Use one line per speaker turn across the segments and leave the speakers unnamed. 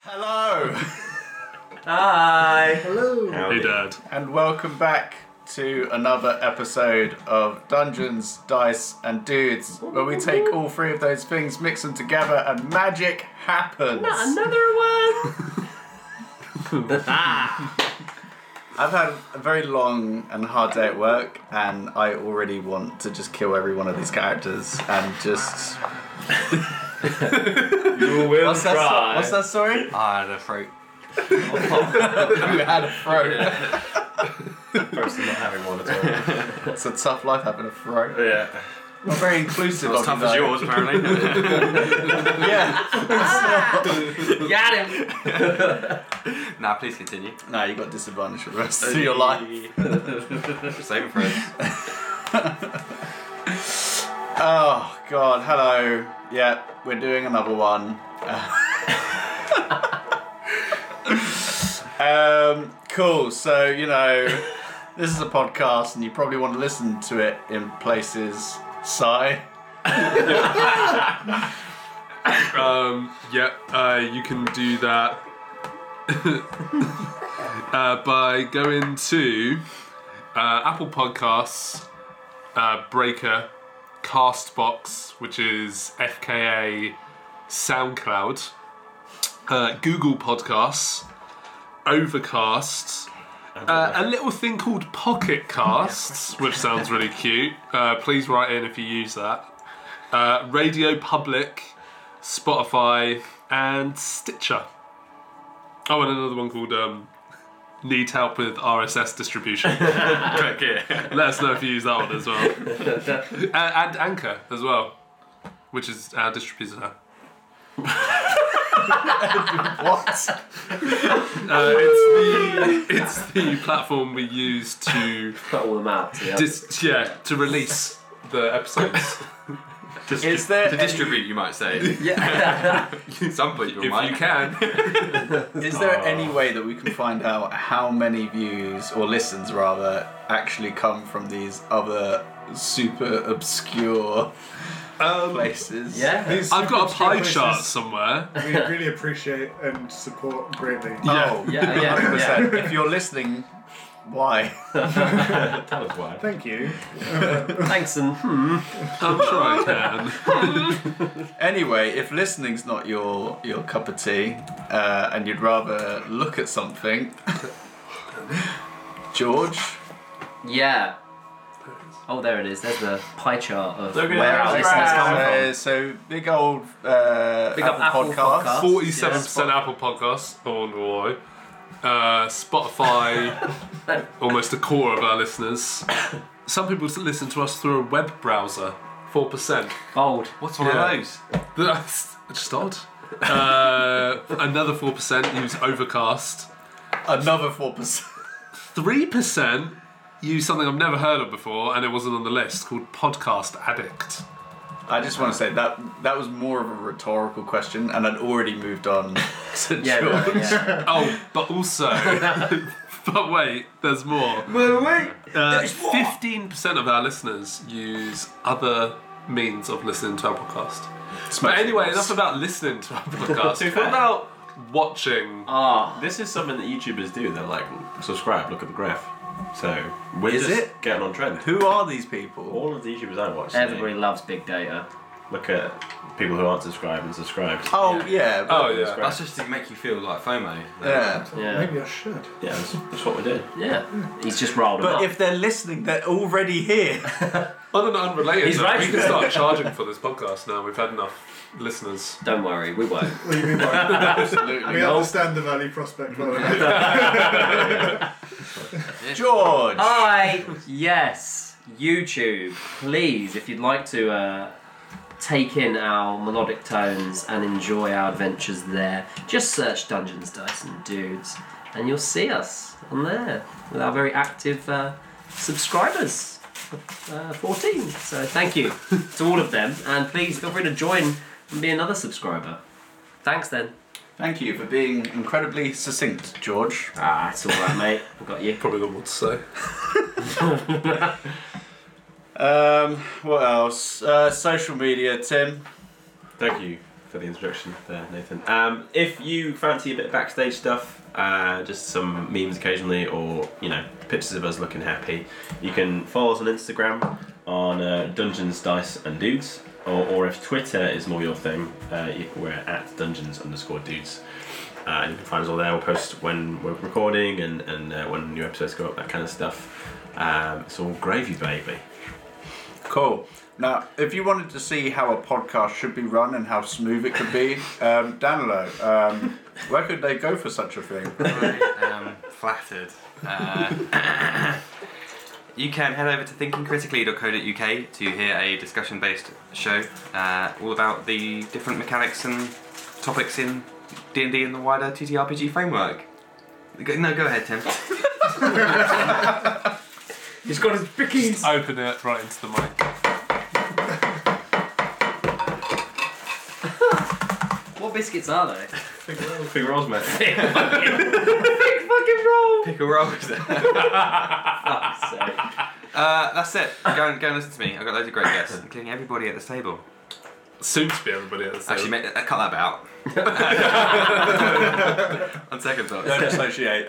Hello
Hi.
Hello.
Howdy.
Hey, Dad.
and welcome back to another episode of Dungeons, Dice and Dudes, where we take all three of those things, mix them together, and magic happens.
Another
I've had a very long and hard day at work, and I already want to just kill every one of these characters and just
one. Will
what's that? so- what's that story?
Ah, the fruit.
Who had a throat?
Person not having one at all.
It's a tough life having a throat.
Yeah.
Not very inclusive.
Not
of
as tough
you,
as
though.
yours, apparently.
Yeah.
Got him.
nah, please continue.
no, you got disadvantage for the rest of your life.
Save it for us.
Oh god, hello. Yeah, we're doing another one. um, cool. So you know, this is a podcast, and you probably want to listen to it in places. Sigh.
um, yeah, uh, you can do that uh, by going to uh, Apple Podcasts, uh, Breaker, Castbox, which is FKA SoundCloud, uh, Google Podcasts, Overcast. Uh, a little thing called Pocket Casts, which sounds really cute. Uh, please write in if you use that. Uh, Radio Public, Spotify, and Stitcher. Oh, and another one called um, Need Help with RSS Distribution.
Click it.
Let us know if you use that one as well. Uh, and Anchor as well, which is our distributor.
What?
Uh, it's, the, it's the platform we use to,
Cut all them out. Yeah.
dis- yeah, to release the episodes.
Is there
To distribute, you might say.
yeah.
At some point, you
if
might.
you can.
any, is
Oh.
there any way that we can find out how many views or listens rather actually come from these other super obscure
Um,
places?
Yeah. Um,
These
I've got a pie
superstar
chart
places
somewhere.
We really appreciate and support greatly.
Yeah.
Oh,
Yeah, yeah,
100%. If you're listening, why?
Tell us why.
Thank you.
Thanks and hmm.
I'm sure I can.
Anyway, if listening's not your your cup of tea, uh, and you'd rather look at something, George,
Yeah. Oh, there it is. There's the pie chart of
Look at
where
that.
our
Right.
listeners come from.
uh, so big old uh,
Big
Apple,
up Apple
podcast.
Podcast.
Forty-seven percent Apple Podcasts. I wonder why. Uh, Spotify, almost a quarter of our listeners. Some people s- listen to us through a web browser. Four percent.
Gold.
What's one
Yeah.
of those?
That's just odd. Uh, another four percent use Overcast.
Another four percent.
Three percent use something I've never heard of before, and it wasn't on the list called Podcast Addict.
I just want to say that that was more of a rhetorical question, and I'd already moved on to
Yeah.
George.
right, yeah.
Oh, but also, but wait, there's more. Uh, Fifteen percent of our listeners use other means of listening to our podcast. But anyway, enough about listening to our podcast. what about watching?
Ah.
This is something that YouTubers do. They're like, subscribe, look at the graph. So, we're
Is
just
it?
getting on trend.
Who are these people?
All of the YouTubers I watch, they
Everybody loves big data.
look at people who aren't subscribed and subscribed.
Oh
yeah.
yeah.
oh
but-
yeah,
That's
that's,
just to make you feel like FOMO.
Yeah.
Yeah.
Maybe I should.
Yeah, that's, that's what we do.
Yeah. He's just rolled them
But
up.
if they're listening, they're already here.
on an unrelated.
He's
note,
right.
We can start charging for this podcast now. We've had enough listeners.
Don't worry, we won't.
What do you mean by that?
Absolutely.
We understand the value prospect well enough.
George.
Hi. Yes, YouTube. Please, if you'd like to uh, take in our melodic tones and enjoy our adventures there, just search Dungeons, Dice, and Dudes, and you'll see us on there with our very active uh, subscribers. Uh, 14. So thank you to all of them, and please feel free to join and be another subscriber. Thanks then.
Thank you for being incredibly succinct, George.
Ah, it's all right, mate. I've got you.
Probably got more to say.
Um, what else? Uh, social media, Tim.
Thank you for for the introduction there, Nathan. Um, if you fancy a bit of backstage stuff, uh, just some memes occasionally, or you know, pictures of us looking happy, you can follow us on Instagram on uh, Dungeons Dice and Dudes, or, or if Twitter is more your thing, uh, you, we're at Dungeons underscore Dudes. Uh, and you can find us all there. We'll post when we're recording and, and uh, when new episodes go up, that kind of stuff. Um, it's all gravy, baby.
Cool. Now, if you wanted to see how a podcast should be run and how smooth it could be, um, Danilo, um, where could they go for such a thing?
Right, um, flattered. Uh, you can head over to thinkingcritically.co.uk to hear a discussion based show uh, all about the different mechanics and topics in D&D and the wider TTRPG framework. Go- No, go ahead, Tim.
He's got his pickies.
Open it right into the mic.
What biscuits are they?
Big rolls, mate.
Big fucking roll.
Pickle rolls. uh, that's it. Go and, go and listen to me. I've got loads of great guests, including everybody at this table.
Soon to be everybody at the same.
Actually, ma- uh, cut that bit out. On second thoughts.
Don't associate.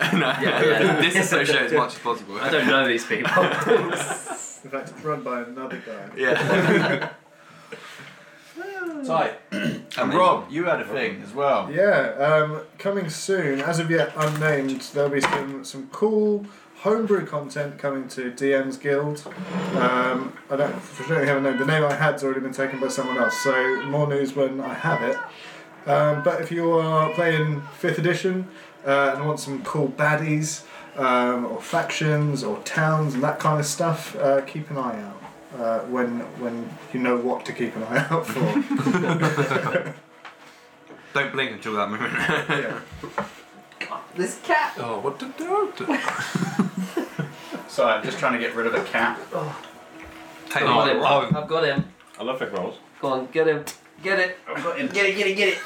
no,
Yeah, yeah.
disassociate as much as possible.
I don't know these people.
In fact, it's run by another guy.
Yeah.
Tight. and Rob, you had a thing as well.
Yeah, um, coming soon, as of yet unnamed, there'll be some, some cool homebrew content coming to DM's Guild. Um, I don't for sure I haven't known. The name I had's already been taken by someone else, so more news when I have it. Um, but if you are playing 5th edition uh, and want some cool baddies, um, or factions, or towns, and that kind of stuff, uh, keep an eye out. Uh, when when you know what to keep an eye out for.
Don't blink until that moment.
yeah.
this cat.
Oh, what did do?
So I'm just trying to get rid of a cat.
Take
Oh,
one.
I've got him. I've got him.
I love big rolls.
Go on, get him. Get it. Get it, get it, get it.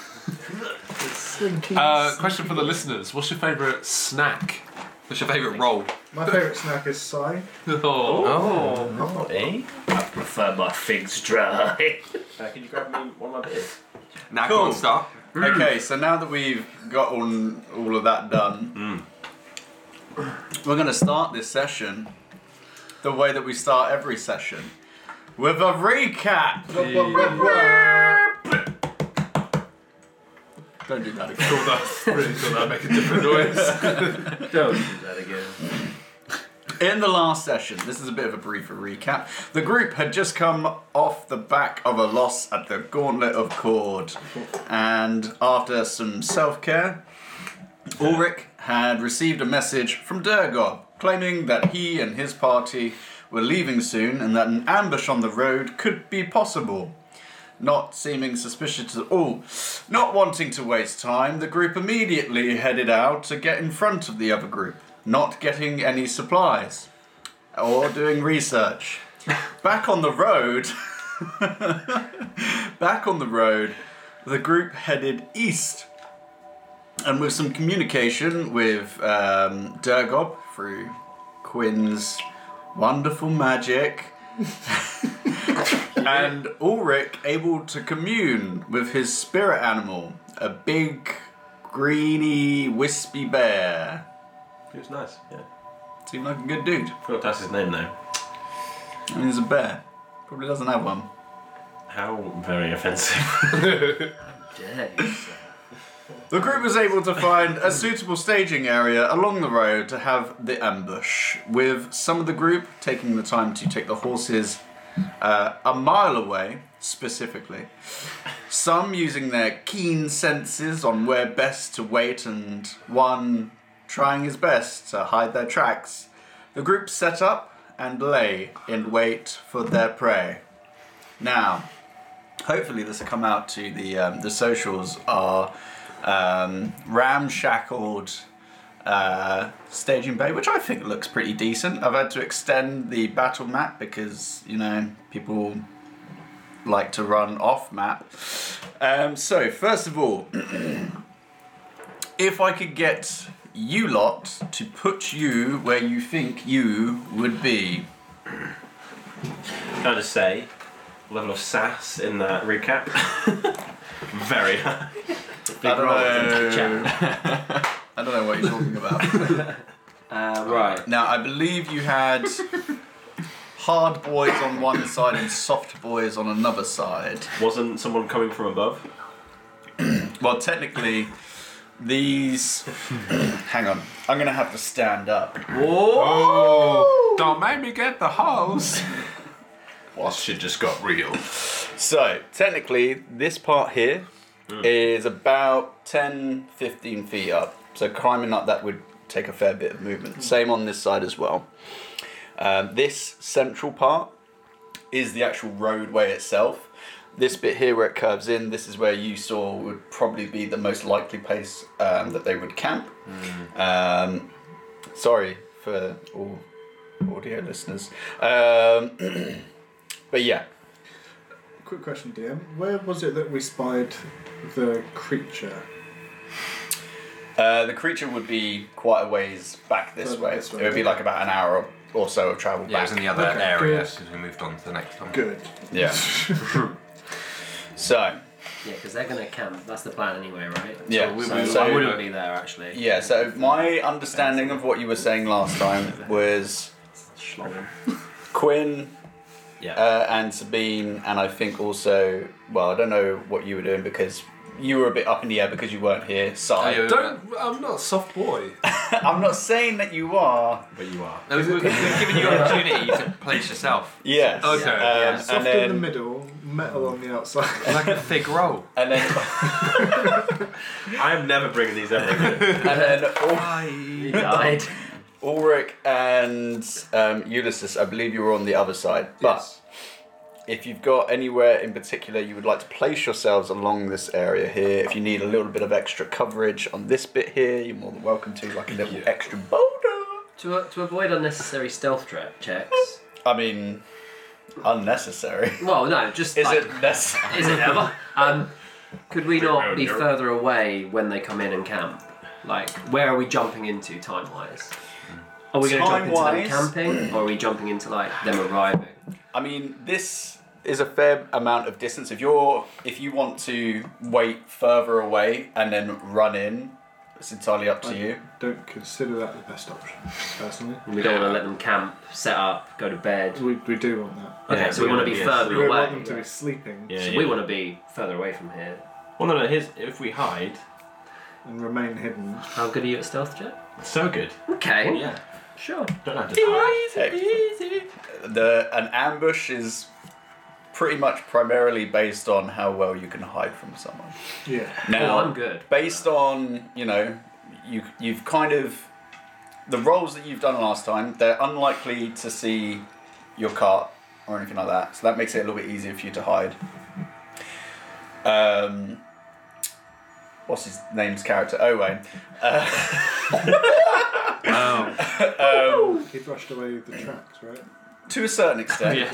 Slinky,
Uh, question for the listeners: What's your favourite snack?
What's your favourite roll?
My favourite snack is sai.
Oh,
Eh?
I prefer my figs dry.
Uh, can you grab me one of my beers?
Now
Cool.
go on, start.
Okay, so now that we've got on all of that done, Hmm. we're going to start this session the way that we start every session with a recap. Don't do that again.
thought that really thought that make a different noise.
Don't do that again.
In the last session, this is a bit of a briefer recap. The group had just come off the back of a loss at the Gauntlet of Cord, and after some self care, Ulrich had received a message from Durgov claiming that he and his party were leaving soon and that an ambush on the road could be possible. Not seeming suspicious at all, not wanting to waste time, the group immediately headed out to get in front of the other group, not getting any supplies or doing research. Back on the road, back on the road, the group headed east and with some communication with um, Durgob through Quinn's wonderful magic, and Ulrich able to commune with his spirit animal, a big, greeny, wispy bear.
It was nice. Yeah.
Seemed like a good dude.
I forgot to ask his name though.
I mean, he's a bear. Probably doesn't have one.
How very offensive.
Dare you, sir.
The group was able to find a suitable staging area along the road to have the ambush, with some of the group taking the time to take the horses uh, a mile away, specifically. Some using their keen senses on where best to wait, and one trying his best to hide their tracks. The group set up and lay in wait for their prey. Now, hopefully this will come out to the um, the socials are um, ramshackled uh, staging bay, which I think looks pretty decent. I've had to extend the battle map because you know people like to run off map. Um, so first of all, if I could get you lot to put you where you think you would be.
Can I just say, level of sass in that recap. Very high.
I don't
Chat.
know. I don't know what you're talking about.
Uh, right.
now, I believe you had hard boys on one side and soft boys on another side.
Wasn't someone coming from above?
Well, technically, these. Hang on. I'm going to have to stand up.
Whoa!
Oh, don't make me get the holes.
What?
Shit just got real.
So, technically, this part here is about 10, 15 feet up. So, climbing up that would take a fair bit of movement. Same on this side as well. Um, this central part is the actual roadway itself. This bit here where it curves in, this is where you saw would probably be the most likely place um, that they would camp. Um, sorry for all audio listeners. Um, but yeah,
Quick question, DM. Where was it that we spied the creature?
Uh, the creature would be quite a ways back this
Further
way.
this way,
It would be
yeah.
like about an hour or so of travel
Yeah, it
back.
was in the other
Okay,
area
good.
because we moved on to the next one.
Good.
yeah. so
Yeah, because they're gonna camp. That's the plan anyway, right?
Yeah,
So,
we-
so
so-
I wouldn't be there actually.
yeah. So my understanding of what you were saying last time was
Schlong.
Quinn
Yeah.
uh, and Sabine, and I think also well, I don't know what you were doing because you were a bit up in the air because you weren't here. Sorry,
Oh,
Don't. I'm not a soft boy.
I'm not saying that you are.
but you are.
No, we've, we've given you an opportunity to place yourself.
Yes.
Okay.
Um,
Yeah.
And
Soft in the
then
middle, metal on the outside.
Like a fig roll.
and then
I am never bringing these ever again.
and then all
He died.
Ulrich and um, Ulysses, I believe you were on the other side. But if you've got anywhere in particular you would like to place yourselves along this area here, if you need a little bit of extra coverage on this bit here, you're more than welcome to, like a little extra boulder.
to, to avoid unnecessary stealth tra- checks.
I mean, unnecessary.
Well, no, just
Is
like,
it necessary?
Is it ever? Um, could we not be
round, yeah.
further away when they come in and camp? Like, where are we jumping into time wise? Are we going to jump into them
Time-wise?
camping, or are we jumping into like them arriving?
I mean, this is a fair amount of distance. If you're, if you want to wait further away and then run in, it's entirely up to you.
Don't consider that the best option, personally.
And we don't want to let them camp, set up, go to bed.
We, we do want that.
Okay,
Yeah,
so we,
we
want to be
wanna be-
further
We
away.
don't want them to be sleeping
Yeah,
so
yeah.
we want to be further away from here.
Well, no, no. Here's if we hide.
and remain hidden.
How good are you at stealth, Jet?
So good.
Okay,
Yeah.
sure.
Don't have to hide.
The an ambush is pretty much primarily based on how well you can hide from someone.
Yeah.
Now,
Oh, I'm good.
Based on you know, you you've kind of the roles that you've done last time. They're unlikely to see your cart or anything like that, so that makes it a little bit easier for you to hide. Um, what's his name's character? Oh, Owain.
Wow.
Um, He brushed away the tracks, right?
to a certain extent.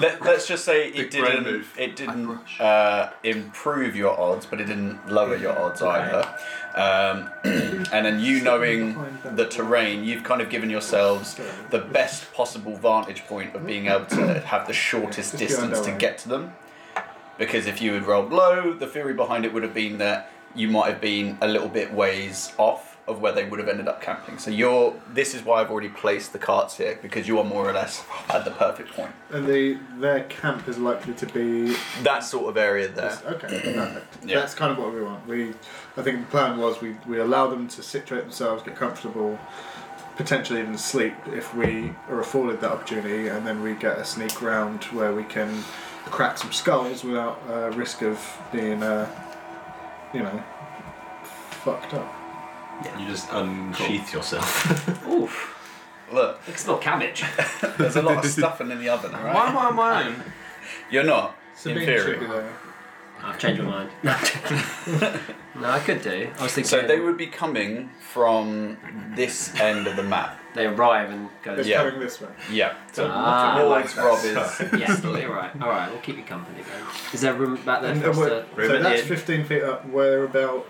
Let, let's just say it
Big brain
didn't.
move.
It didn't uh, improve your odds, but it didn't lower your odds either. Um, and then you knowing the terrain, you've kind of given yourselves the best possible vantage point of being able to have the shortest
Just go
distance to
underway.
get to them. Because if you had rolled low, the theory behind it would have been that you might have been a little bit ways off of where they would have ended up camping. So you're. This is why I've already placed the carts here because you are more or less at the perfect point.
And the their camp is likely to be
That sort of area there.
okay. Perfect.
Yeah.
That's kind of what we want. We, I think the plan was we we allow them to situate themselves, get comfortable, potentially even sleep if we are afforded that opportunity, and then we get a sneak round where we can crack some skulls without uh, risk of being, uh, you know, fucked up.
You just unsheath yourself.
Oof,
Look,
I can smell cabbage.
there's a lot of stuffing in the oven, all
Why
right?
am I on my own?
You're not.
Sabine
in
should
theory.
be there.
I've changed my mind. No, I'm joking. No, I could do. I was thinking
So they would be coming from this end of the map.
they arrive and go.
It's
Yeah.
coming this way.
Yeah. So
Ah.
towards Rob is.
Yeah, you're right. All right, we'll keep you company then. Is there room back there
And,
for
uh,
us
we're-
to?
so
Ruben
that's
in.
15 feet up. We're about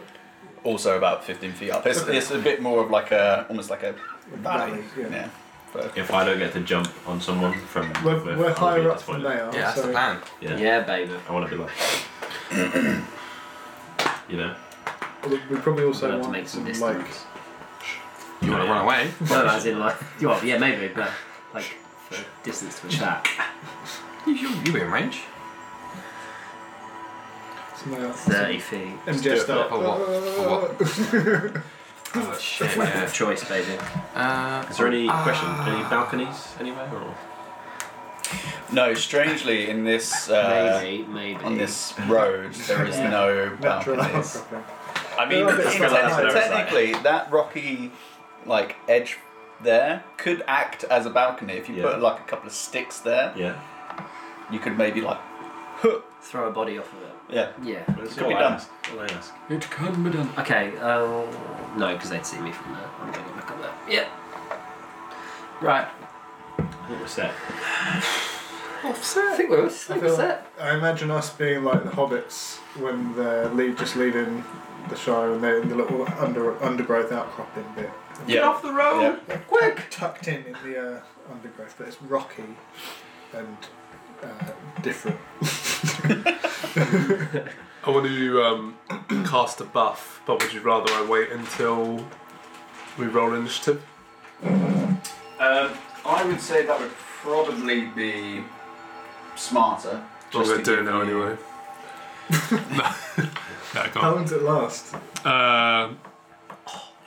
Also about 15 feet up. It's, it's a bit more of like a, almost like a valley.
Valley, yeah.
Yeah. But
If I don't get to jump on someone from
we're,
with-
we're
I'll be
higher up than
disappointed.
they are.
Yeah, that's
so
the plan.
Yeah.
Yeah, baby.
I want to be like. you know.
We we probably
We're gonna
also
have to
want
make some
some,
distance.
like
You want to
Yeah.
run away?
no, as in like, well, yeah, maybe, but like for distance to attack.
You, you, you were in range.
some uh,
Thirty feet.
MJ stuff.
For what? For what? Oh shit! Yeah.
Choice, baby.
Uh,
Is there any
ah.
question? Any balconies anywhere? Or?
No, strangely, in this uh,
maybe, maybe.
on this road, there is
Yeah.
no
Uh, Natural
balconies. I
mean,
mean,
They're a bit
techni-
shallow.
technically, that rocky like edge there could act as a balcony. If you
Yeah.
put like a couple of sticks there,
Yeah.
you could maybe like,
Throw a body off of it.
yeah,
Yeah.
That's
could
all
be
I
done.
ask. All I ask.
It can be done. Okay. Uh, no, because they'd see me from there. I'm gonna look up there. Yep. Right.
I think we're set.
I think we're, I think we're set.
I imagine us being like the hobbits when they're leave, just leaving the Shire and they're in the little under, undergrowth outcropping bit.
yeah.
the road.
Yeah.
They're Quick! Tucked in in the uh, undergrowth, but it's rocky and uh, different.
I want to um, cast a buff, but would you rather I wait until we roll initiative?
Um, I would say that would probably be smarter.
Or
just
we're
to
doing
give
now
you-
anyway. no, no, I can't.
How long does it last?
Um,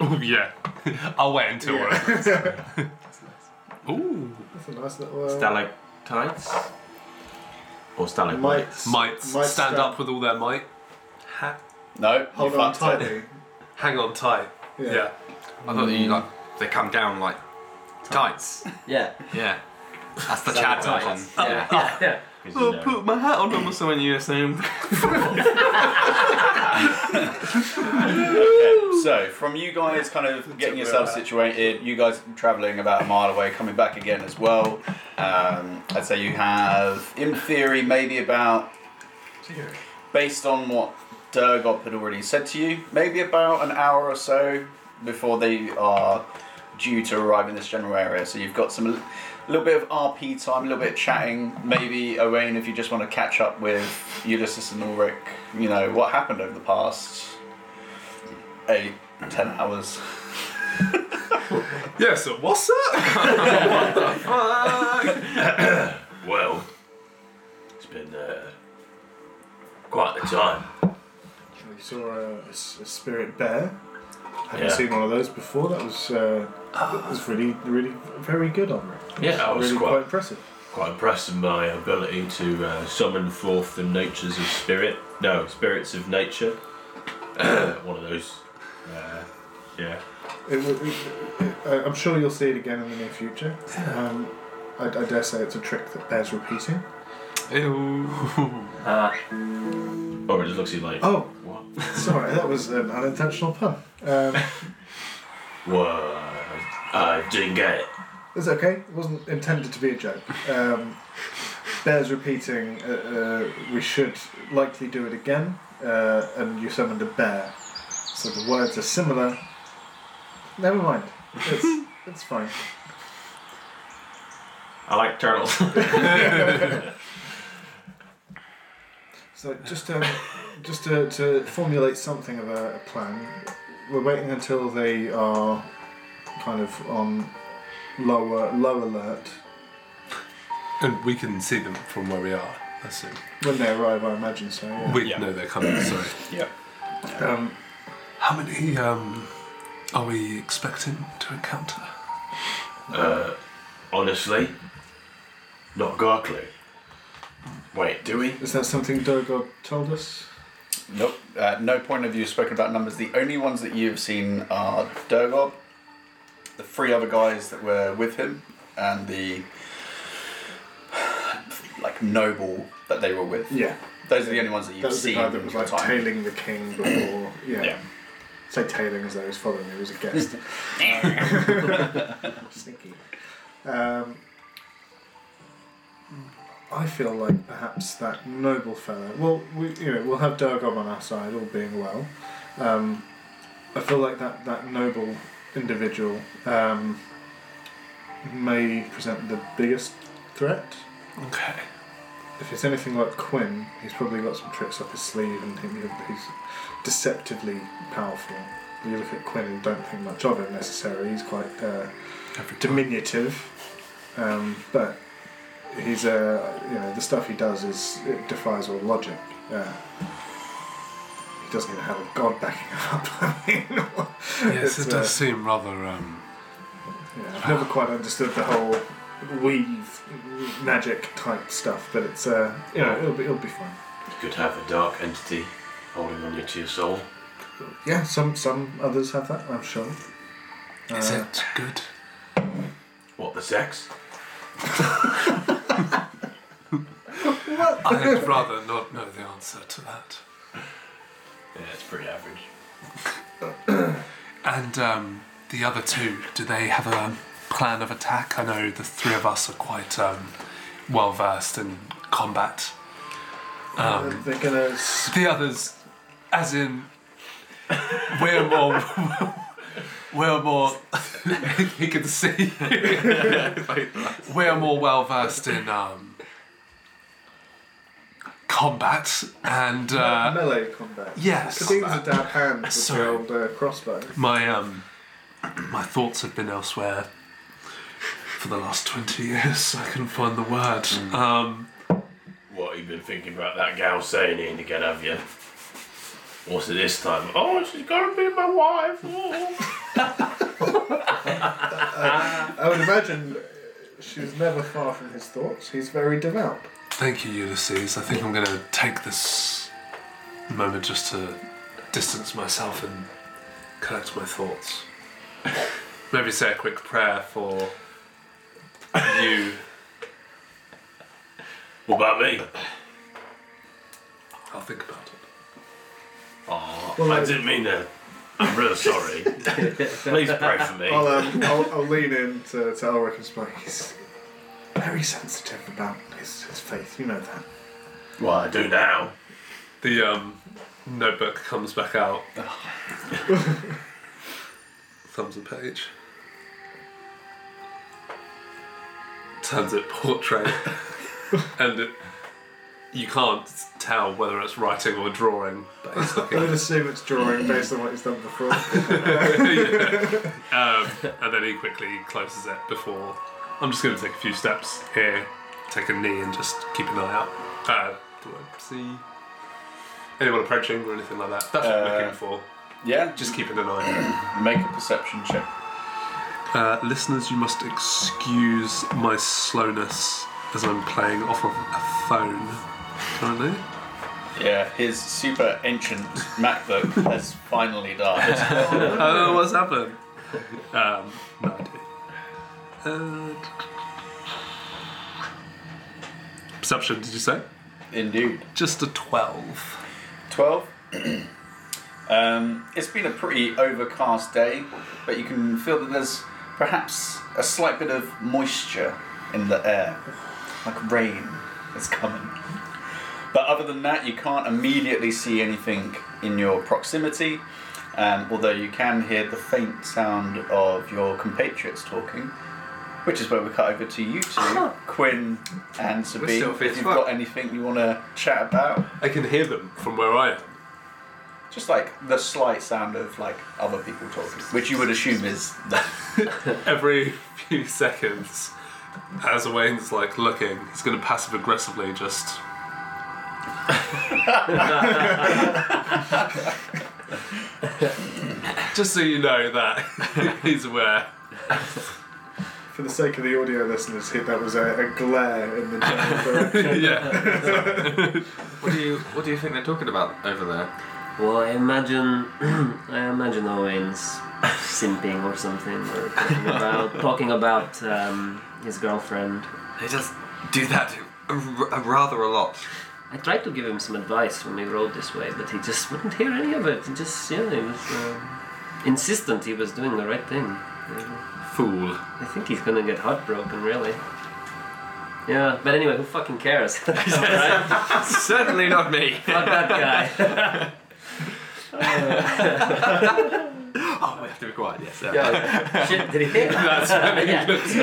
oh, yeah. I'll wait until we're. Ooh,
That's a nice little. Uh,
Stalactites? Or stalagmites?
might,
might stand
stand-
up with all their might. Ha-
No,
Hold
you
on
fucked it.
tightly.
hang on tight. Yeah.
I thought you like they come down like tights.
Yeah.
Yeah. That's the Chad version. Yeah.
Yeah. yeah.
'Cause, you know,
my hat on number someone you assume.
Okay, so from you guys kind of getting yourself situated, you guys traveling about a mile away, coming back again as well. Um, I'd say you have, in theory, maybe about, based on what Durgop had already said to you, maybe about an hour or so before they are due to arrive in this general area. So you've got some a little bit of RP time, a little bit of chatting. Maybe Owain, if you just want to catch up with Ulysses and Ulrich, you know what happened over the past eight, ten hours.
Yeah, so what's up?
Well, it's been uh, quite the time.
We saw a, a s- a spirit bear. Haven't
Yeah.
seen one of those before. That was uh, that was really, really very good on it.
Yeah, I was
Really quite
quite,
impressive.
quite impressed with my ability to uh, summon forth the natures of spirit. No, spirits of nature. One of those. Uh, yeah.
It, w- it, it, I- I'm sure you'll see it again in the near future. Um, I, I dare say it's a trick that bears repeating.
Ew.
Uh,
Or it just looks like.
Oh,
What?
sorry, that was an unintentional pun. Um,
Whoa. I didn't get it.
it's okay. It wasn't intended to be a joke. Um, bears repeating. Uh, uh, we should likely do it again. Uh, and you summoned a bear, so the words are similar. Never mind. It's it's fine.
I like turtles.
So just to just to, to formulate something of a, a plan, we're waiting until they are kind of on lower low alert.
And we can see them from where we are, I assume.
When they arrive, I imagine so. Yeah.
We know they're coming, sorry.
Um,
How many um, are we expecting to encounter?
Uh, honestly, not got a clue. Wait, do we?
is that something Dogod told us?
Nope. At no point of you spoken about numbers. The only ones that you've seen are Durgob, the three other guys that were with him, and the like noble that they were with.
Yeah,
Those are the only ones that you've
that was the
seen.
guy that was
in
like
your time.
tailing the king before. Yeah.
Yeah.
Say tailing as though he was following. He was a guest. Sneaky. Um, I feel like perhaps that noble fellow. Well, we you know we'll have Durgob on our side, all being well. Um, I feel like that that noble individual um, may present the biggest threat.
Okay.
If it's anything like Quinn, he's probably got some tricks up his sleeve and he, he's deceptively powerful. You look at Quinn and don't think much of him necessarily. He's quite uh, diminutive, um, but he's uh, you know the stuff he does is it defies all logic. Uh, he doesn't even have a god backing him up. I mean,
Yes,
it's,
it
uh,
does seem rather. Um,
yeah, I've never quite understood the whole weave magic type stuff, but it's uh, you know it'll be it'll be fine.
You could have a dark entity holding on you to your soul.
Yeah, some some others have that, I'm sure.
is
Uh,
it good?
What, the sex?
I'd rather not know the answer to that.
Yeah, it's pretty average.
And um, the other two, do they have a plan of attack? I know the three of us are quite um, well versed in combat. Um,
Uh, They're gonna. s-
the others, as in, we're more. We're more. he can see. we're more well versed in um, combat and. Uh,
melee combat.
yes.
Kadeen's a dab hand with
Sorry.
the old uh, crossbow.
My um, my thoughts have been elsewhere for the last twenty years. I couldn't find the word. Um,
What, you've been thinking about that gal saying it again, have you? What's it this time? Oh, she's gonna be my wife! Oh.
I would imagine uh, she was never far from his thoughts. He's very devout.
thank you, Ulysses. I think I'm going to take this moment just to distance myself and collect my thoughts. Maybe say a quick prayer for you.
What about me?
I'll think about it.
Oh, I didn't mean that. I'm real sorry. Please pray for me.
I'll, um, I'll, I'll lean in to, to Ulrich and Spike. He's very sensitive about his, his faith, you know that.
Well, I do now.
The um, notebook comes back out. Thumbs a page. Turns it portrait, and it, you can't tell whether it's writing or drawing. But it's
I
looking,
would assume it's drawing based on what he's done before.
um, and then he quickly closes it before. I'm just going to take a few steps here, take a knee, and just keep an eye out. Uh, do I see anyone approaching or anything like that? That's what I'm
Uh,
looking for.
Yeah,
Just keeping an eye out.
make a perception check.
Uh, listeners, you must excuse my slowness as I'm playing off of a phone currently.
Yeah, his super ancient MacBook has finally died.
Oh, what's happened? Um, no idea. Uh, perception, did you say?
Indeed.
Just a 12.
12. um, it's been a pretty overcast day, but you can feel that there's perhaps a slight bit of moisture in the air, like rain is coming. But other than that, you can't immediately see anything in your proximity, um, although you can hear the faint sound of your compatriots talking. Which is where we cut over to you two, Quinn and Sabine.
still
If
fit
you've
as well.
got anything you want to chat about,
I can hear them from where I am.
Just like the slight sound of like other people talking, which you would assume is that.
Every few seconds, as Wayne's like looking, he's going to passive aggressively just. just so you know that he's aware.
For the sake of the audio listeners, here that was a, a glare in the general direction.
yeah.
What do you What do you think they're talking about over there?
Well, I imagine, I imagine Owen's simping or something, or talking about, talking about um, his girlfriend.
They just do that a, a rather a lot.
I tried to give him some advice when we rode this way, but he just wouldn't hear any of it. He just, yeah, he was um insistent he was doing the right thing.
Fool.
I think he's gonna get heartbroken, really. Yeah, but anyway, who fucking cares? Right?
Certainly not me.
Fuck that guy.
Oh, we have to be quiet. Yes. uh,
Yeah. Shit, did he hear? That's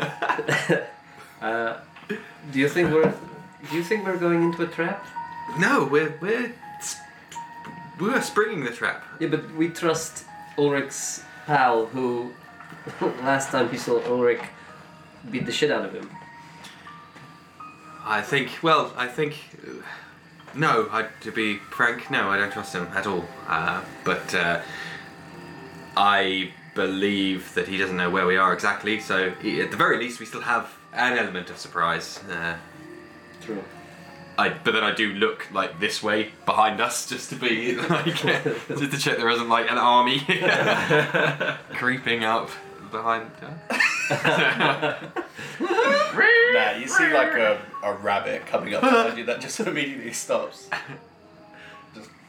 yeah. um, Do you think we're do you think we're going into a trap?
No, we're we're sp- we're springing the trap.
Yeah, but we trust Ulrich's pal who last time he saw Ulrich beat the shit out of him.
I think. Well, I think. uh, No, I, to be frank, no, I don't trust him at all. Uh, but uh, I believe that he doesn't know where we are exactly. So he, at the very least, we still have an element of surprise. Uh,
True.
I, but then I do look like this way behind us just to be like just to check there isn't like an army creeping up behind. us.
Nah, you see like a, a rabbit coming up behind you that just immediately stops,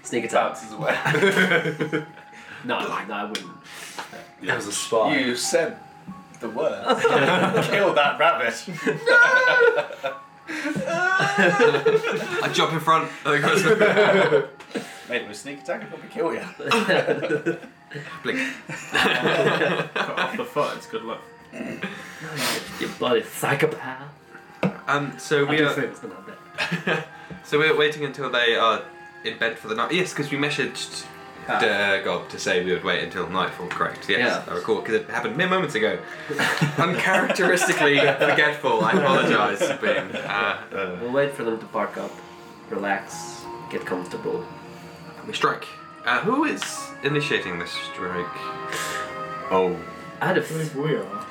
Sneak attack.
bounces away.
No, no, I wouldn't.
That was a spy.
You said the word. Kill that rabbit.
I jump in front.
Mate, with sneak attack, I'll probably kill you.
Blink.
Cut off the foot. It's good luck.
You bloody psychopath.
Um, so
I
we
do
are.
think it's been out there.
So we're waiting until they are in bed for the night. Yes, because we messaged uh, Gob to say we would wait until nightfall. Correct. Yes,
Ah. Yeah.
I recall because it happened mere moments ago. Uncharacteristically forgetful. I apologise, Ben. Uh,
We'll wait for them to park up, relax, get comfortable.
we strike. Uh, who is initiating this strike? Oh,
I had a
I think
f-
we are.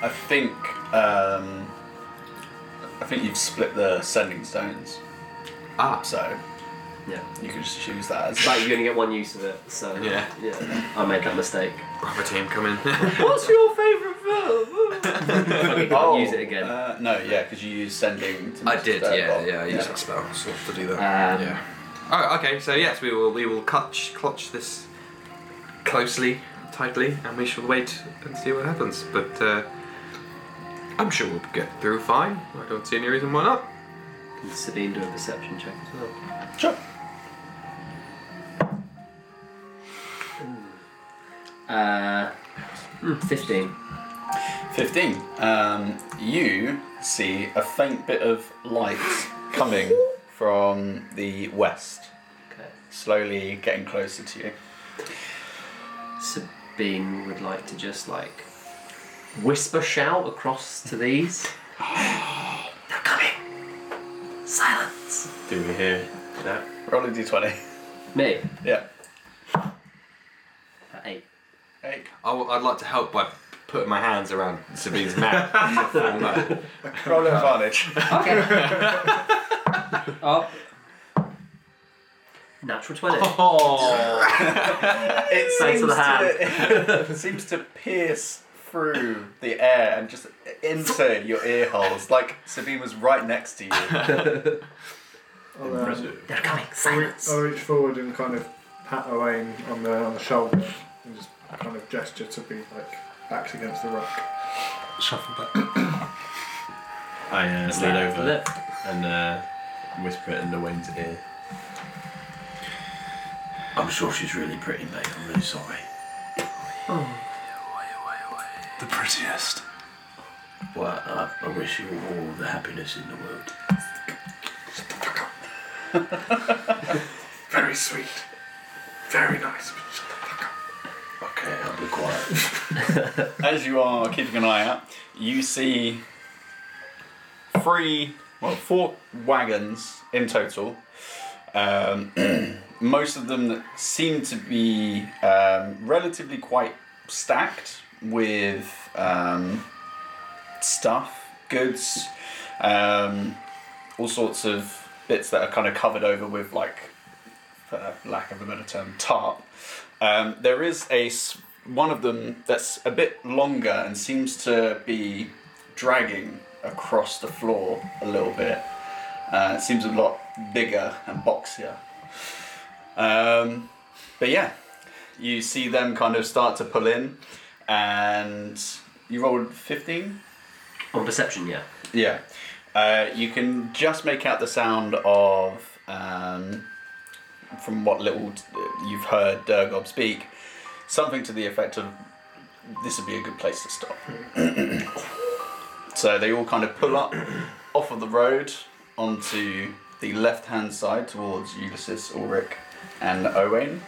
I think um, I think you've split the sending stones,
ah,
so
yeah.
you can just choose that as
But you only get one use of it, so uh,
Yeah.
yeah. I made that mistake.
rubber team come in.
What's your favourite film? okay,
Oh,
use it again.
Uh, no, yeah, because you used sending. To
I
Mr.
did. Yeah,
Sternbach.
yeah. I used that spell so to do that.
Um,
yeah. Oh, okay. So yes, we will we will clutch clutch this closely, tightly, and we shall wait and see what happens. But uh, I'm sure we'll get through fine. I don't see any reason why not.
Can Sabine do a perception check as well?
Sure.
Uh, mm, 15.
Fifteen. Um, you see a faint bit of light coming from the west,
Okay.
slowly getting closer to you.
Sabine would like to just like whisper shout across to these. They're coming. Silence.
Do we hear that?
Roll a d20.
Me.
Yeah.
Eight.
Hey.
I w- I'd like to help by putting my hands around Sabine's Oh, mouth. I'm like,
Roll an advantage.
Okay. oh. Natural 20.
Oh,
It seems
Thanks for the
to it seems to pierce through the air and just into your ear holes, like Sabine was right next to you.
I'll, um,
They're coming.
I'll
Oh.
Silence.
reach forward and kind of pat Owain on the, on the shoulder and just kind of gesture to be like backs against the rock.
shuffle back.
I uh, lean over
Look.
and uh, whisper it in Wayne's ear. I'm sure she's really pretty, mate. I'm really sorry.
The prettiest.
Well, I, I wish you all the happiness in the world.
Very sweet. Very nice. but shut the fuck up.
Okay, I'll be quiet.
As you are keeping an eye out, you see three, well, four wagons in total. Um, most of them that seem to be um, relatively quite stacked with um, stuff, goods, um, all sorts of bits that are kind of covered over with, like, for lack of a better term, tarp. Um, there is a s- one of them that's a bit longer and seems to be dragging across the floor a little bit. Uh, it seems a lot bigger and boxier. Um, but yeah, you see them kind of start to pull in, and you rolled fifteen.
On perception, yeah.
Yeah. Uh, you can just make out the sound of, um, from what little t- you've heard Durgob speak, something to the effect of, this would be a good place to stop. so they all kind of pull up off of the road onto the left hand side towards Ulysses, Ulrich, and Owain.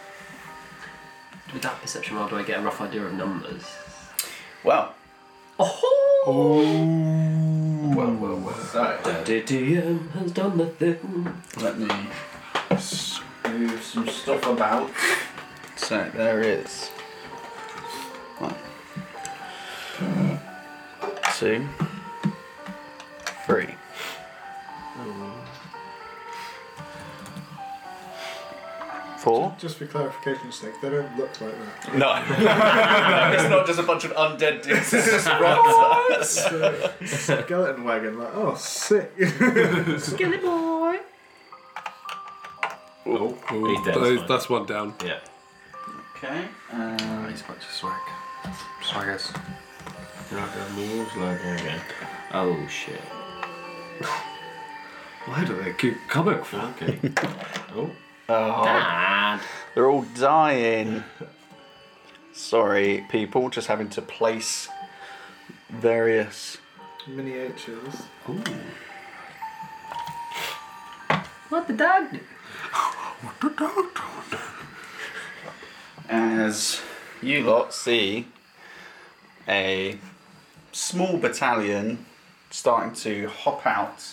With that perception roll, do I get a rough idea of numbers?
Well,
Oh!
well, well, well. So,
DDM has done the thing.
let me move some stuff about. So, there is one, two, three. Four?
Just for clarification's sake, they don't look like that.
No. it's not just a bunch of undead dudes. It's just rocks.
It's a skeleton wagon, like, oh, sick.
Gilly boy!
Oh,
Ooh,
he's dead.
those-
That's,
that's one down.
fine. yeah.
okay. Um,
He's got just swag. Swaggers.
Like a moves like again.
Oh shit.
Why do they keep coming for?
Okay. oh.
Dad!
They're all dying. Sorry, people, just having to place various.
Miniatures.
What the dad do?
As you lot see a small battalion starting to hop out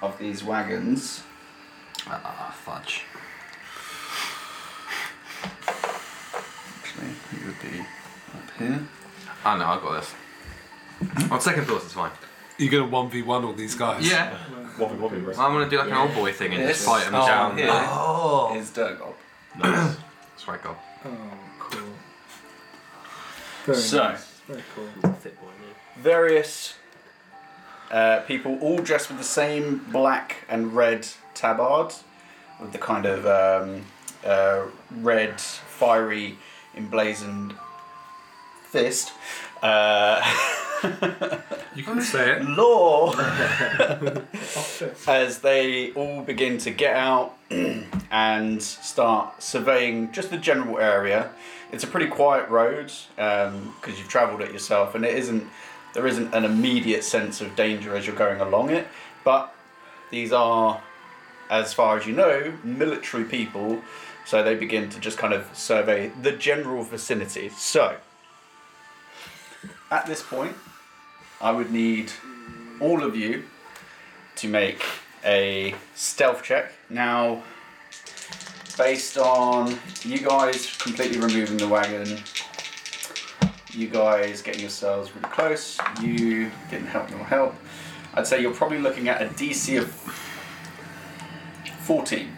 of these wagons.
Ah, fudge.
Actually, it would be up here.
Oh no, I got this. On second thoughts, it's fine.
You're gonna one v one all these guys.
Yeah.
Wobby wobby. bro.
I'm gonna do like an old boy thing and
This-
just fight him
oh,
down.
here
Yeah.
is Durgob.
Nice.
Swag goal.
Oh, cool. Very
So-
nice. Very cool.
Fit boy, no.
various uh, people, all dressed with the same black and red tabard, with the kind of um, uh, red, fiery, emblazoned fist. Uh,
You can say it.
law
Off this.
as they all begin to get out and start surveying just the general area. It's a pretty quiet road because you've travelled it yourself, and it isn't there isn't an immediate sense of danger as you're going along it. But these are, as far as you know, military people, so they begin to just kind of survey the general vicinity. So at this point, I would need all of you to make a stealth check. Now, based on you guys completely removing the wagon, you guys getting yourselves really close, you didn't help nor help, I'd say you're probably looking at a DC of 14.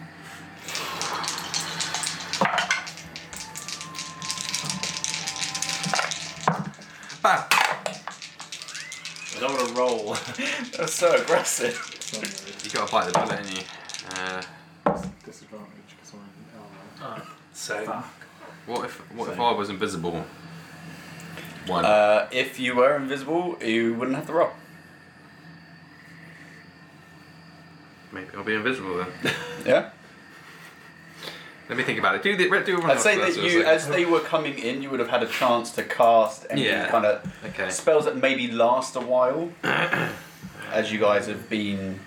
Bam.
I don't want to roll.
That's so aggressive.
You gotta bite the bullet, ain't you? Uh,
Disadvantage because I'm an ally.
Same.
what if what if I was invisible? One.
Uh, if you were invisible, you wouldn't have to roll.
Maybe I'll be invisible then.
Yeah?
Let me think about it. Do the do a run
I'd say
after
that you,
for a
as they were coming in, you would have had a chance to cast any
Yeah.
kind of
second. okay.
spells that maybe last a while, as you guys have been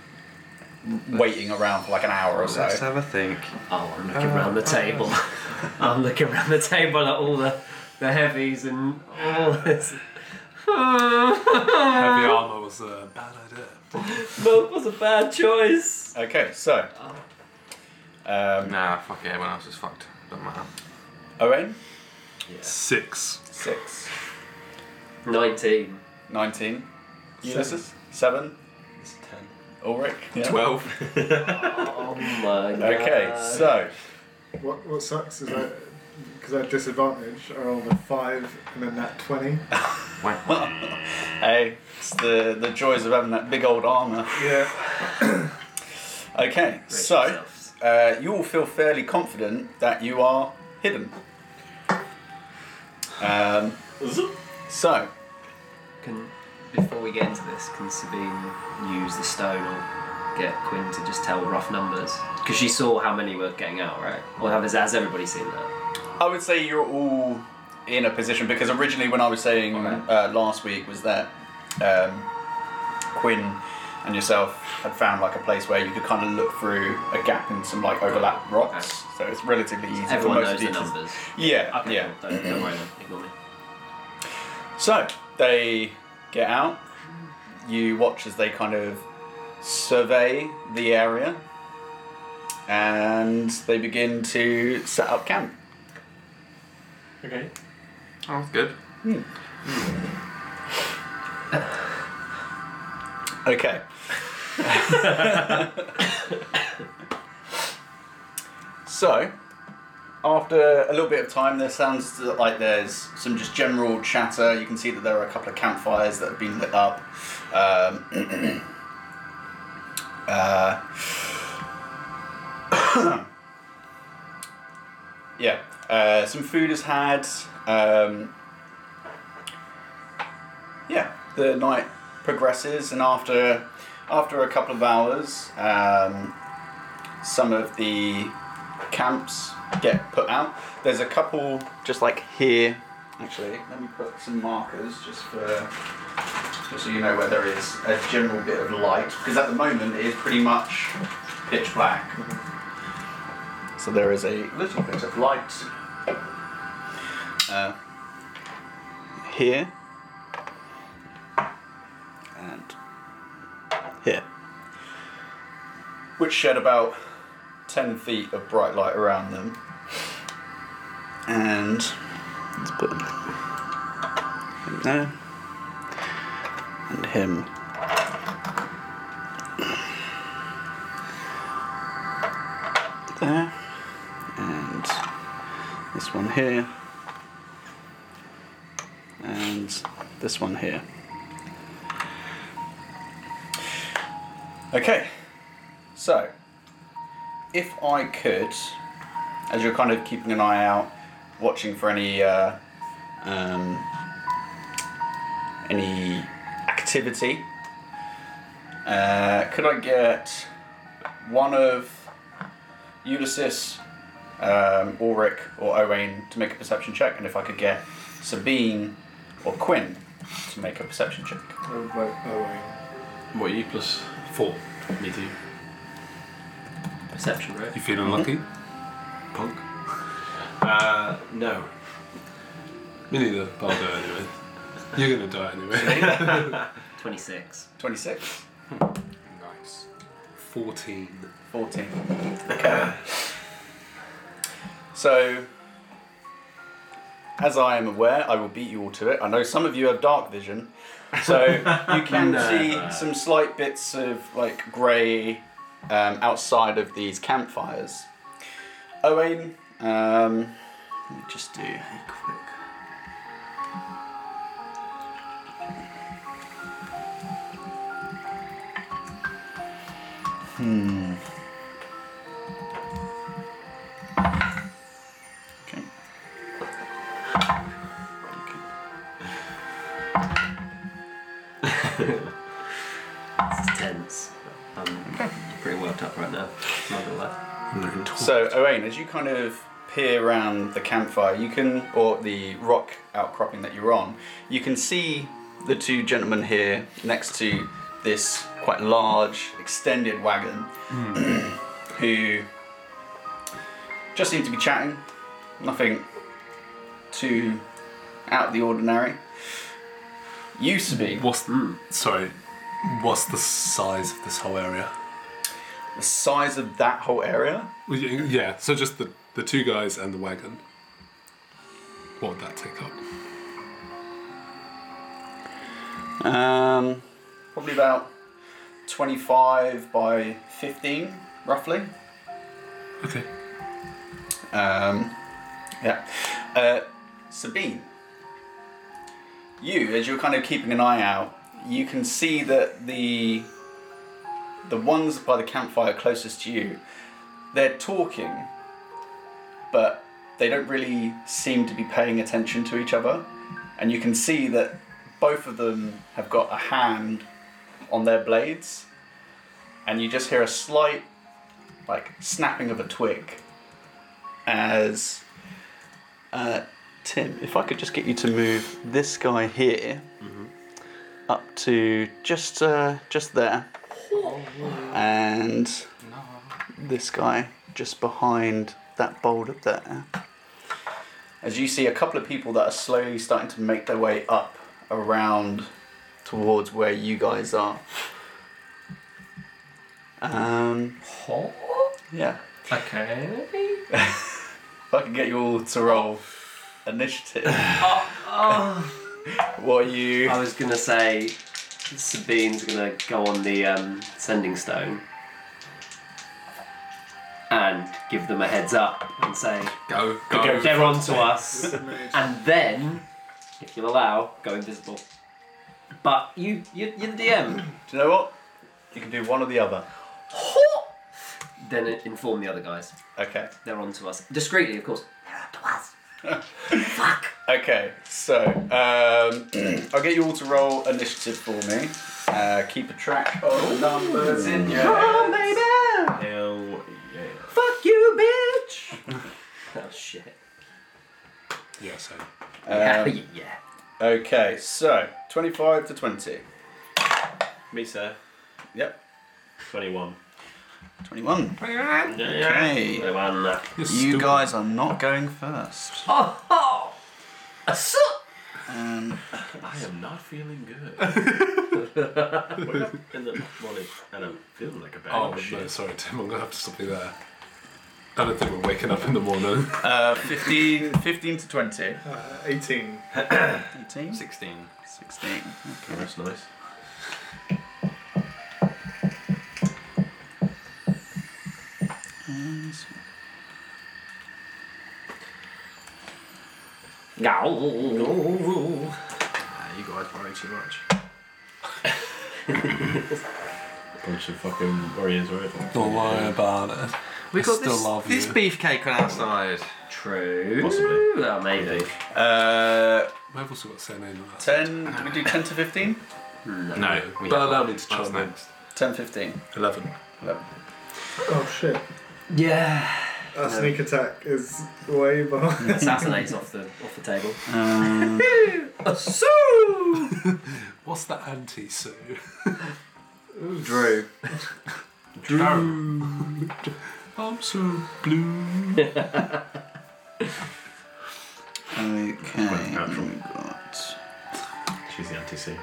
waiting around for like an hour or so.
Let's have a think.
Oh, I'm
Uh,
looking around the table. I'm looking around the table at all the, the heavies and all this. that
Heavy armor was a bad idea.
was a bad choice.
Okay, so um,
Nah, fuck it. Everyone else is fucked. Don't matter.
Owen,
Six.
six,
19.
19, Ulysses, seven,
It's
Ulrich, yeah.
Twelve.
Oh my god.
Okay, so
What, what sucks is that because Mm. I have disadvantage, I rolled a 5 and then that 20.
hey, it's the the joys of having that big old armor.
Yeah.
Okay,
Brace
so
yourselves.
uh, you all feel fairly confident that you are hidden. Um, so
Can, before we get into this, can Sabine use the stone or get Quinn to just tell rough numbers? Because she saw how many were getting out, right? Or has, has everybody seen that?
I would say you're all in a position because originally when I uh, was saying
Okay.
uh, last week was that um, Quinn and yourself had found like a place where you could kind of look through a gap in some like overlap rocks. So it's relatively easy. for
Everyone
most
knows the
teachers-
numbers.
Yeah,
Okay,
yeah.
cool. Don't, don't worry, then. ignore me.
So they get out. You watch as they kind of survey the area, and they begin to set up camp.
Okay.
Oh, that's good.
Okay. so, after a little bit of time, there sounds like there's some just general chatter. You can see that there are a couple of campfires that have been lit up. Um, uh, yeah, uh, some food is had. Um, yeah, the night progresses, and after after a couple of hours, um, some of the camps get put out. There's a couple just like here. Actually, let me put some markers just for just so you know where there is a general bit of light, because at the moment it is pretty much pitch black. So there is a little bit of light uh, here and here, which shed about 10 feet of bright light around them. And let's put him there and him. There and this one here and this one here. Okay, so if I could, as you're kind of keeping an eye out, watching for any uh, um, any activity, uh, could I get one of Ulysses, um, Ulrich, or Owain to make a perception check, and if I could get Sabine or Quinn to make a perception check.
Oh, wait, oh, wait.
What are you plus four? Me too.
Perception, right?
You feeling lucky?
Punk. Uh, no.
Me neither, but I'll die anyway. You're gonna die anyway.
26.
26.
Nice. 14.
14. Okay. So, as I am aware, I will beat you all to it. I know some of you have dark vision, so you can see some slight bits of like grey um, outside of these campfires. Owen, um, let me just do a quick. Okay. okay.
This is tense. I'm pretty worked up right now. Not gonna lie.
So, Owain, as you kind of peer around the campfire, you can, or the rock outcropping that you're on, you can see the two gentlemen here next to this quite large, extended wagon who just seem to be chatting. Nothing too out of the ordinary. Used to be
What's mm, sorry? What's the size of this whole area?
the size of that whole area.
Well, y- Yeah, so just the, the two guys and the wagon. What would that take up?
Um, probably about 25 by 15, roughly.
Okay.
Um, yeah. Uh, Sabine, you, as you're kind of keeping an eye out, you can see that the the ones by the campfire closest to you, they're talking, but they don't really seem to be paying attention to each other, and you can see that both of them have got a hand on their blades, and you just hear a slight like snapping of a twig as uh, Tim. If I could just get you to move this guy here up to just uh, just there, and this guy just behind that boulder there. As you see a couple of people that are slowly starting to make their way up around towards where you guys are. Um, yeah.
Okay.
If I can get you all to roll initiative. what are you?
I was gonna say Sabine's gonna go on the um, sending stone and give them a heads up and say
Go,
"Go,
go.
they're on to us, and then if you'll allow, go invisible. But you, you you're the DM.
Do you know what? You can do one or the other.
then inform the other guys.
Okay.
They're on to us discreetly, of course.
Okay. So um, I'll get you all to roll initiative for me. Uh, keep a track of numbers in your head.
Hell yeah.
Fuck you, bitch. oh shit.
Yeah, so
Yeah,
Um,
yeah.
okay. So twenty-five to twenty.
Me, sir.
Yep.
21.
Twenty-one. Okay.
uh,
21.
You guys are not going first.
Oh, oh. A suit.
Um,
I am not feeling good. Wake up in the morning and I'm feeling like a bag
Oh
of
no,
shit.
sorry, Tim. I'm gonna have to stop you there. I don't think we're waking up in the morning.
uh, 15, 15 to twenty.
Uh, 18.
16.
18? 16.
Oh, that's nice.
No.
Ah, you guys worry too much. Bunch of fucking warriors, right?
Don't worry about it.
We got
still
this,
love
this
you.
beefcake on our side.
True.
Possibly.
Well, maybe.
Uh,
We've also got to say a name on that.
10, did we do 10 to 15?
No, we
But
have
allow me to
That's
chime in.
next.
10, 15.
Eleven.
Oh shit.
Yeah.
Our sneak attack is way behind.
Assassinates off the off the table.
Um,
Uh.
What's that anti Sue?
Drew.
I'm so blue.
okay.
Well,
and
natural.
we've got-
She's the anti C.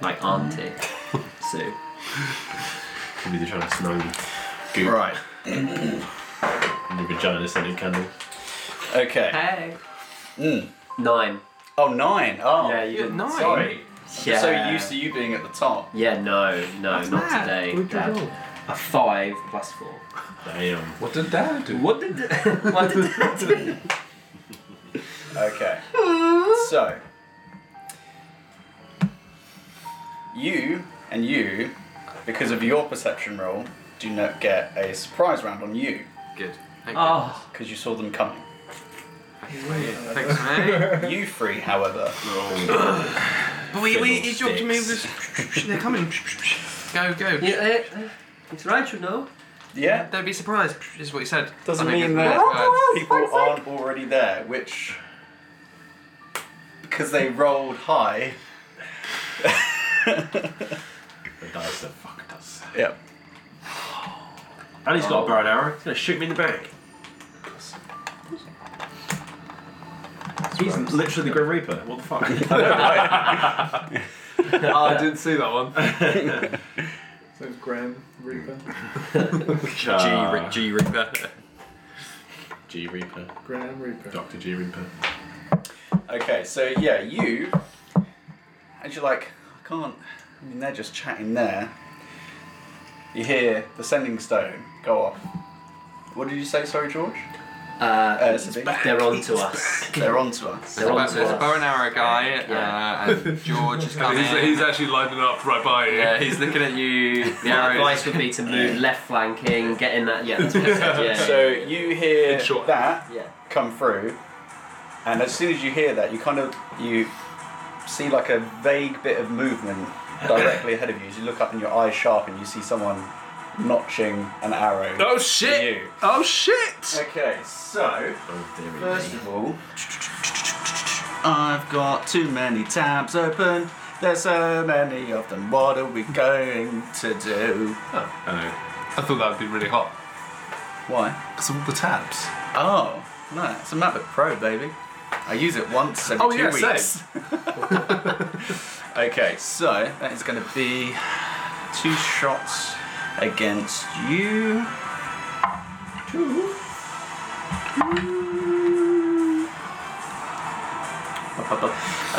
Like auntie. Sue.
Maybe they're trying to snug goop
Right.
in your vagina scented candle.
Okay.
Hey.
Mm.
Nine.
Oh, nine. Oh.
yeah, you didn't.
Nine.
Sorry. I'm
Yeah.
so used to you being at the top.
Yeah, no, no, not
mad.
today.
What did you
Dad.
roll?
A five plus four.
Damn.
What did Dad do?
What did? what did that do?
Okay. so. You and you, because of your perception roll, do not get a surprise round on you
Good. Thank
Oh,
because you saw them coming.
you. Thanks, mate.
You three, however,
but we, we, he
Fiddlesticks.
dropped me with this. They're coming. Go, go.
yeah, eh, eh, it's right, you know.
yeah,
Don't be surprised, is what he said.
Doesn't
I think
mean
it's-
that people aren't already there, which because they rolled high.
The dice have fucked us.
Yep.
And he's got a bow and arrow. He's gonna shoot me in the back. He's literally the Grim Reaper. What the fuck?
Oh,
I didn't see that one.
His name's Graham Reaper.
Uh,
G Reaper.
G Reaper.
Graham Reaper.
Dr. G Reaper.
Okay, so yeah, you and you're like, I can't. I mean, they're just chatting there. You hear the sending stone go off. What did you say? Sorry, George.
Uh,
Uh, Sabine?
they're on to us.
They're onto us.
They're
But
on
There's
to
a bow and
us.
arrow guy, uh, and George is coming.
he's, he's actually lining up right by you.
yeah, he's looking at you. The
My
arrow.
advice would be to move left flanking, get in that. Yeah, that's what I said. Yeah.
So you hear
short.
that
yeah.
come through, and as soon as you hear that, you kind of you see like a vague bit of movement directly ahead of you. As you look up and your eyes sharpen, you see someone notching an arrow.
Oh
at
shit!
You.
Oh shit!
Okay, so
Oh, dearie
first
me.
of all, I've got too many tabs open. There's so many of them. What are we going to do?
I know.
I thought that would be really hot.
Why?
Because of all the tabs.
Oh, no, it's a MacBook Pro, baby. I use it once every
Oh,
two
yeah, same.
weeks. okay, so that is going to be two shots against you. Two.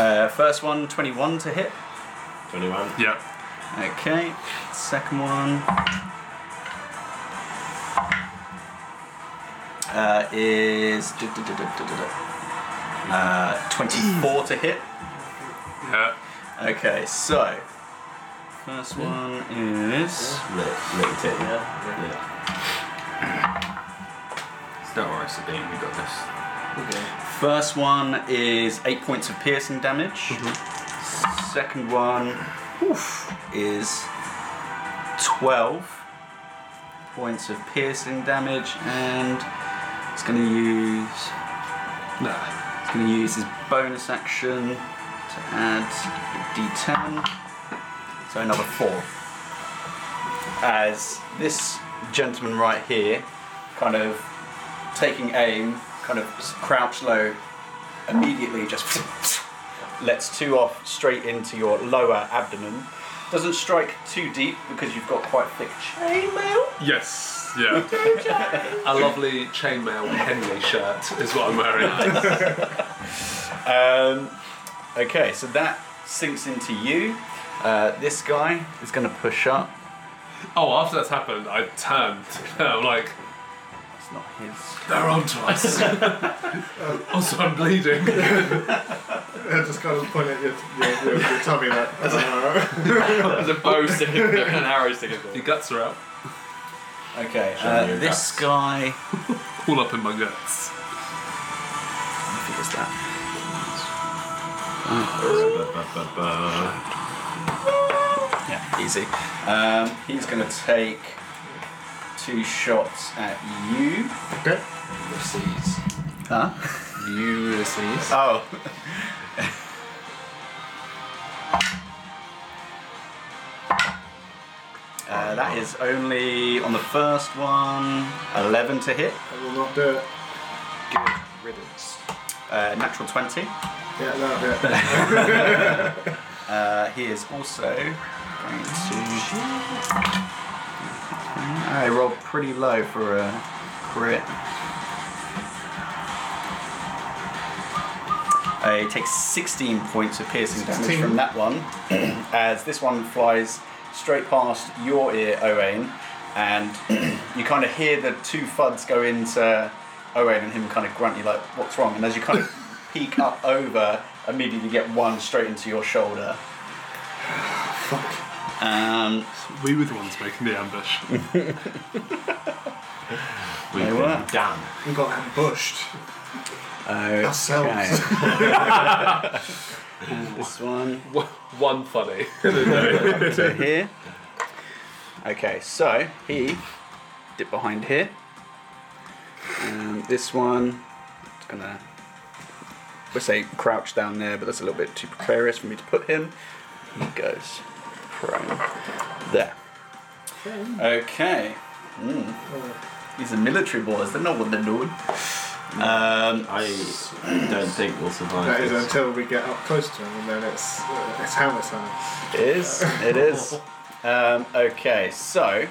Uh, first one, 21 to hit.
21.
Yeah.
Okay, second one. Uh, is du- du- du- du- du- du- du. Uh, 24 to hit.
Yeah.
Okay, so first one is
Lit, lit it, yeah.
Don't worry, Sabine, we got this.
first one is eight points of piercing damage. Second one oof, is 12 points of piercing damage, and it's going to use
Nah.
He's going to use his bonus action to add a d10. So another four. As this gentleman right here, kind of taking aim, kind of s- crouch low, immediately just lets two off straight into your lower abdomen. Doesn't strike too deep because you've got quite thick chainmail.
Yes. Yeah. A lovely chainmail Henley shirt is what I'm wearing.
Um, okay, so that sinks into you. Uh, this guy is going to push up.
oh, after that's happened, I turned. I'm like,
It's not his.
they're onto us. also, I'm bleeding.
I just kind of point at your, your, your, your tummy like, uh,
There's a bow sticking there and an arrow sticking
Your guts are out.
Okay, uh, this guy.
All up in my guts.
I think it's that. Yeah, easy. Um, he's going to take two shots at you.
Okay.
Huh?
Ulysses.
Oh. Uh, that is only on the first one, 11 to hit.
I will not do it.
Uh, natural 20.
Yeah, that'll do it.
Uh, he is also going to. I rolled pretty low for a crit. Uh, he takes 16 points of piercing damage
16.
from that one, as this one flies straight past your ear, Owain, and you kind of hear the two thuds go into Owain and him kind of grunt, you like, what's wrong? And as you kind of peek up over, immediately you get one straight into your shoulder. Um,
We were the ones making the ambush.
We've
They
been
were. Oh,
done.
We got ambushed
okay.
ourselves.
this one
One- One funny.
to here. Okay, so he dip behind here. Um, this one, it's gonna. We say crouch down there, but that's a little bit too precarious for me to put him. He goes prone there. Okay. Mm. These are military boys. They know what they're doing. Um,
I don't think we'll survive
That is
this.
until we get up close to him, and then it's uh, it's hammer time.
It is. It is. Um, okay, so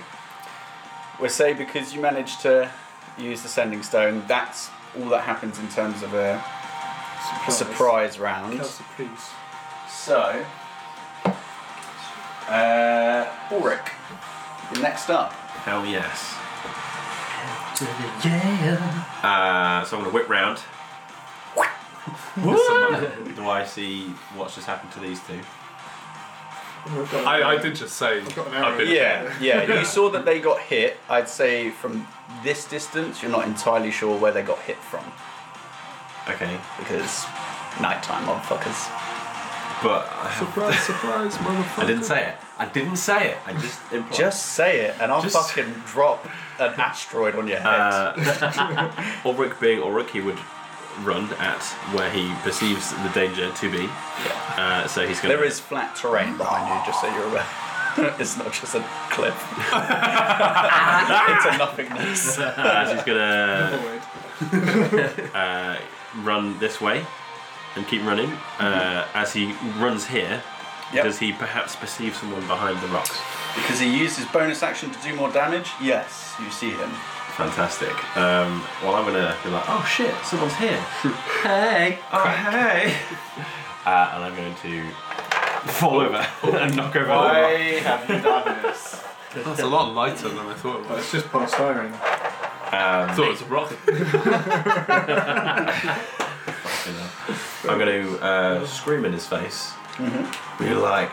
we'll say because you managed to use the sending stone, that's all that happens in terms of a, a surprise round.
Kelsey, please.
So, uh, Ulrich, you're next up.
Hell yes.
Yeah.
Uh, so I'm gonna whip round. Someone- do I see what's just happened to these two?
We've got-
I, I did just say.
got an arrow.
I've been-
Yeah, yeah. You saw that they got hit. I'd say from this distance, you're not entirely sure where they got hit from
Okay,
because nighttime motherfuckers.
but I,
Surprise, surprise, motherfucker.
I didn't say it. I didn't say it. I just implied.
Just say it, and I'll
Just-
fucking drop an asteroid on your head.
Uh, Ulrich being Ulrich, he would run at where he perceives the danger to be. Uh, so he's going
There is flat terrain behind you, just so you're aware. it's not just a cliff. it's a nothingness.
as he's gonna uh, run this way and keep running. Uh, as he runs here,
Mm-hmm. Yep.
does he perhaps perceive someone behind the rocks?
Because he used his bonus action to do more damage? Yes, you see him.
Fantastic. Um, well, I'm gonna be like, oh shit, someone's here.
Hey.
Oh hey. Uh, and I'm going to fall over and knock over. all the rocks.
have you done this?
That's a lot lighter than I thought it was.
It's just polystyrene.
I thought it was a rock.
I'm going to uh, scream in his face. Be like,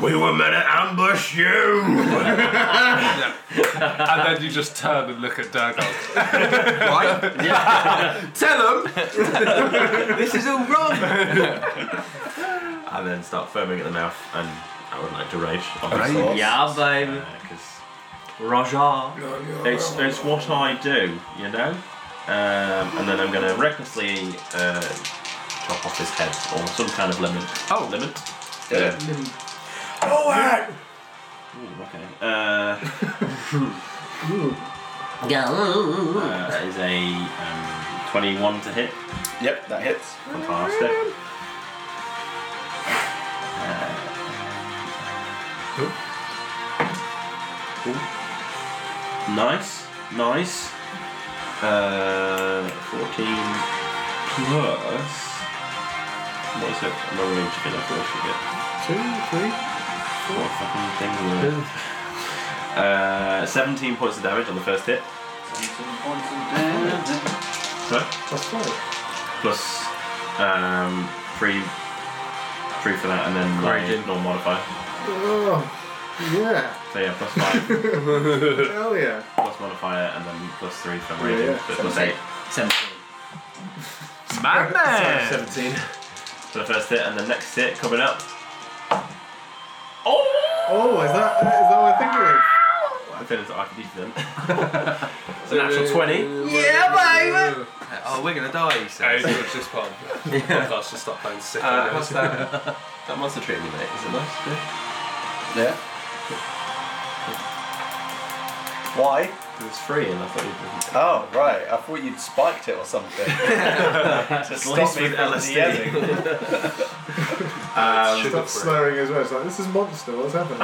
we were meant to ambush you.
And then you just turn and look at Durgal.
Right?
Tell him!
this is all wrong!
and then start foaming at the mouth, and I would like to rage. Obviously.
Yeah, baby.
Because
Roger.
it's, it's what I do, you know? Um, and then I'm going to recklessly uh, chop off his head or some kind of limit. Oh, limit? Yeah. Ooh, okay. Uh,
Go.
uh, that is a um, 21 to hit.
Yep, that hits.
Fantastic. Uh, Cool. Nice, nice. Uh, 14 plus. What is it? I'm not really sure. I forget. Two, three, four. fucking things. are there? Uh, 17 points of damage on the first hit. Sorry?
That's fine.
plus um, three, three for that, and then my
Raging.
normal modifier.
Oh, yeah.
So yeah, plus five,
Hell yeah.
plus modifier, and then plus three for
Yeah,
raging,
yeah.
so plus eight
17.
Madman!
17.
for the first hit, and the next hit coming up. Oh!
Oh, is that is that what I think it is?
I feel it's RPD for them. it's a natural twenty.
Yeah, baby.
Oh, we're gonna die, he
Hey,
says.
George, this part of the podcast just stop playing sick.
Uh, how's that? that monster treating me, mate. Is it nice? Yeah.
Yeah. Why?
It's free, and I thought you'd.
Oh, right. I thought you'd spiked it or something. to stop
least
me
with
from
LSD.
DMing.
Um,
Stop slurring as well. It's like this is monster. What's happening?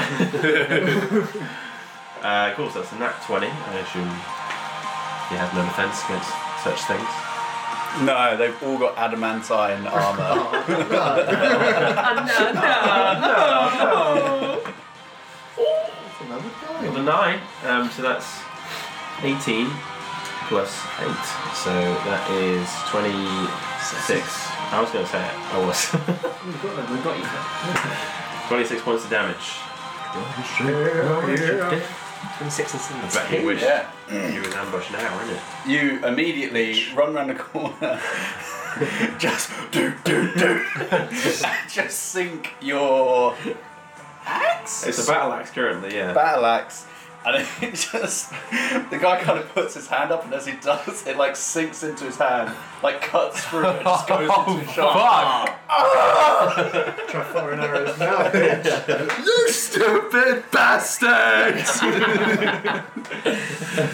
Uh, cool, so that's a nat 20. I assume he has no defense against such things.
No, they've all got adamantine
Oh,
armor.
Another
Well,
guy.
the nine, um, so that's 18 plus 8. So that is 26. I was going to say it. I was.
We've got him.
We've got you.
26 points of damage.
Yeah, yeah.
26 and 7.
But he wish
yeah.
you was ambushed now, isn't it?
You immediately run round the corner, just do do do, just sink your axe.
It's a battle axe currently, yeah.
battle axe, and it just the guy kind of puts his hand up, and as he does, it like sinks into his hand, like cuts through it, just goes into his shoulder.
Try firing arrows now.
you stupid bastard!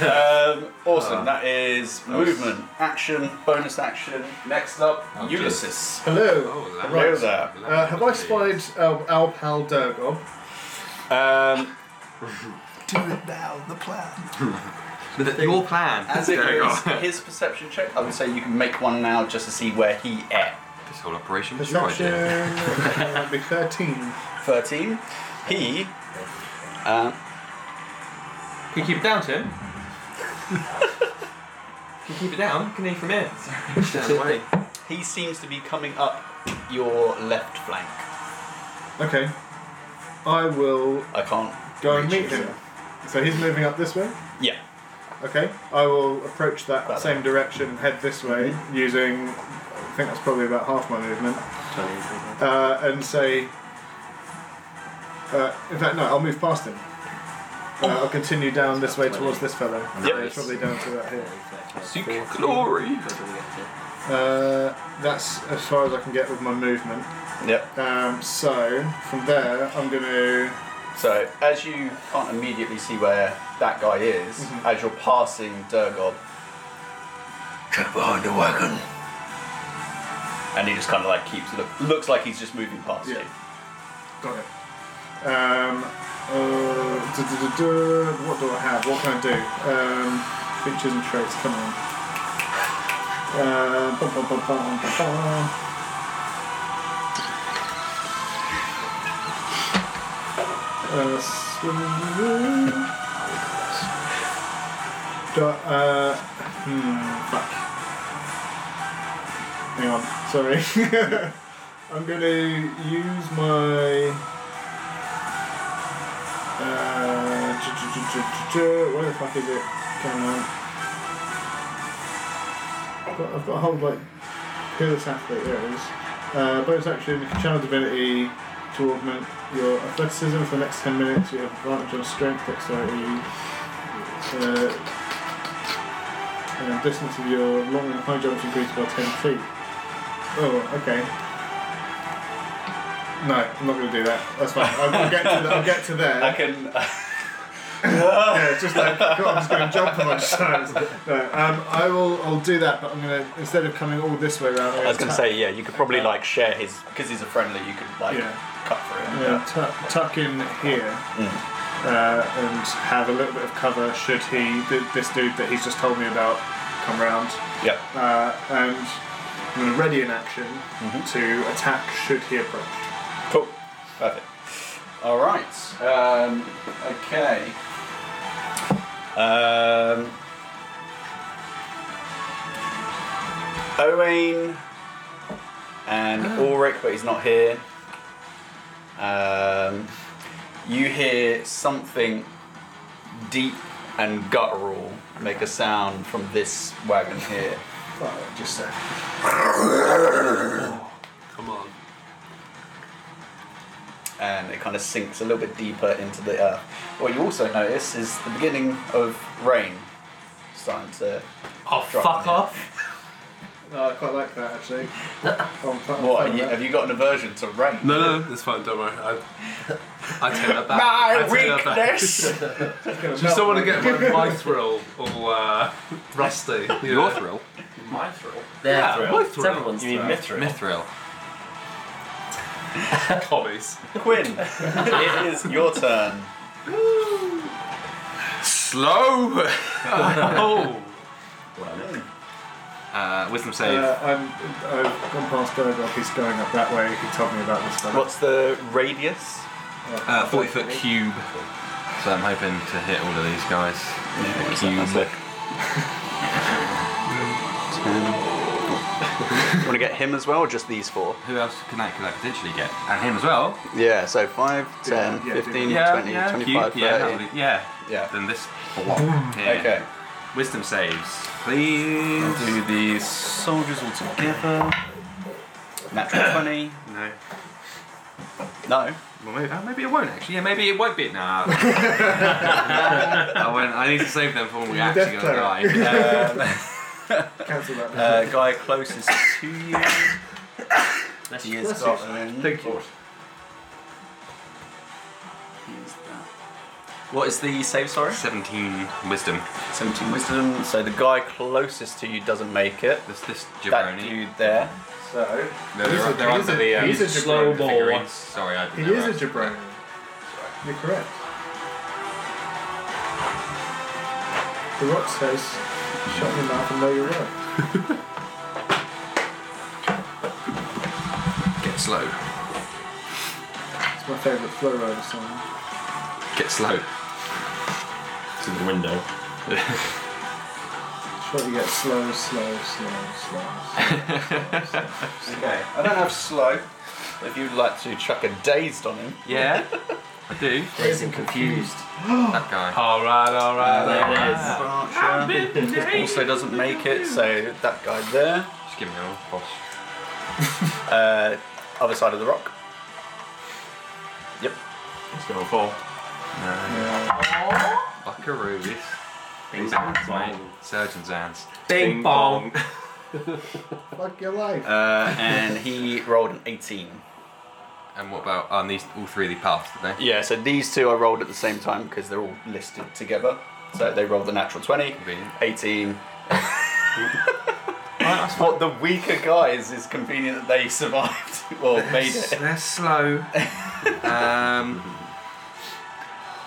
Um, awesome. that is movement, action, bonus action. Next up, Ulysses.
Hello.
Hello there.
Uh, have I spied um, our pal Durgob?
Um,
But Your plan.
as it is his perception check, I would say you can make one now just to see where he at.
This whole operation was quite
Perception.
dear.
uh, be thirteen.
13. He. Uh,
Can you keep it down, Tim? Can you keep it down? Can you from here? Down away.
he seems to be coming up your left flank.
Okay. I will
I can't.
go and meet him. So he's moving up this way.
Yeah.
Okay. I will approach that
That
same direction and head this way using. I think that's probably about half my movement. Uh, and say. Uh, in fact, no. I'll move past him. Uh, I'll continue down this way towards this fellow.
Yep.
Probably down to that here.
Glory!
Uh, that's as far as I can get with my movement.
Yep.
Um, so from there, I'm going to.
So as you can't immediately see where that guy is, as you're passing Durgod,
Get behind the wagon.
and he just kind of like keeps look, looks like he's just moving past
Yeah.
you.
Got it. Um, uh, duh, duh, duh, duh, what do I have? What can I do? Um, features and traits. Come on. Uh, bum, bum, bum, bum, bum, bum. Uh, swim- Do I, uh, hmm, fuck. Hang on, sorry. I'm gonna use my. Uh, ch- ch- ch- ch- ch- where the fuck is it? Come on. I've got, I've got a whole like peerless athlete. There it is. Uh, bonus action: you can channel divinity to augment your athleticism for the next ten minutes. You have advantage on strength, dexterity, uh, and distance of your long and high jumps increased by ten feet. Oh, okay. No, I'm not going to do that. That's fine. I'll, I'll get to the, I'll get to there.
I can. uh,
Yeah, it's just like God, I'm just going to jump on my shoulders. No, um, I will. I'll do that, but I'm going to instead of coming all this way around.
I was gonna say yeah, you could probably like share his because he's a friendly. You could like
Yeah.
cut through him.
yeah, tuck, tuck in here
Mm.
uh, and have a little bit of cover. Should he th- this dude that he's just told me about come round?
Yep.
Uh, and I'm going to ready an action to attack. Should he approach?
Cool. Perfect. All right. Um, okay. Um, Owain and Ulrich, but he's not here. Um, you hear something deep and guttural make a sound from this wagon here.
Oh, just a
Come on.
and it kind of sinks a little bit deeper into the earth. What you also notice is the beginning of rain starting to.
Oh,
Drop
fuck
it.
off.
No, I quite like that actually. Oh, I'm quite- I'm
What? Have
fine with
you,
that.
have you got an aversion to rain?
No, no, that's fine. Don't worry. I, I take that back. I
My
take that back.
weakness.
It's gonna
Just don't
melt
want to
me.
get my, my thrill all uh, rusty. You
Your
know?
thrill?
Mithril?
There,
Yeah,
thrill.
my
It's
thrill.
everyone's
You mean
thrill.
mithril?
Mithril.
Commies.
Quinn, it is your turn.
Slow!
Oh.
Uh, wisdom save.
Uh, I'm, I've gone past Gogok, he's going up that way, he told me about this stuff.
What's the radius?
Uh, 40 foot cube. So I'm hoping to hit all of these guys. A cube.
You want to get him as well, or just these four?
Who else can I, could I potentially get? And him as well.
Yeah, so 5, 10,
yeah,
15,
Yeah,
20,
yeah,
25,
cube. Yeah,
30.
that'll be- yeah.
Yeah.
Then this block here.
Okay.
Wisdom saves, please.
Do the soldiers all together. Natural 20.
No.
No.
Well, maybe, oh, maybe it won't actually. Yeah, maybe it won't be. Nah. I won't. I need to save them for when we're actually
death
gonna die.
Cancel that.
Uh, guy closest to you.
Let's
He
let's
has got an.
Thank you.
What is the save, sorry?
Uh, Seventeen wisdom.
17 wisdom. So the guy closest to you doesn't make it.
This this
That
jabroni.
dude there.
So,
No,
He's
they're,
a-
they're
he's
under
a-
the um,
he's a
slow
jabroni.
figurines. Sorry, I
he
didn't. know
is
that.
a jabroni. You're correct. The rock says, shut your mouth and know your word.
Get slow.
It's my favourite Flow Rider song.
Get slow.
To the window.
Try to get slow, slow, slow, slow.
Okay. I don't have slow. If you'd like to chuck a dazed on him.
Yeah. I do.
Dazed and confused.
That guy.
All right, all
There it is.
right.
Also doesn't make it, so that guy there.
Just give me all, boss.
Uh, other side of the rock. Yep.
It's going fall.
Yeah.
Buckaroos.
Bing bong.
Surgeon's hands.
Bing bong.
Fuck your life.
Uh, and he rolled an 18.
And what about on these all three of the paths did they?
Yeah, so these two are rolled at the same time because they're all listed together. So they rolled the natural 20,
Convenient.
18. what the weaker guys is convenient that they survived or made it.
They're slow. um,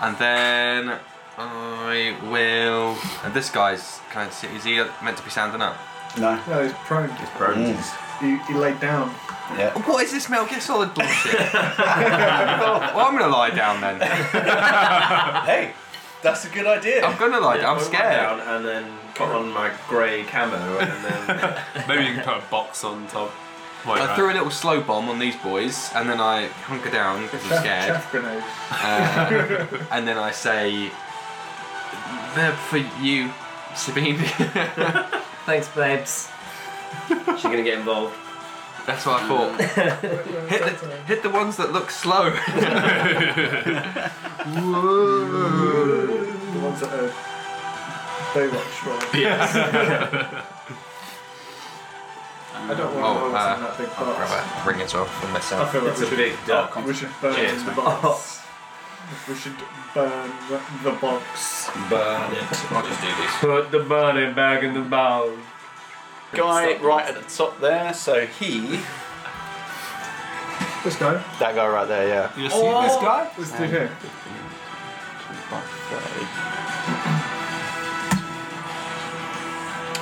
and then I will. And this guy's kind of is he meant to be standing up?
No.
No, he's prone.
Mm.
He, he laid down.
Yeah.
Oh, What is this Mel Get solid bullshit? well, I'm gonna lie down then.
Hey, that's a good idea.
I'm gonna lie down. I'm scared.
Down and then put on my grey camo and then
Maybe you can put a box on top. Wait,
I threw a little slow bomb on these boys, and then I hunker down because I'm
Chaff,
scared.
chaff grenade.
Uh, and then I say, "They're for you, Sabine."
Thanks, babes. She's gonna get involved.
That's what I thought. hit, the, hit the ones that look slow.
The ones that are Baywatch, right? I don't want to
Oh,
roll
uh,
uh, in that big box.
Grab a ring as well for
I
myself.
feel like
it's
we
a
should,
big duck.
we should burn
Cheers,
the box. we should burn the box.
Burn it.
I'll just do this.
Put the burning bag in the bowl.
Guy right at the top there, so he.
Let's go.
That guy right there, yeah.
You see this guy?
Let's do here.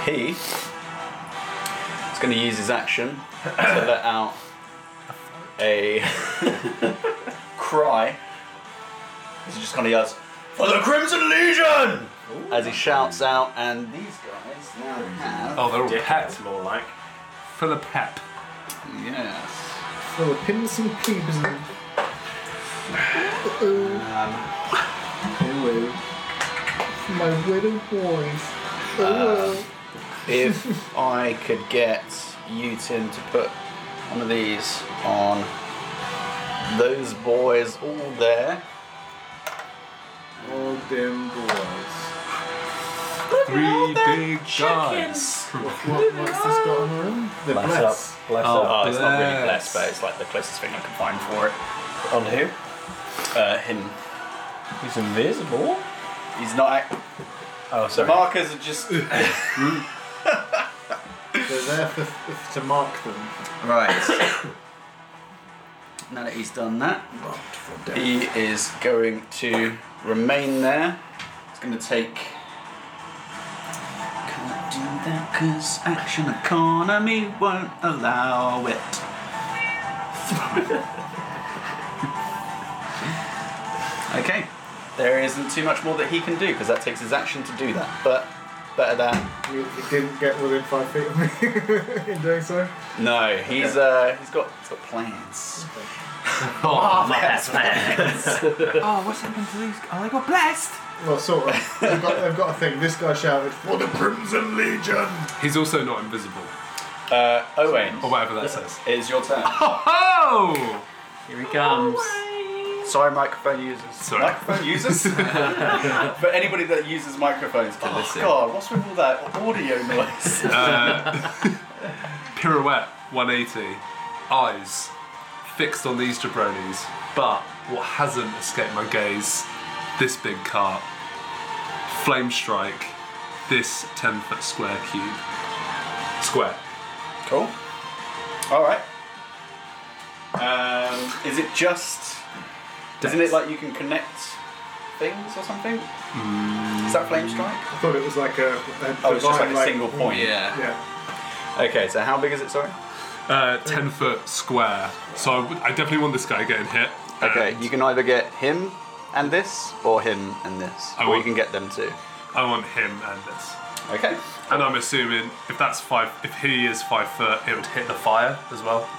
He is going to use his action to let out a cry. He just kind of yells, For the Crimson Legion! As he shouts out, and these guys now have.
Oh, they're all pep.
Dickheads, more like.
Full of pep.
Yes.
Full of pins and peeps. and- Uh-oh.
Um,
Hello. My little boys. Hello.
if I could get you, Tim, to put one of these on those boys all there.
All them boys.
Three big guys.
What, what's this got on the room? The bless.
Bless
Oh,
up. Oh, it's not really
bless.
bless, but it's like the closest thing I can find for it. On who? Uh, him.
He's invisible.
He's not. Act-
Oh,
the markers are just.
They're there for, for, to mark them.
right. now that he's done that, he is going to remain there. It's going to take. Can I do that? Because action economy won't allow it. Okay. There isn't too much more that he can do because that takes his action to do that. But better that.
You, you didn't get within five feet of me in doing so.
No, he's uh he's got he's got plans.
Oh, that's bad.
Oh, what's happened to these? Oh, they got blessed.
Well, sort of. They've got, they've got a thing. This guy shouted, For the Crimson Legion!
He's also not invisible,
Uh Owen,
or whatever that says.
it is your turn.
Oh!
Here he comes.
Sorry, microphone users.
Sorry.
Microphone users. but anybody that uses microphones can oh,
listen.
God, what's with all that audio noise?
Uh, pirouette 180. Eyes fixed on these jabronis, but what hasn't escaped my gaze this big cart. Flame strike this 10 foot square cube. Square.
cool. All right. Um, is it just? Isn't it like you can connect things or something? Is that flame strike?
I thought it was like a. a
Oh, Mm. it's just like
divine,
a single point.
Yeah.
Yeah.
Okay, so how big is it? Sorry.
Uh, 10 foot square. So I, would- I definitely want this guy getting hit.
Okay,
and
you can either get him and this, or him and this,
I
or you
want-
can get them too.
I want him and this.
Okay.
And I'm assuming if that's five, if he is five foot, it would hit the fire as well.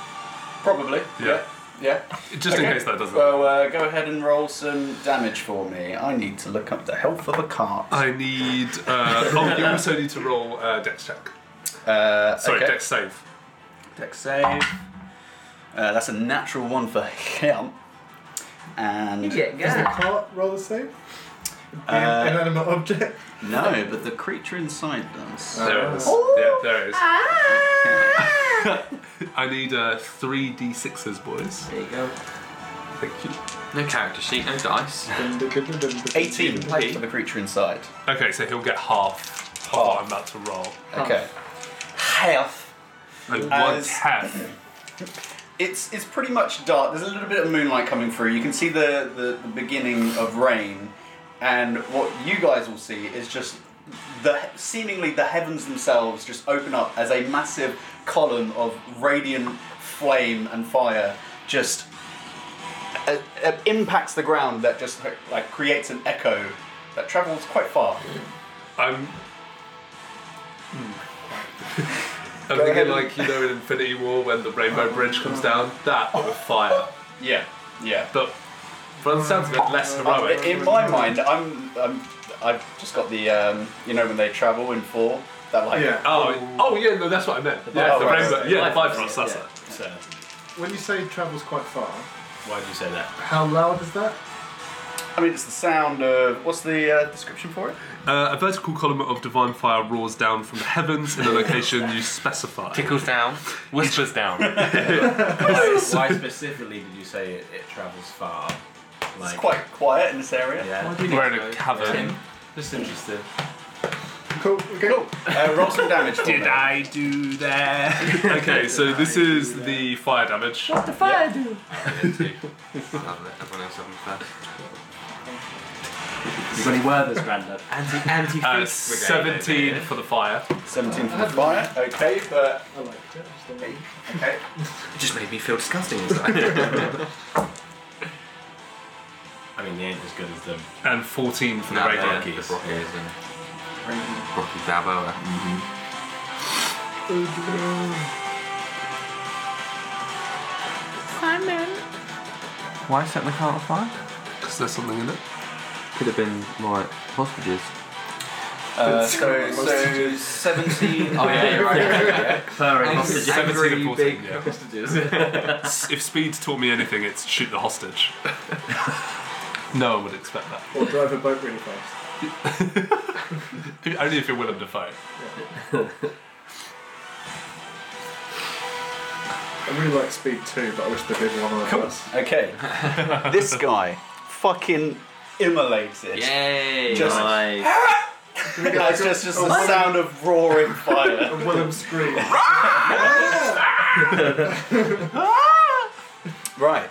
Probably.
Yeah.
Yeah.
Just in
Okay.
case that doesn't.
Well, uh, go ahead and roll some damage for me. I need to look up the health of a cart.
I need. Uh, oh, you also need to roll uh, dex check.
Uh,
Sorry,
okay.
dex save.
Dex save. Uh, that's a natural one for him. And
You get
Does the
gas.
cart roll the save? The
Uh,
inanimate object.
No, but the creature inside does.
There it is. Oh. Yeah, there it is.
Ah.
I need uh, three d6s, boys.
There you go.
Thank you.
No character sheet, no dice.
18 for the creature inside.
Okay, so he'll get half. of what I'm about to roll.
Okay. Health.
And one
As-
tenth.
It's it's pretty much dark. There's a little bit of moonlight coming through. You can see the, the, the beginning of rain, and what you guys will see is just the seemingly the heavens themselves just open up as a massive column of radiant flame and fire just uh, uh, impacts the ground that just like creates an echo that travels quite far.
I'm. hmm. I'm
ahead
thinking
and-
like you know in Infinity War when the Rainbow Bridge comes down, that but with fire.
Yeah, yeah.
But but it sounds a bit less
Um,
heroic.
in my mind, I'm, I'm I've just got the um, you know when they travel in four that like
Yeah.
Oh, it- oh yeah, no, that's what I meant.
Bifrost.
Yeah, the rainbow, yeah, the
Bifrost,
Bifrost, that's
yeah.
it.
So,
When you say travels quite far,
why'd you say that?
how loud is that?
I mean it's the sound of what's the uh, description for it?
Uh, a vertical column of divine fire roars down from the heavens in a location you specify.
Tickles down, whispers down.
Why specifically did you say it, it travels far? Like,
It's quite quiet in this area.
Yeah.
We're in a cavern.
Just interested.
Cool. Okay.
Cool. Uh, roll some damage. For me.
I do that? okay, so this is the fire damage.
What the fire do?
I'll let everyone else have them first.
You got any Werther's, Grandad?
Anti anti
Uh, 17 for the fire.
17 for the fire. Okay, but
I like it.
okay.
It just made me feel disgusting inside.
I mean, they ain't as good as the
And 14 for the
No,
regular.
yeah.
Rockies.
the Rockies and Rocky Balboa. Why set the car on fire?
Because there's something in it.
Could have been like hostages.
Uh, so so 17.
Oh, yeah, you're right. Purring
Angry-
hostages.
17 and 14,
big
yeah.
hostages.
S- if speed's taught me anything, it's shoot the hostage. no one would expect that.
Or drive a boat really fast.
Only if you're willing to fight.
I really like Speed 2, but I wish they did one of those.
Okay. this guy fucking immolated.
Yay!
Just-
Nice.
It's just, just the sound of roaring fire.
A Willem scream.
Right.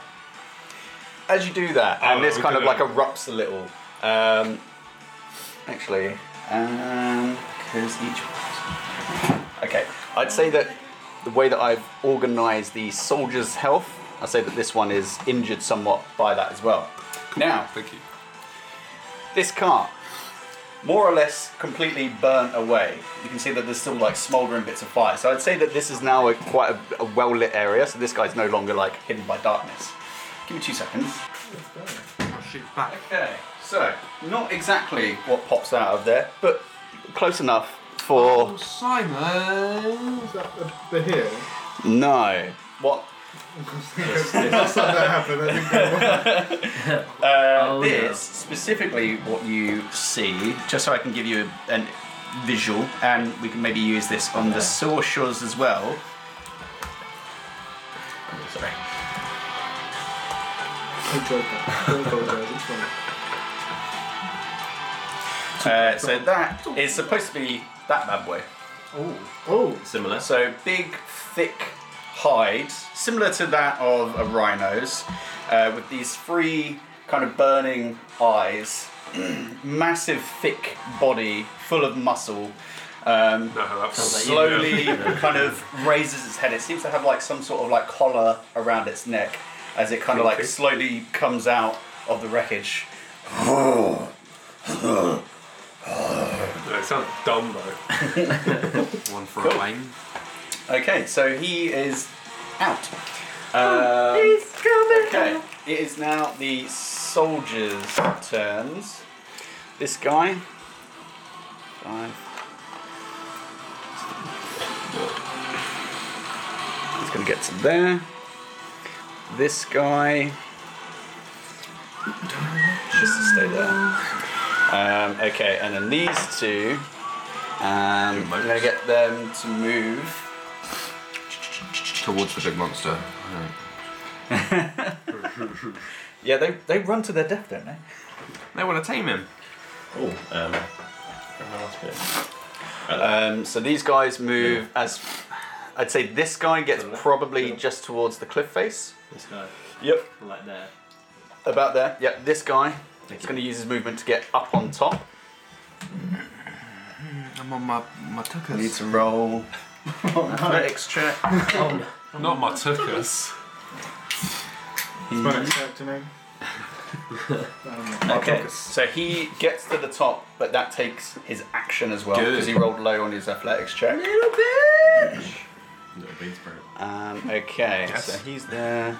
As you do that, and
Oh,
this
we're
kind of like
gonna-
erupts a little. Um, actually, because each. Okay, I'd say that the way that I've organised the soldier's health, I say that this one is injured somewhat by that as well. Now,
Thank you.
this car, more or less completely burnt away. You can see that there's still like smouldering bits of fire. So I'd say that this is now a, quite a, a well lit area. So this guy's no longer like hidden by darkness. Give me two seconds.
I'll shoot back.
Okay, so not exactly what pops out of there, but close enough for
Simon!
Is that the, the hill?
no. What?
That's not that happened. I think that was-
Uh,
Oh,
this
no.
specifically, what you see, just so I can give you a, an visual, and we can maybe use this on the Saw Shores as well.
oh,
Sorry.
I enjoyed that. I apologise. It's fine.
Uh, so that is supposed to be that bad boy.
Oh,
similar.
So big, thick hide, similar to that of a rhino's, uh, with these three kind of burning eyes, massive, thick body full of muscle. Um,
No, that's
slowly kind of raises its head. It seems to have like some sort of like collar around its neck as it kind of like slowly comes out of the wreckage.
No, it sounds dumb though.
One for
Cool.
a lane.
Okay, so he is out. Um, Okay, it is now the soldiers' turns. This guy. Five. He's gonna get to there. This guy. Just to stay there. Um, okay, and then these two, um, I'm going to get them to move.
towards the big monster.
Yeah, they, they run to their death, don't they?
They want to tame him.
Oh, um, where my last bit?
Um, so these guys move as I'd say this guy gets
To the left?
probably just towards the cliff face.
This guy,
Yep.
like there.
About there. Yep. This guy is going to use his movement to get up on top.
I'm on my my tuckers.
to roll athletics check.
Not my tuckers.
It's my next character name. Um,
Okay. So he gets to the top, but that takes his action as well because he rolled low on his athletics check.
Little bean spirit.
Um, okay. So he's there.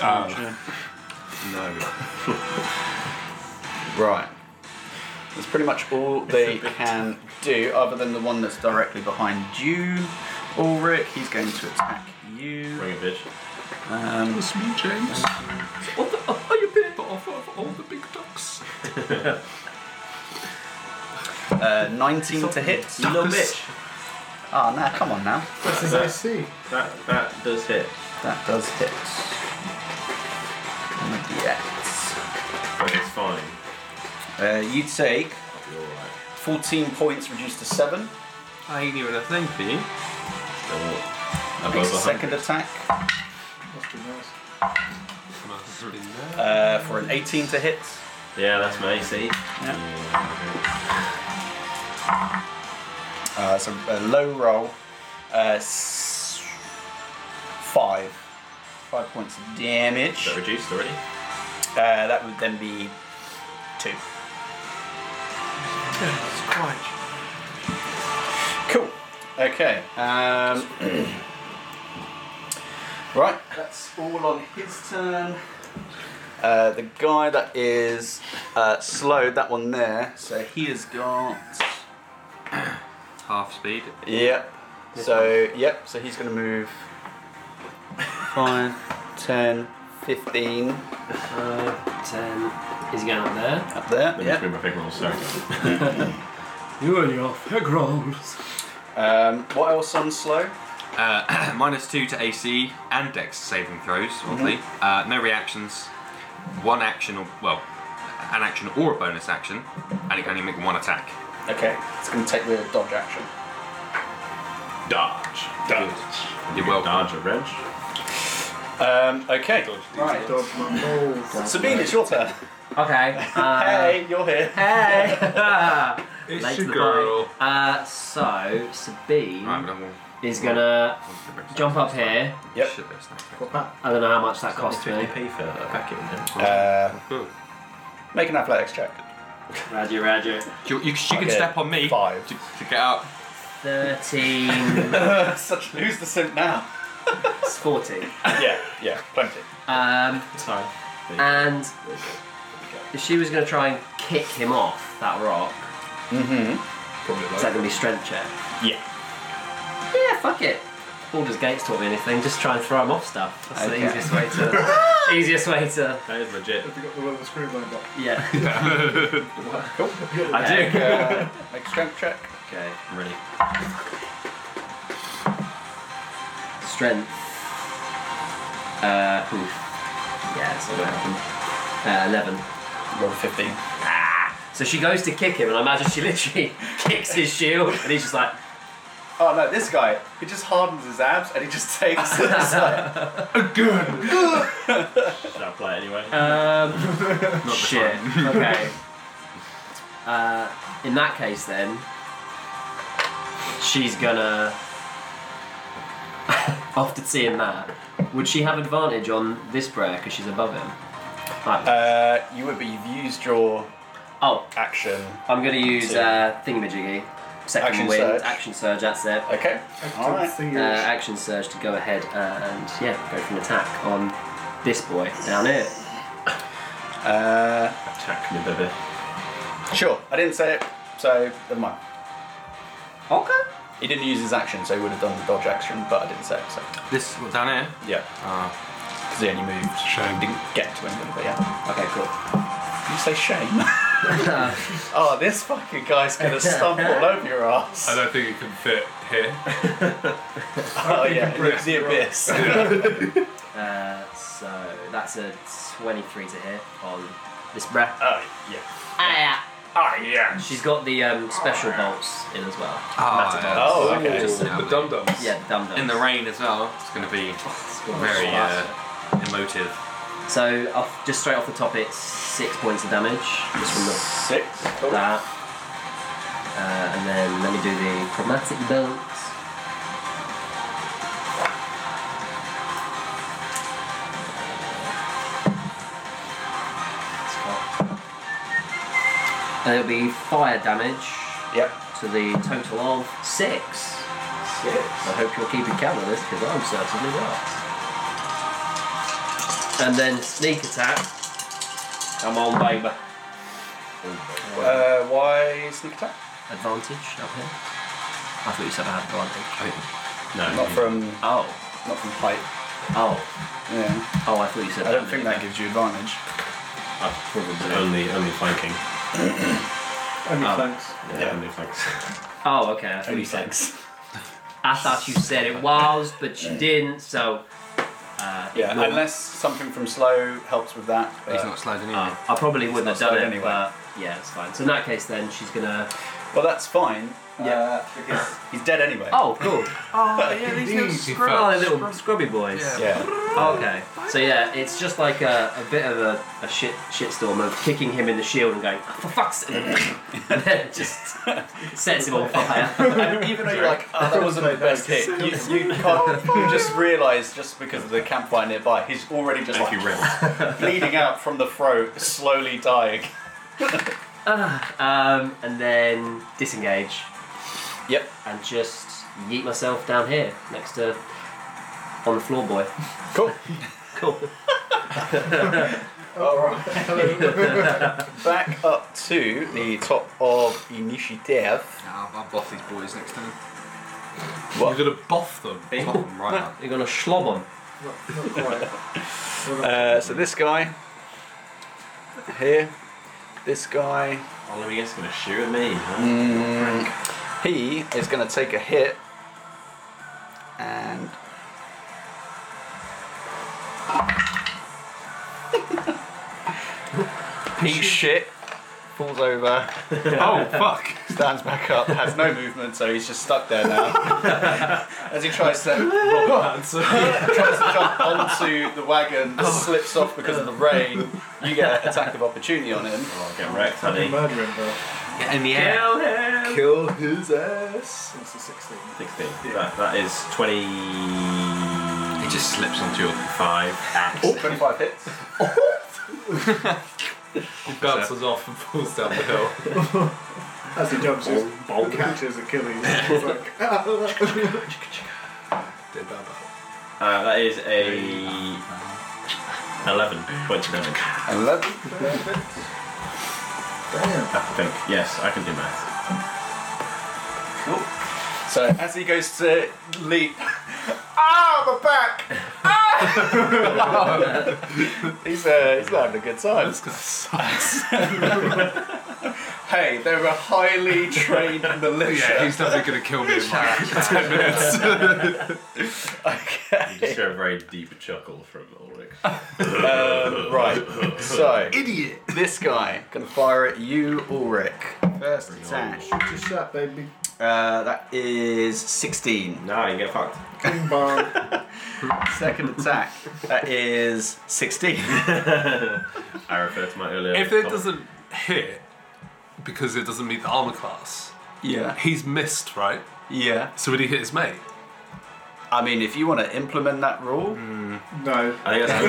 Uh,
Right. That's pretty much all they can do, other than the one that's directly behind you, Ulrich. He's going to attack you.
Bring a bitch.
Um,
it's me, James.
Oh, the, oh, you bit.
But off of all the big ducks.
uh, 19 to hit.
You little bitch.
Ah, nah, come on now.
That's his AC.
That that does hit.
That does hit. Yes.
But it's fine.
Uh, you take
You're alright.
14 points reduced to 7.
I ain't even a thing for you.
Still above
Makes a
100.
second attack
Must be nice.
Must be there.
uh, for an 18 to hit.
Yeah, that's my AC.
Uh, so a low roll. Uh, s- 5. 5 points of damage.
Is that reduced already?
Uh, that would then be 2. Cool. Okay. Um, right. That's all on his turn. Uh, the guy that is uh, slowed, that one there. So he has got.
Half speed.
Yep. So yep. So he's going to move. 5, 10, 15
Five, ten. He's going up there.
up there.
Let me
Yep.
just move my finger on sorry.
You and your fig rolls.
Um, what else on slow?
Uh, minus two to AC and Dex saving throws. Oddly,
Mhm.
uh, no reactions. One action or well, an action or a bonus action, and it can only make one attack.
Okay. It's going to take the dodge action.
Dodge. Dodge.
You're welcome.
Dodge a wrench.
Um, okay. Right.
Dodge my balls.
Sabine, it's your turn.
Okay. Uh,
hey, you're here.
Hey.
It's
Late to
your
the
girl.
party. Uh, so Sabine
Right, we don't want-
is gonna
want to-
jump up here.
Yep.
Shit, that's nice.
What's that?
I don't know how much that cost me.
50p for a packet in there.
Uh, make an athletics check.
Roger, Roger.
You, you, she can
Okay.
step on me
Five.
to, to get up.
Thirteen.
Such who's the simp now?
it's Fourteen.
yeah, yeah, plenty.
Um,
Sorry. There you go.
and
There you go.
if she was gonna try and kick him off that rock,
Probably
is
like
that gonna be strength check?
Mm-hmm. Yeah.
Yeah, fuck it. Baldur's Gate's taught me anything. Just try and throw him off stuff. That's
Okay.
the easiest way to. easiest way to.
That is legit.
Have you got the one with the screw lined up?
Yeah.
I do. Uh, make a strength check.
Okay, I'm ready. Strength. Uh, oof. Yeah, it's not gonna happen. Uh, Eleven. Ah,
Roll fifteen.
So she goes to kick him, and I imagine she literally kicks his shield, and he's just like,
Oh no, this guy he just hardens his abs and he just takes. it's like,
Should I play it anyway?
um, shit. okay. Uh, in that case, then she's gonna. After seeing that, would she have advantage on this prayer because she's above him? Right.
uh, you would be. You've used your
oh,
action.
I'm gonna use
So-
uh, thingamajiggy. Second
Action
wind,
surge.
action surge. That's it. Uh,
Okay. All
Don't
right.
see you.
action surge to go ahead uh, and yeah, go for an attack on this boy down here.
Uh,
Attack me, baby.
sure. I didn't say it, so never mind.
Okay.
He didn't use his action, so he would have done the dodge action, but I didn't say it. So
This one down here.
yeah,
Ah,
because he only moved.
Shame.
Didn't get to him, but yeah.
Okay. Cool.
You say shame. Oh, this fucking guy's gonna stomp all over your ass.
I don't think it can fit here.
Oh yeah, the, the abyss.
Uh, so that's a 23 to hit on this breath.
Oh, yeah. Ah, yeah.
She's got the um, special bolts in as well.
Oh, okay.
Just the,
The dum dums.
yeah, the dum dums.
In the rain as well. It's going to be very uh, emotive.
So off, just straight off the top, it's six points of damage just from the,
Six. Cool.
that. Uh, and then let me do the chromatic bolts. And it'll be fire damage.
Yep.
to the total of six. Six. I hope you're keeping count of this because I'm certainly not. And then sneak attack. Come on, baby.
Uh, why sneak attack?
Advantage up here. I thought you said I had advantage.
Not from
Oh,
not from height.
oh,
Yeah.
oh! I thought you said.
I don't think that gives you advantage.
Only, only flanking.
Only thanks.
Yeah, only flanks.
Oh, okay. I thought, you said,
Thanks.
I thought you said it was, but you didn't. So. Uh,
Yeah.
ignore-
Unless something from slow helps with that.
He's
but-
not sliding in.
Oh, I probably wouldn't have
Ah. It's
done
not
it.
slowed anyway.
But yeah, it's fine. So in that case, then she's gonna.
Well, that's fine. Yeah. because he's dead anyway.
Oh, cool.
oh, yeah, these little
Oh, the little scrubby boys. Oh,
Yeah.
Okay. So yeah, it's just like a, a bit of a, a shit shitstorm of kicking him in the shield and going "Oh, for fuck's sake, and then it just sets him on fire.
And even though you're like, oh, that wasn't the best hit, you, you can't. You just realise just because of the campfire nearby, he's already just like bleeding out from the throat, slowly dying.
Um, and then disengage
Yep.
and just yeet myself down here next to on the floor boy.
Cool.
Cool.
Back up to the top of initiative.
I'll, I'll boff these boys next time.
You're gonna boff them.
Boff them right up.
You're gonna schlob him.
Not, not quite.
Uh, so this guy here, this guy,
Oh, let me guess, gonna shoot at me. huh?
he is going to take a hit and. He shit falls over,
Oh fuck!
stands back up, has no movement, so he's just stuck there now. As he tries to tries to jump onto the wagon, slips off because of the rain. You get an attack of opportunity on him.
Oh, get wrecked,
Fucking
honey.
murder him, bro.
Yeah, in the air.
Kill his ass.
It's a 16.
16. That, that is 25.
It just slips onto your.
Axe.
Oh.
25 hits.
Bounces off and falls down the hill.
As he jumps, he catches Achilles. He's like, "Ah."
Uh, that is a 11 points of damage,
11.
Damn.
I think. Yes, I can do math.
So as he goes to leap, ah, my back! Ah! he's, uh, he's having a good time.
This guy sucks.
Hey, they're a highly trained
yeah,
militia.
he's definitely gonna kill me in like ten minutes.
You just hear a very deep chuckle from Ulrich.
um, right, so. Idiot! This guy can fire at you, Ulrich. First attack.
Just shot, baby.
Uh, that is 16.
Nah, you get fucked.
Boom, bang.
Second attack. That is 16.
I refer to my earlier.
If it
comment.
doesn't hit because it doesn't meet the armor class,
Yeah.
he's missed, right?
Yeah.
So would he hit his mate?
I mean, if you want to implement that rule,
No.
I think that's,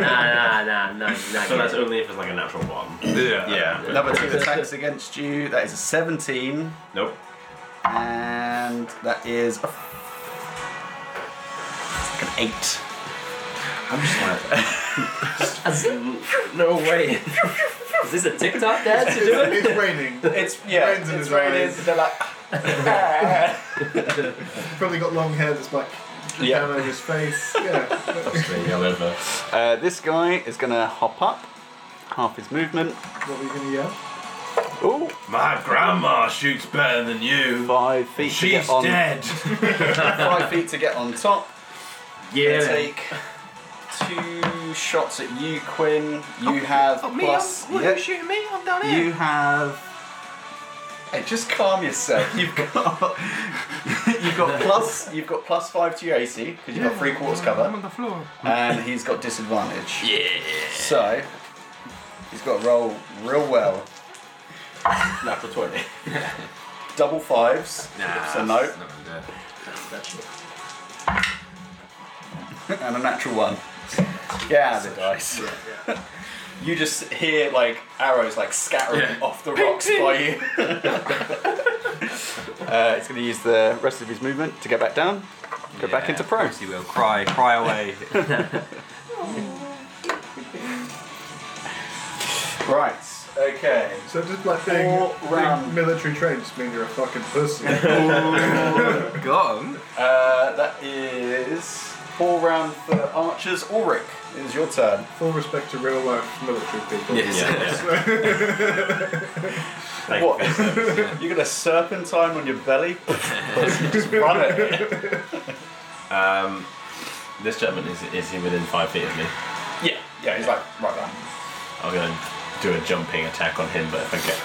Nah, nah, nah, nah, nah.
so that's only if it's like a natural one.
Yeah.
Yeah.
number two attacks against you, that is a 17,
Nope.
and that is a like an 8.
I'm just like.
no way. Is this a TikTok dance you're doing?
It's raining.
It's, yeah,
Rains in
it's
his
raining,
eyes.
they're like,
Probably got long hair that's like
Yeah.
down over his face. Yeah.
all over.
uh, this guy is going to hop up
half his movement.
What were you going to yell?
Ooh,
My grandma shoots better than you.
five feet to
She's
get on.
dead.
Five feet to get on top.
Yeah.
Gonna take two shots at you, Quinn.
Oh,
You have plus. yeah,
shooting me? I'm down
you have. Hey, just calm yourself. You've got you've got plus you've got plus five to your AC because you've got three quarters cover,
on the floor.
and he's got disadvantage. Yeah. So he's got to roll real well. Natural twenty. Double fives.
Nah,
so no,
that's not gonna do it.
and a natural one. Yeah, the dice. you just hear like arrows like scattering off the rocks by you.
Uh, he's going to use the rest of his movement to get back down. Go back
Yeah,
into
of
pro.
course he will. Cry, cry away.
Right. Okay.
So just like being,
Four
being
round.
military trained just means you're a fucking pussy.
Gone.
Uh, that is four round for archers. Ulrich, it is your turn.
Full respect to real life military people.
Thank
what?
you.
You're gonna serpentine on your belly? just run it.
Um, this gentleman is, is he within five feet of me?
Yeah. Yeah. He's like right down.
I'm gonna do a jumping attack on him, but if I get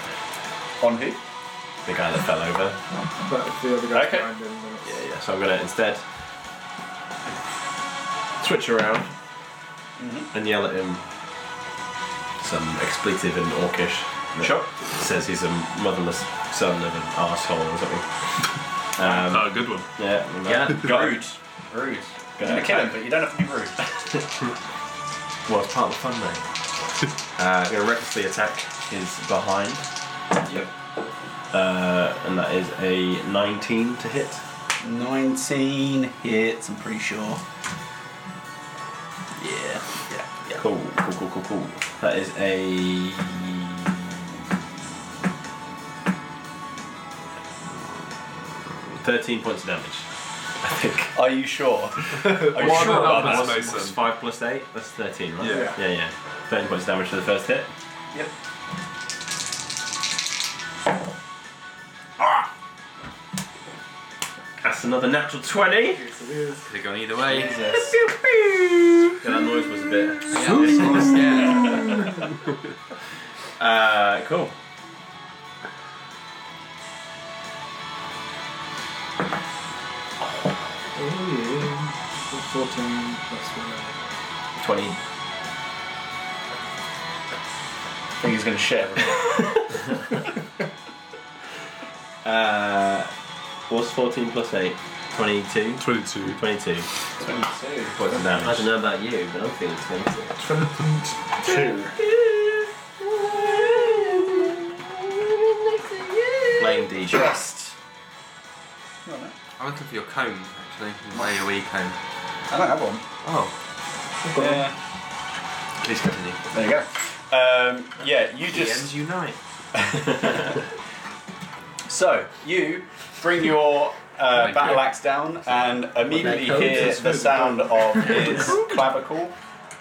On who?
the guy that fell over,
But if the other guy's
Okay.
behind him, then it's-
yeah, yeah. So I'm gonna instead switch around
Mm-hmm.
and yell at him some expletive in Orcish. that
Sure.
Says he's a motherless son of an asshole or something. Um,
Oh, good one.
yeah. you know.
Yeah.
Rude. Rude. You're gonna kill him, but you don't have to be rude.
Well, it's part of the fun, mate. uh, I'm gonna recklessly attack his behind.
Yep.
Uh, and that is a 19 to hit.
19 hits, I'm pretty sure. Yeah. Yeah. Yeah.
Cool, cool, cool, cool, cool. That is a. Thirteen points of damage. I think.
Are you sure?
Are
you sure
Oh,
about
that's,
this,
that's
Mason?
five plus eight. That's thirteen, right?
Yeah.
yeah, yeah. Thirteen points of damage for the first hit.
Yep.
Ah! That's another natural twenty.
Yes, it is.
Could have gone either way.
Jesus.
Yeah, that noise was a
yeah.
bit. Uh, cool.
Oh, yeah. 14 plus whatever.
Twenty.
I think he's gonna shit.
Uh, what's fourteen plus eight? Twenty-two.
22.
Twenty-two
22.
points of
I
damage.
don't know about you, but I'm feeling 20.
22.
Flame D.
Just.
I'm looking for your cone, actually. My E AoE cone.
I don't have one.
Oh,
Yeah.
please continue.
There you go. Um, yeah, you
DMs
just.
unite.
So, you bring your uh,
Thank
battle
you.
axe down and immediately
Well, that
hear
counts.
the sound of his clavicle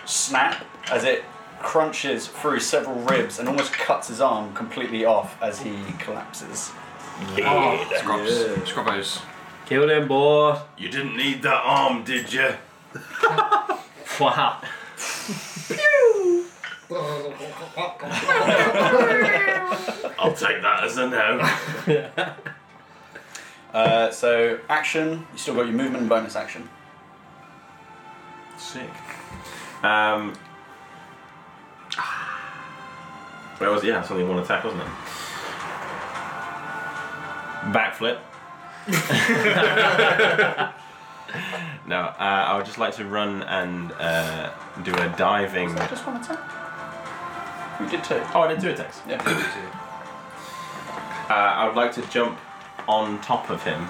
snap as it crunches through several ribs and almost cuts his arm completely off as he collapses.
Scrubs. Scrubbos.
Kill them, boy.
You didn't need that arm, did you?
Wow.
I'll take that as a no.
Uh, so, action, you still got your movement and bonus action.
Sick. Um. Where was it? Yeah, it's only one attack, wasn't it? Backflip. no, uh, I would just like to run and uh, do a diving.
Just one attack. You did two.
Oh, I did two attacks.
Yeah.
Uh, I would like to jump on top of him.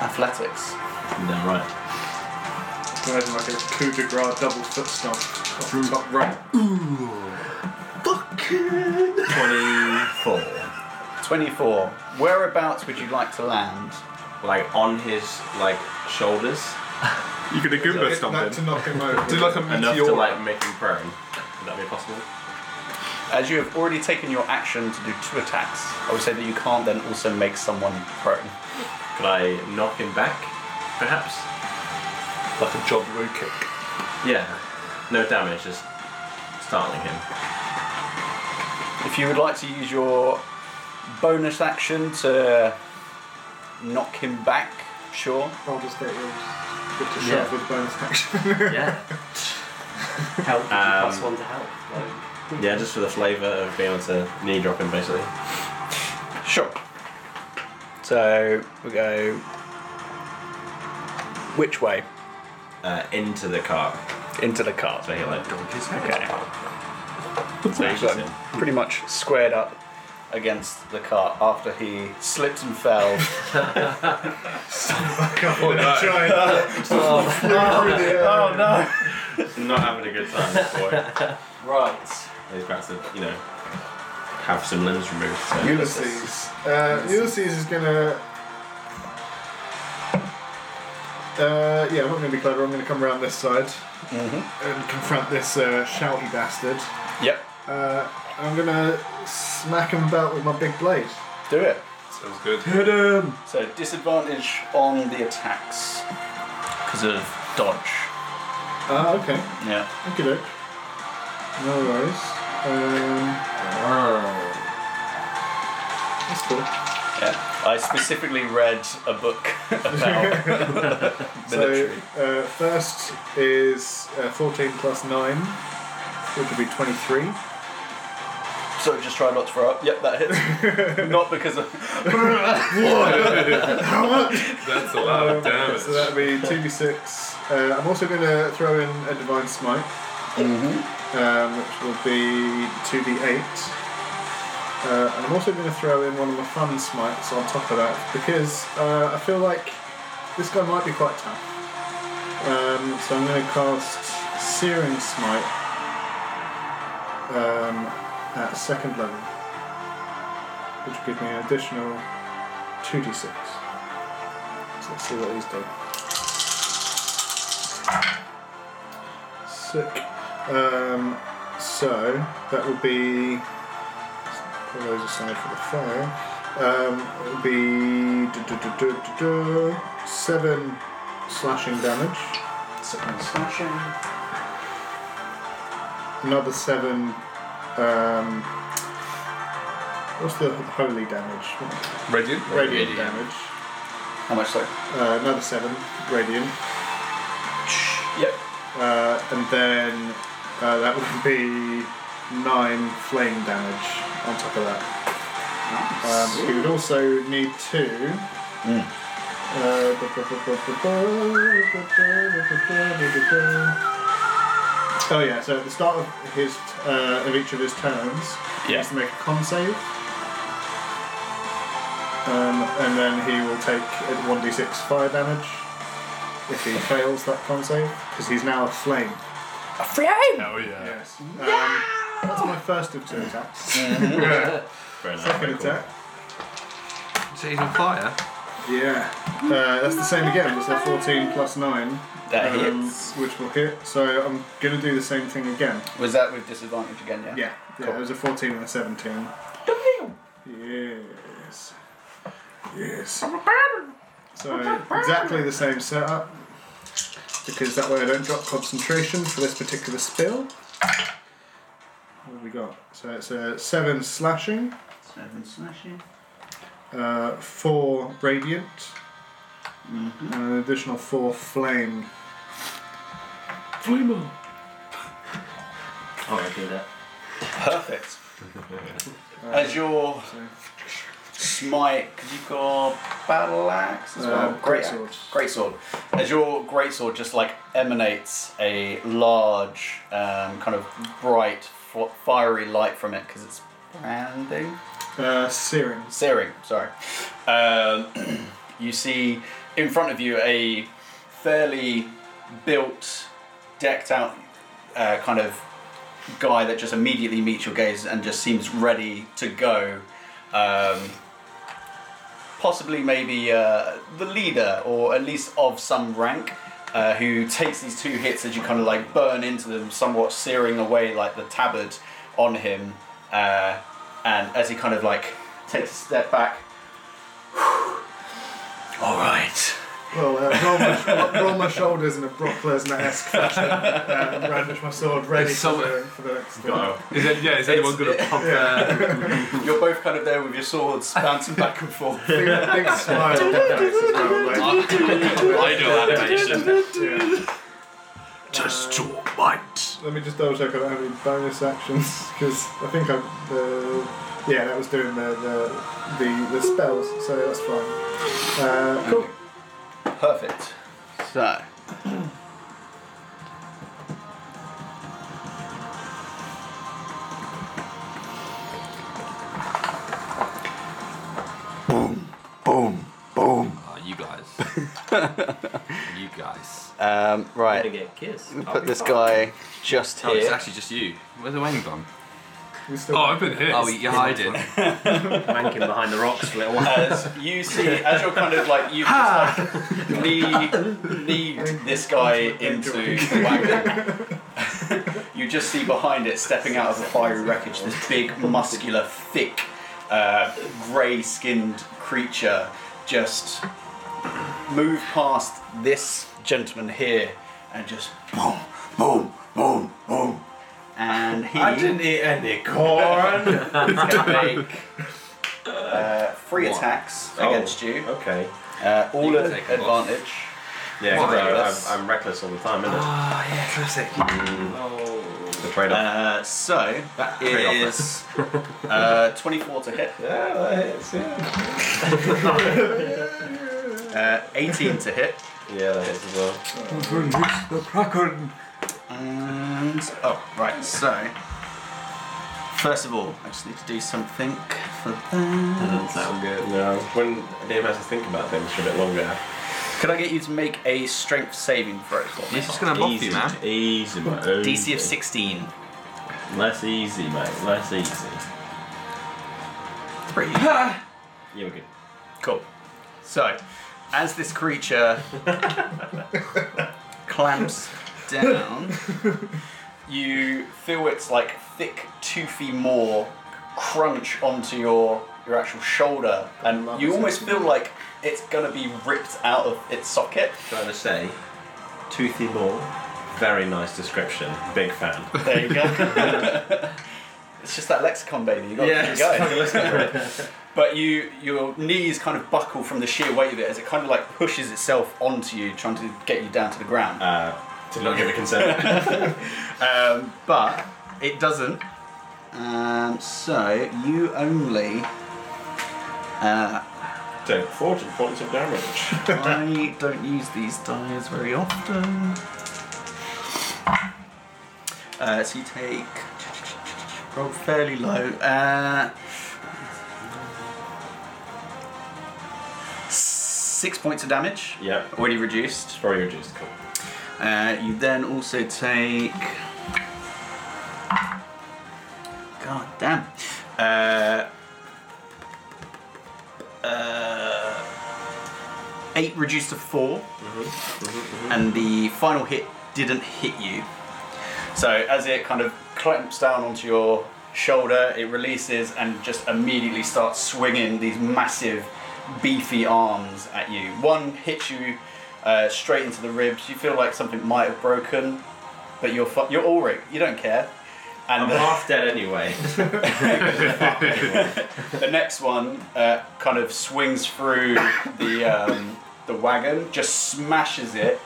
Athletics.
No, right.
Imagine like a coup de grace double foot stomp off the top right.
24. 24. Whereabouts would you like to land?
Like on his like shoulders,
You could have Goomba
Get that
stomped
to
him.
knock him over.
Do like a
enough to
meteor.
like make him prone. Would that be possible?
As you have already taken your action to do two attacks, I would say that you can't then also make someone prone.
Could I knock him back, perhaps?
Like a job road kick.
Yeah. No damage, just startling him.
If you would like to use your bonus action to knock him back, sure.
Baldur's Gate rules. Good to
Yeah.
shove with bonus action.
Yeah. help. if you plus
Um,
one to help.
Yeah, just for the flavour of being able to knee drop him, basically.
Sure. So we go. Which way?
Uh, into the cart.
Into the cart.
So he like
Okay. So he's
smashes
like
him.
pretty much squared up against the cart after he slipped and fell.
Oh, no.
oh no!
Not having a good time, this boy.
Right.
He's about to, you know, have some limbs removed. So
Ulysses. Uh, Ulysses is gonna. Uh, yeah, I'm not gonna be clever. I'm gonna come around this side and confront this uh, shouty bastard.
Yep.
Uh, I'm gonna smack him about with my big blade.
Do it.
Sounds good.
Hit him!
So disadvantage on the attacks because of dodge.
Ah, okay.
Yeah.
Okay, doke. No worries. Um,
Wow.
that's cool.
Yeah. I specifically read a book about
So,
military.
uh, first is uh, 14 plus 9, which would be 23.
So, just try not to throw up. Yep, that hits. not because of.
That's a lot of damage.
Um, So that'd be 2d6. Uh, I'm also going to throw in a Divine Smite, um, which will be 2d8. Uh, and I'm also going to throw in one of my fun smites on top of that because uh, I feel like this guy might be quite tough. Um, so I'm going to cast Searing Smite um, at second level, which will give me an additional 2d6. So let's see what he's done. Sick. Um, so that would be. Put those aside for the fire. Um, it would be du- du- du- du- du- du, seven slashing damage.
Second slashing.
Another seven. Um, what's the holy damage?
Radiant.
Radiant damage.
How much so?
Uh, another seven radiant.
Yep.
Uh, and then uh, that would be nine flame damage on top of that. Um, he would also need two.
Hmm.
Uh, bu- bu- bu- bu- bu- bu- bu- bu- bu- bu- bu- bu- Oh yeah! So at the start of his uh, of each of his turns, he
Yeah.
has to make a con save, um, and then he will take one d six fire damage if he fails that con save because he's now a flame.
Oh yeah.
Yes. Um, that's my first of two attacks.
Very nice.
Second
very cool.
attack.
So he's on fire.
Yeah. Uh, that's the same again. So 14 plus 9.
That hits.
Which will hit. So I'm going to do the same thing again.
Was that with disadvantage again? Yeah.
Yeah. Yeah,
Cool.
it was a 14 and a 17. Yes. Yes. So exactly the same setup. Because that way I don't drop concentration for this particular spill. What have we got? So it's a 7 slashing.
Seven slashing.
uh, four radiant,
Mm-hmm.
and an additional four flame.
Flamer.
Oh, I do that.
Perfect. As your smite, because you've got battle axe as
Uh,
well.
greatsword.
Great sword. As your great sword just like emanates a large, um, kind of bright, f- fiery light from it, because it's branding.
Uh, searing.
Searing, sorry. Um, you see in front of you a fairly built, decked out uh, kind of guy that just immediately meets your gaze and just seems ready to go. Um, possibly, maybe uh, the leader or at least of some rank. uh, who takes these two hits as you kind of like burn into them, somewhat searing away like the tabard on him. Uh, and as he kind of like takes a step back, all right.
Well, uh, roll, my, roll my shoulders in a Brock Lesnar-esque fashion, uh, and brandish my sword ready
It's so-
for, the, for the next one.
Is it, yeah, is anyone going to pump their
You're both kind of there with your swords bouncing back and forth.
Big, big smile on my face as well, like,
Idle animation.
yeah.
Just your might.
Let me just double check I don't have any bonus actions because I think I the yeah that was doing the the the, the spells so that's fine. Uh, cool.
Perfect. So. Boom, boom, boom.
Oh, you guys. you guys.
Um,
Gonna
right,
get kissed.
put this guy just
Oh, it's
here.
actually just you. Where's the Wayne gone?
We still
Oh, I've been hit.
Oh, you're hiding.
Ranking behind the rocks for a little while.
As you see, as you're kind of like you just like lead, lead this guy into the wagon. you just see behind it, stepping out of the fiery wreckage, this big, muscular, thick, uh, grey-skinned creature just move past this gentleman here and just boom, boom, boom, boom, and he
I didn't eat any corn.
make uh, three attacks
Oh.
against you.
Okay.
Uh, all
You
at
can take them off.
advantage.
Yeah, 'cause
Why?
I, I'm, I'm reckless all the time, isn't it?
Ah, yeah, classic.
The trade off.
Uh, so that
Trade
is uh, 24 to hit,
yeah, that hits, yeah.
uh, 18 to hit,
Yeah, that hits as well.
and oh right. So first of all, I just need to do something for that.
Sound good.
No, when Liam has to think about things for a bit longer.
Could I get you to make a strength saving throw? for me?
He's just gonna buff
easy,
you, man.
Easy, mate.
DC of 16.
Less easy, mate. Less easy.
It's pretty
Yeah, we're good.
Cool. So, as this creature clamps down, you feel its like thick, toothy maw crunch onto your your actual shoulder, and you almost feel like it's gonna be ripped out of its socket.
Trying to say, toothy more. Very nice description. Big fan.
There you go. it's just that lexicon, baby. You got
Yes.
But you, your knees kind of buckle from the sheer weight of it as it kind of like pushes itself onto you, trying to get you down to the ground.
Uh, did not give a consent.
Um, but it doesn't. Um, so you only. Uh,
Take 40 points of damage.
I don't use these dies very often. Uh, so you take. Roll fairly low. Uh, six points of damage.
Yeah.
Already reduced.
Story reduced. Cool.
Uh, you then also take. God damn. Uh, uh, eight reduced to 4 and the final hit didn't hit you. So as it kind of clamps down onto your shoulder, it releases and just immediately starts swinging these massive, beefy arms at you. One hits you uh, straight into the ribs. You feel like something might have broken, but you're fu- you're Ulrich. You don't care. And
I'm
the-
half dead anyway.
the next one uh, kind of swings through the um, the wagon, just smashes it.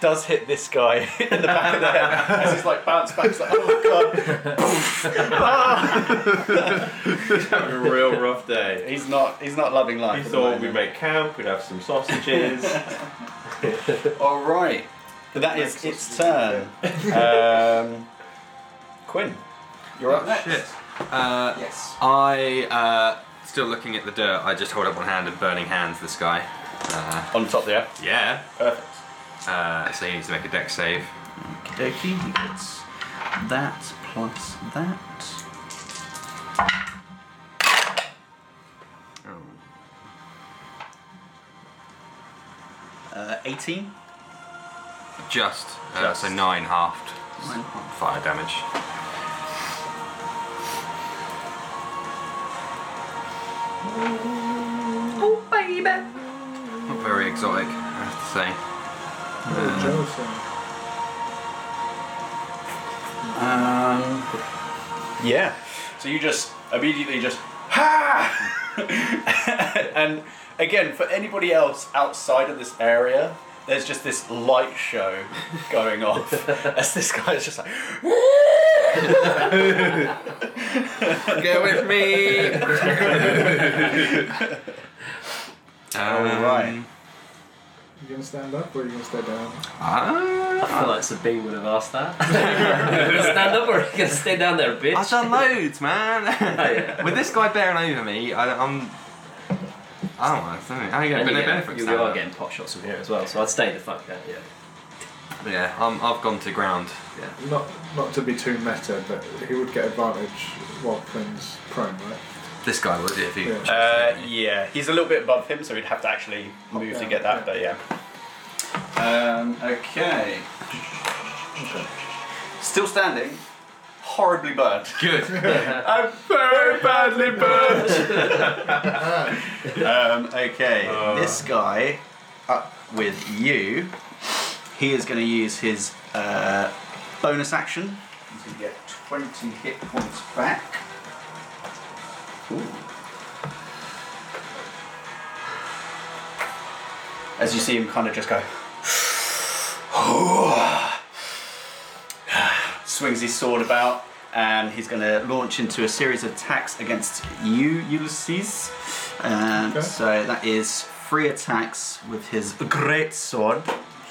Does hit this guy in the back of the head as he's like bounced back. He's like, oh god!
Having a real rough day.
He's not. He's not loving life.
We
at the
thought we'd
moment.
make camp, we'd have some sausages.
All right. That is its turn. um, Quinn, you're up next.
Shit. Uh,
Yes.
I, uh, still looking at the dirt, I just hold up one hand and burning hands this guy. Uh,
On top there.
yeah.
Perfect.
Uh, so he needs to make a deck save.
Doki, he gets that plus that. Uh, 18.
Just, uh, so nine halved fire damage. Not very exotic, I have to
Um,
say.
Joseph.
yeah. So you just immediately just ha, and again for anybody else outside of this area, there's just this light show going off as this guy is just like.
Go with me!
All right.
You gonna stand up or you gonna stay down?
I
Ah,
feel like Sabine would have asked that. stand up or are you going to stay down there, bitch?
I've done loads, man.
Oh, yeah.
With this guy bearing over me, I, I'm. I don't know. I don't know. I don't
And
get
you
no
get-
benefits.
you
out
are
of it.
getting pot shots from here as well, so I'd stay the fuck out. Yeah.
Yeah, I'm, I've gone to ground.
Not not to be too meta, but he would get advantage while Quinn's prone, right?
This guy would if he.
Yeah.
Uh, yeah, he's a little bit above him, so he'd have to actually move to
down,
get that. But yeah. Um, okay. Still standing. Horribly burned.
Good.
I'm very badly burned. um, okay, this guy up with you. He is going to use his uh, bonus action. He's going to get 20 hit points back. Ooh. As you see him kind of just go. swings his sword about, and he's going to launch into a series of attacks against you, Ulysses. Um,
Okay.
So that is three attacks with his great sword.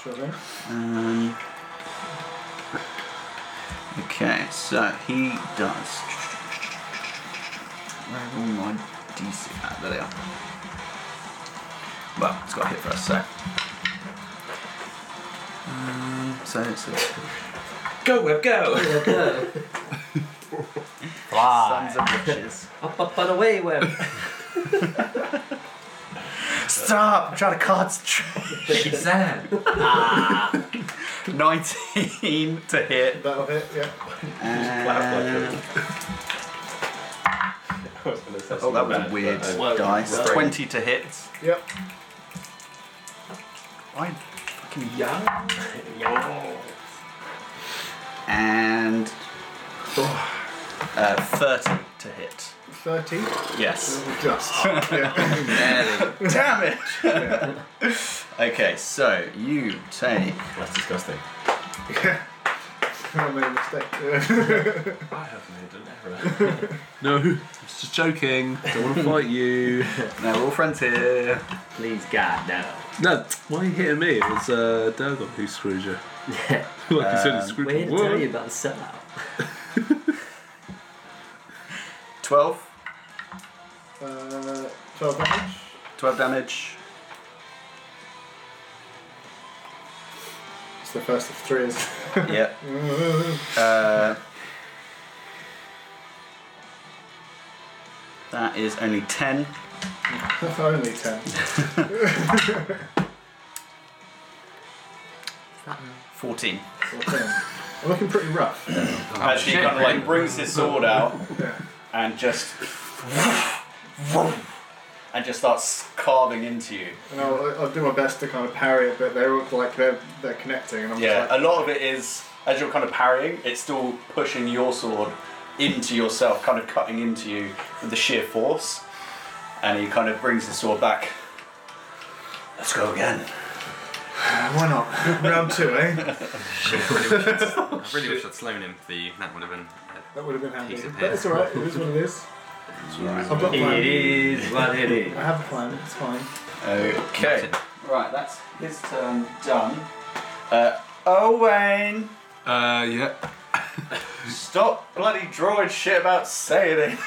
Sure thing.
Um, okay, so he does. Where are all my DC? Ah, there they are. Well, it's got a hit for us, so. Um, so it's a
Go, web, go! go.
Sons of Witches.
up, up, and away, web.
Stop! I'm trying to concentrate. She's 19 to hit.
That'll hit, yeah.
And- oh, that was a weird
Well,
dice.
well.
20 to hit.
Yep.
I'm fucking young. And uh, 30 to hit.
30.
Yes.
Just. yeah.
Damn it! okay, so you take.
That's disgusting.
I made a mistake.
I have made an error.
No, I'm just joking. Don't want to fight you.
Now we're all friends here.
Please, God, no.
No, why are you hitting me? It was uh, Dagon who screwed you.
Yeah.
like you said, he screwed
We're here
the
to tell
world.
you about the sellout.
12.
Uh, 12 damage.
12 damage.
It's the first of three. Is
yeah. Uh, that is only 10.
only 10.
14.
14. I'm looking pretty rough.
As he kind of like brings his sword out
Yeah.
and just. and just starts carving into you.
And I'll, I'll do my best to kind of parry it, but they look like they're, they're connecting. And I'm
Yeah,
just
a
like,
lot of it is, as you're kind of parrying, it's still pushing your sword into yourself, kind of cutting into you with the sheer force. And he kind of brings the sword back. Let's go again.
why not? Round two, eh?
I really wish I'd slown him for you. That would have been.
That would have been handy.
Piece of
But it's alright, it is what it is. I've got a
It
plan.
is what it is.
I have a plan, it's fine.
Okay. Right, that's his turn done. Uh, Owain,
Uh, yeah.
stop bloody drawing shit about saying it.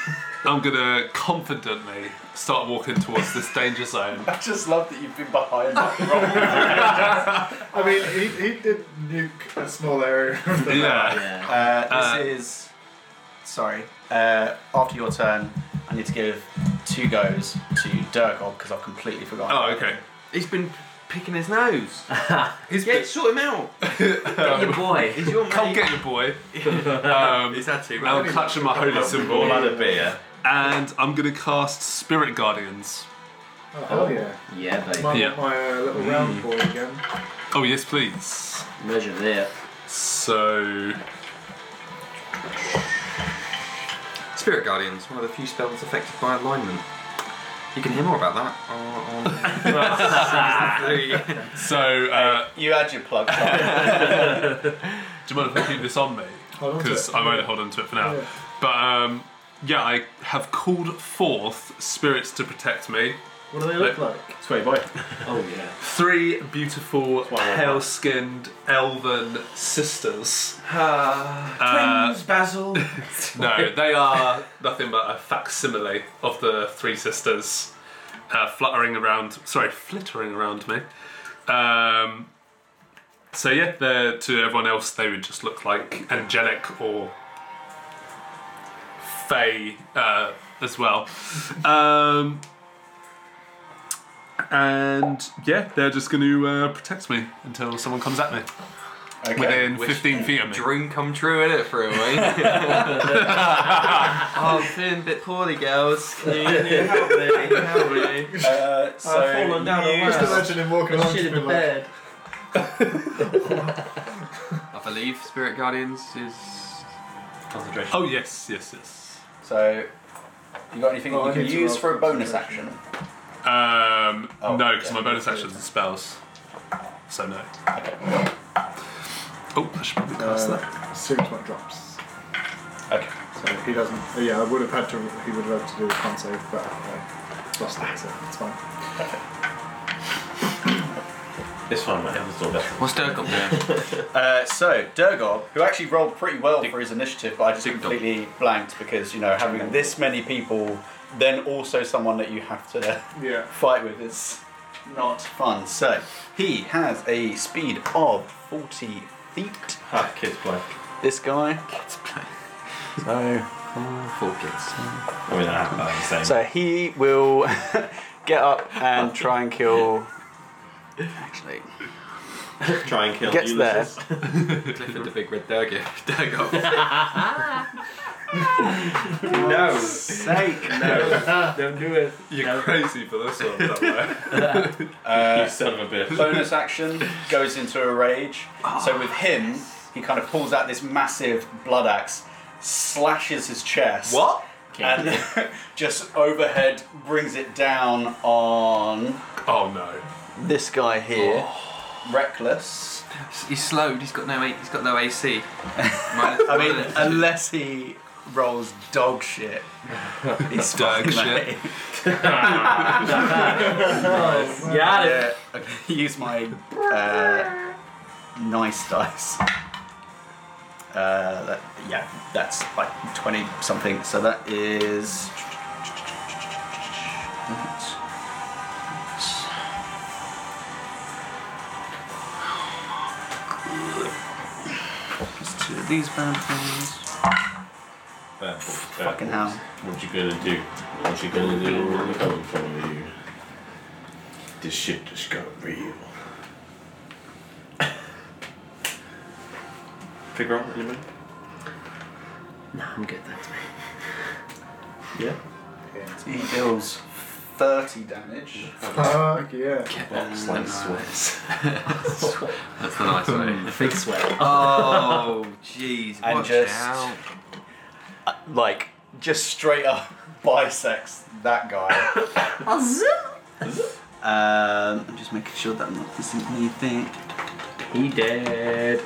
I'm gonna confidently start walking towards this danger zone.
I just love that you've been behind the rock.
I mean, he, he did nuke a small area of the
Yeah.
Yeah.
Uh, this
Uh,
is. Sorry. Uh, after your turn, I need to give two goes to Durgob because I've completely forgotten.
Oh, okay.
He's been picking his nose.
He's
Yeah, sort him out.
Get your boy.
He's your
Um, Come
mate.
get your boy. Um,
He's had two.
I'll clutch at my holy
All
symbol,
had a beer.
and I'm gonna cast Spirit Guardians.
Oh, hell yeah.
Yeah, baby.
My,
Yeah.
my uh, little round boy again.
Oh yes, please.
Measure there.
So
Spirit Guardians, one of the few spells affected by alignment. You can hear more about that on, on season three.
so uh,
You had your plug. Tom.
Do you mind if I keep this on me?
Hold on to
Because
it.
I won't hold on to it for now.
Yeah.
But um, yeah, I have called forth spirits to protect me.
What do they look like?
Sweet boy.
Oh yeah.
Three beautiful,
why I want
pale skinned, elven sisters. Uh,
Twins, Basil.
No, they are nothing but a facsimile of the three sisters uh, fluttering around, sorry, flittering around me. Um, so yeah, they're, to everyone else, they would just look like angelic or fae uh, as well. Um, and yeah, they're just going to uh, protect me until someone comes at me
Okay.
within 15 feet of me.
Dream come true, in it for a way. oh, I'm feeling a bit poorly, girls. Can you, can you help me? Help me.
Uh, so
fallen down a
you-
well.
Just imagine him walking along
Shit in
to be
the
like,
bed.
I believe Spirit Guardians is.
Concentration.
Oh, yes, yes, yes.
So, you got anything
Oh,
you
I
can
need to
use
roll
for a bonus
concentration.
action?
Um,
Oh,
no, because
yeah.
my bonus action is spells. So no. Oh, I should probably cast that.
uh, as soon as one drops.
Okay.
So he doesn't. uh, Yeah, I would have had to. He would have had to do a con save, but uh, lost that, so it's fine.
This one might have a little bit.
What's Dirk up there?
Uh, so Durgob, who actually rolled pretty well for his initiative, but I just
Dig dog.
completely blanked because you know having this many people, then also someone that you have to
Yeah.
fight with is not fun. So he has a speed of forty feet.
Ha, kids play.
This guy. So
Four kids.
I mean, I have that the same.
so he will get up and try and kill. Actually,
Try and kill
gets there.
Ulysses.
Clifford the big red Dirk. Dirk up.
No.
sake.
No. Don't do it.
You're crazy for this one, don't you?
Uh,
You son of a bitch.
bonus action goes into a rage. So with him, he kind of pulls out this massive blood axe, slashes his chest.
What?
And just overhead brings it down on
Oh no.
this guy here. Reckless.
He's slowed. He's got no. A- He's got no AC.
I mean, unless he rolls dog shit. He's fucking
Dog shit.
lame.
Yeah. it.
Yeah, I'm gonna use my uh, nice dice. Uh, that, yeah, that's like 20 something. So that is. Just two of These bad things.
There.
Fucking hell.
What you gonna do? What you gonna do when we coming from you? This shit just got real. Figure out anybody?
No, I'm good, thanks, mate.
Yeah.
He deals 30 damage.
Fuck yeah.
Box like sweats.
That's the nice way.
Big sweat.
Oh, jeez.
And
watch
just-
out.
Like, just straight up bisects that guy. Um, I'm just making sure that I'm not missing anything.
He dead.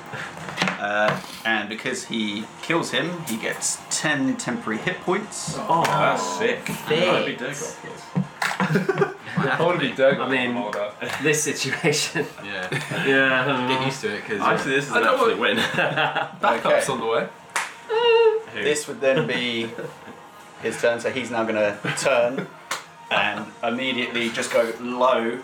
Uh, and because he kills him, he gets 10 temporary hit points.
Oh,
That's Ah, sick. That'd be
thanks.
Dagoff, yes.
I want to be dead.
I mean- Hold This situation.
Yeah. Get
yeah.
used to it, because
Actually, this is
I
an
don't
absolute win.
Backup's on the way.
Who?
This would then be his turn, so he's now going to turn and immediately just go low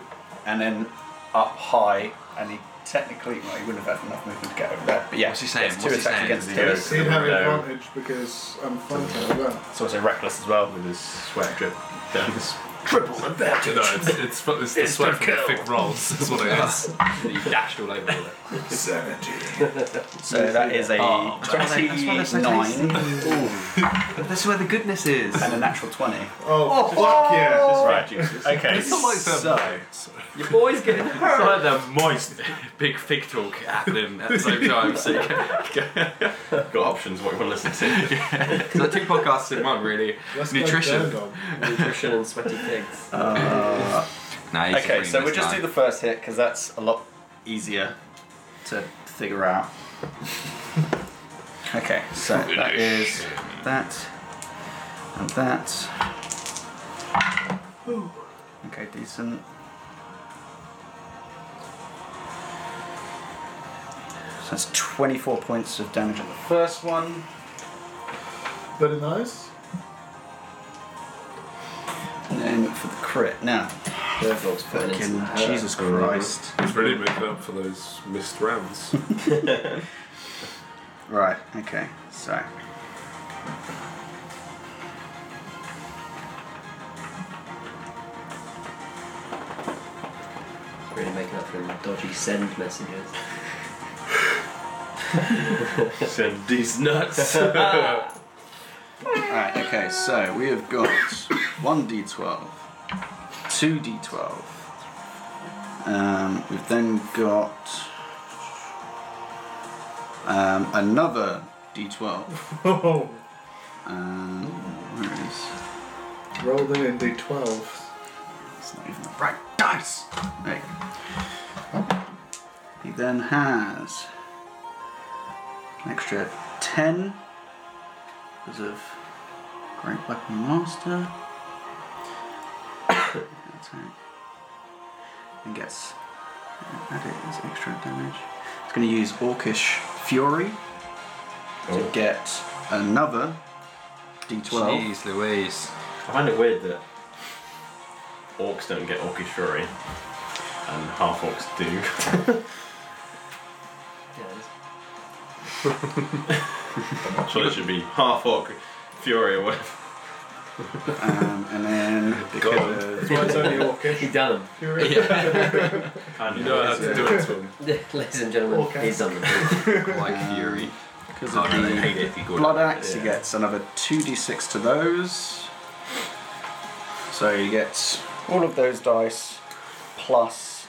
and then up high. And he technically, well, he wouldn't have had enough movement to get over there. But yeah,
What's he saying?
it's two
What's he
attacks
saying?
against
Is he
Tillis.
He'd have
No.
advantage because I'm flanking as well.
It's also reckless as well.
with his sweat drip down his
triple advantage.
No, it's it's, fu- it's the
It's
sweat
the
from the
kill.
thick rolls. That's what it is.
You dashed all over all that.
So that is a twenty-nine
But that's where the goodness is.
and a natural twenty.
Oh, fuck yeah.
Right, Jesus. Okay.
It's not like them.
So
Your boy's getting hurt.
It's like the moist big fig talk happening at the same time. So you can-
Got options what you want to listen to.
it's like two podcasts in one, really.
Let's
Nutrition.
Go Derdog.
Nutrition and sweaty pigs.
Nah, he's
okay, so
supreme
we'll
this
just do
time.
the first hit because that's a lot easier to figure out. Okay, so that is that and that. Okay, decent. So that's 24 points of damage on the first one.
Very nice.
And then for the crit. Now, fucking Jesus Christ.
It's really making up for those missed rounds.
Right, okay, so.
Really making up for the dodgy send messages.
Send these nuts.
Alright, okay, so we have got 1d12, 2d12. Um, we've then got um, another d12.
Oh,
Um, where is
roll them in d12.
It's not even the right dice! There you go. He then has an extra 10 because of Great Weapon Master. Attack. And gets added as extra damage. It's going to use Orcish Fury to
Oh.
get another d12.
Jeez Louise.
I find it weird that orcs don't get orcish fury, and half orcs do.
Yeah, it's-
so it should be half orc fury or whatever.
Um, and then because
That's why it's only orcish.
he done
You're in.
You know how to do it to 'em.
them. Ladies and gentlemen,
Okay.
he's done them.
Like Fury.
because
Oh,
of
no, they
the
hate it if you go
blood
down.
axe, he gets another two d6 to those. So he gets all of those dice plus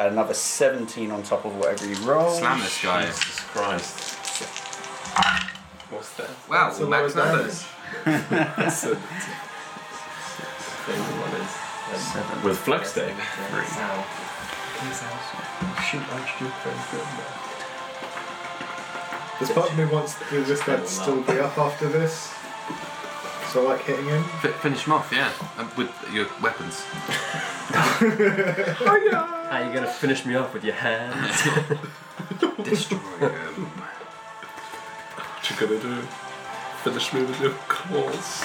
another 17 on top of whatever you roll.
Slam this guy.
Jesus Christ. What's that?
Wow,
That's a
max
lot of
numbers.
With flex tape.
There's part of me wants to do this that'd still be up after this. So I like hitting him.
F- finish him off, yeah. Um, with your weapons.
How are you gonna finish me off with your hands?
Destroy him.
What you gonna do? Finish me with your claws.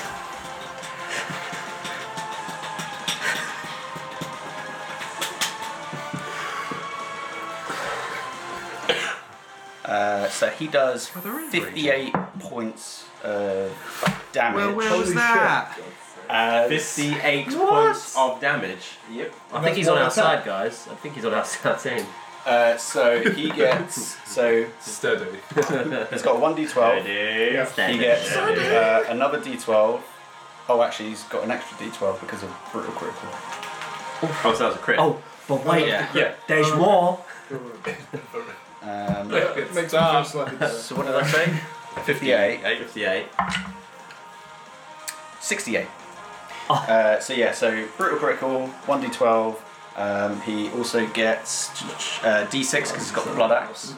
Uh, so he does
there is
58 points of damage.
Well, where
Holy
was
shit.
that?
Uh,
58 points of damage.
Yep.
I think he's on our side, guys. I think he's on our side team.
Uh, so he gets. So
Steady.
he's got 1d12.
Yeah.
He gets uh, another d12. Oh, actually, he's got an extra d12 because of brutal critical.
Oh, so that was a crit.
Oh, but wait,
Yeah.
there's more.
Um,
It makes me feel slightly better.
so what did I say? 58.
58.
68. Uh, so yeah, so brutal critical, 1d12. Um, he also gets uh, d6 because he's got the blood axe.